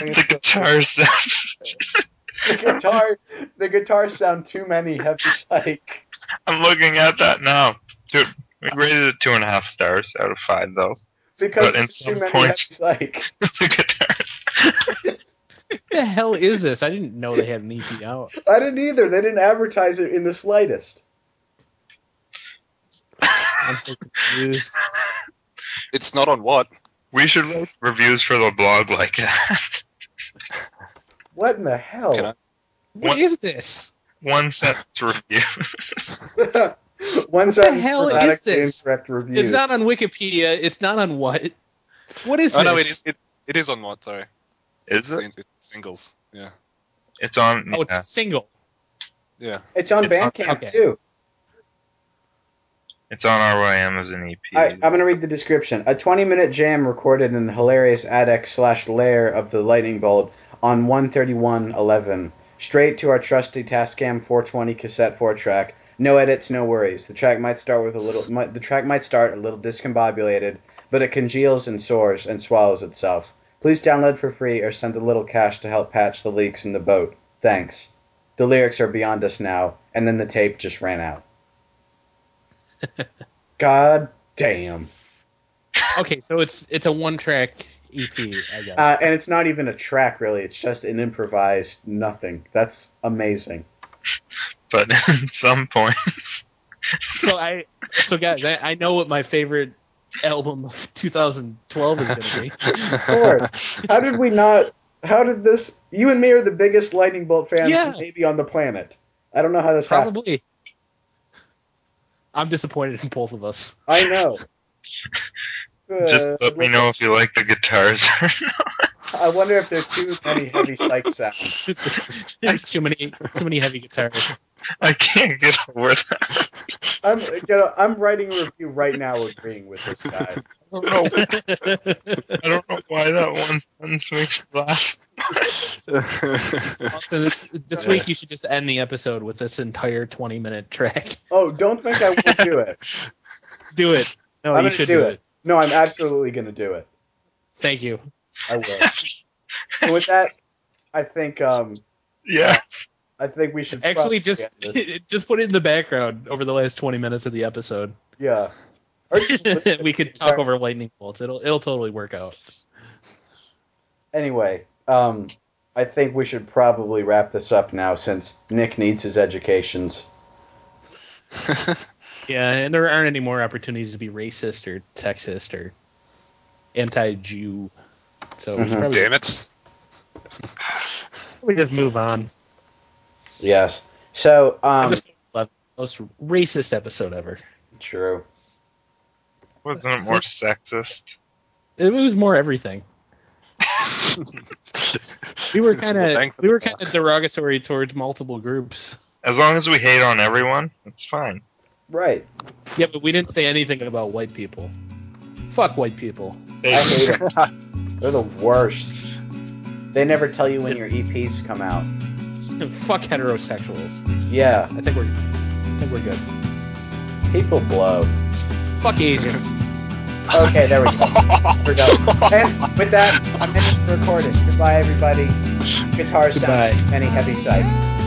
[SPEAKER 1] Bolt-
[SPEAKER 3] the guitar sound.
[SPEAKER 1] the guitar the guitars sound too many heavy psych.
[SPEAKER 3] I'm looking at that now. Dude, we rated it two and a half stars out of five, though.
[SPEAKER 1] Because
[SPEAKER 3] But in
[SPEAKER 1] there's too
[SPEAKER 3] some
[SPEAKER 1] many
[SPEAKER 3] points-
[SPEAKER 1] heavy psych.
[SPEAKER 3] the guitars.
[SPEAKER 2] What the hell is this? I didn't know they had an EP out.
[SPEAKER 1] I didn't either. They didn't advertise it in the slightest.
[SPEAKER 2] I'm so confused.
[SPEAKER 4] It's not on what?
[SPEAKER 3] We should write reviews for the blog like that.
[SPEAKER 1] What in the
[SPEAKER 4] Can I-
[SPEAKER 1] hell?
[SPEAKER 2] What
[SPEAKER 3] What?
[SPEAKER 2] is this?
[SPEAKER 3] One sentence review.
[SPEAKER 1] One sentence
[SPEAKER 2] hell is
[SPEAKER 1] grammatically
[SPEAKER 2] this?
[SPEAKER 1] incorrect review.
[SPEAKER 2] It's not on Wikipedia. It's not on what? What is
[SPEAKER 4] Oh
[SPEAKER 2] this?
[SPEAKER 4] no, it is. It, it is on what? Sorry,
[SPEAKER 3] Is it?
[SPEAKER 4] It's- it's singles. Yeah,
[SPEAKER 3] It's on.
[SPEAKER 2] Oh, it's
[SPEAKER 3] yeah,
[SPEAKER 2] a single.
[SPEAKER 4] yeah.
[SPEAKER 1] It's on
[SPEAKER 3] It's on-
[SPEAKER 1] Bandcamp
[SPEAKER 2] okay.
[SPEAKER 1] too.
[SPEAKER 3] it's on RYM as an EP.
[SPEAKER 1] I, I'm going to read the description. A 20 minute jam recorded in the hilarious attic slash lair of the lightning bolt on 131.11. Straight to our trusty Tascam 420 cassette four track. No edits, no worries. The track might start with a little. Might, the track might start a little discombobulated, but it congeals and soars and swallows itself. Please download for free or send a little cash to help patch the leaks in the boat. Thanks. The lyrics are beyond us now, and then the tape just ran out. God damn.
[SPEAKER 2] Okay, so it's it's a one track EP. I guess.
[SPEAKER 1] Uh, and it's not even a track, really. It's just an improvised nothing. That's amazing.
[SPEAKER 3] But at some point,
[SPEAKER 2] so I so guys, I, I know what my favorite album of 2012 is going to be.
[SPEAKER 1] Lord, how did we not? How did this? You and me are the biggest lightning bolt fans
[SPEAKER 2] Yeah.
[SPEAKER 1] maybe on the planet. I don't know how this happened.
[SPEAKER 2] Probably. I'm disappointed in both of us.
[SPEAKER 1] I know. Uh,
[SPEAKER 3] just let me know if you like the guitars.
[SPEAKER 1] I wonder if there are too many heavy psych sounds.
[SPEAKER 2] There's too many too many heavy guitars.
[SPEAKER 3] I can't get over that.
[SPEAKER 1] I'm, you know, I'm writing a review right now, agreeing with this guy.
[SPEAKER 3] I don't know. I don't know why that one sentence makes me laugh.
[SPEAKER 2] Also, this this week you should just end the episode with this entire 20 minute track.
[SPEAKER 1] Oh, don't think I will do it.
[SPEAKER 2] Do it. No,
[SPEAKER 1] I'm gonna
[SPEAKER 2] you should
[SPEAKER 1] do
[SPEAKER 2] do
[SPEAKER 1] it.
[SPEAKER 2] it.
[SPEAKER 1] No, I'm absolutely going to do it.
[SPEAKER 2] Thank you.
[SPEAKER 1] I will. So with that, I think um,
[SPEAKER 3] Yeah,
[SPEAKER 1] I think we should
[SPEAKER 2] Actually,
[SPEAKER 1] probably
[SPEAKER 2] just
[SPEAKER 1] end this.
[SPEAKER 2] just put it in the background over the last 20 minutes of the episode.
[SPEAKER 1] yeah. Or just listen to the
[SPEAKER 2] we could talk
[SPEAKER 1] entire-
[SPEAKER 2] over lightning bolts. It'll it'll totally work out.
[SPEAKER 1] Anyway, um, I think we should probably wrap this up now since Nick needs his educations.
[SPEAKER 2] Yeah, and there aren't any more opportunities to be racist or sexist or anti-Jew. So we should
[SPEAKER 4] Uh-huh.
[SPEAKER 1] Mhm.
[SPEAKER 2] probably,
[SPEAKER 4] Damn it!
[SPEAKER 2] probably just move on.
[SPEAKER 1] Yes. So, um,
[SPEAKER 2] Episode 11, most racist episode ever.
[SPEAKER 1] true.
[SPEAKER 3] wasn't it more sexist?
[SPEAKER 2] It was more everything. We were kind
[SPEAKER 4] Well,
[SPEAKER 2] of
[SPEAKER 4] thanks for
[SPEAKER 2] we
[SPEAKER 4] the
[SPEAKER 2] were
[SPEAKER 4] talk.
[SPEAKER 2] kind of derogatory towards multiple groups.
[SPEAKER 3] As long as we hate on everyone, it's fine.
[SPEAKER 1] Right.
[SPEAKER 2] Yeah, but we didn't say anything about white people. Fuck white people.
[SPEAKER 1] I hate them. They're the worst. They never tell you when your EPs come out.
[SPEAKER 2] Fuck heterosexuals.
[SPEAKER 1] Yeah,
[SPEAKER 2] I think we're I think we're good.
[SPEAKER 1] people blow.
[SPEAKER 2] Fuck Asians.
[SPEAKER 1] Okay, there we go. We're done. And with that, I'm finished recording. Goodbye, everybody. Guitar sound,
[SPEAKER 2] Goodbye.
[SPEAKER 1] any heavy sight.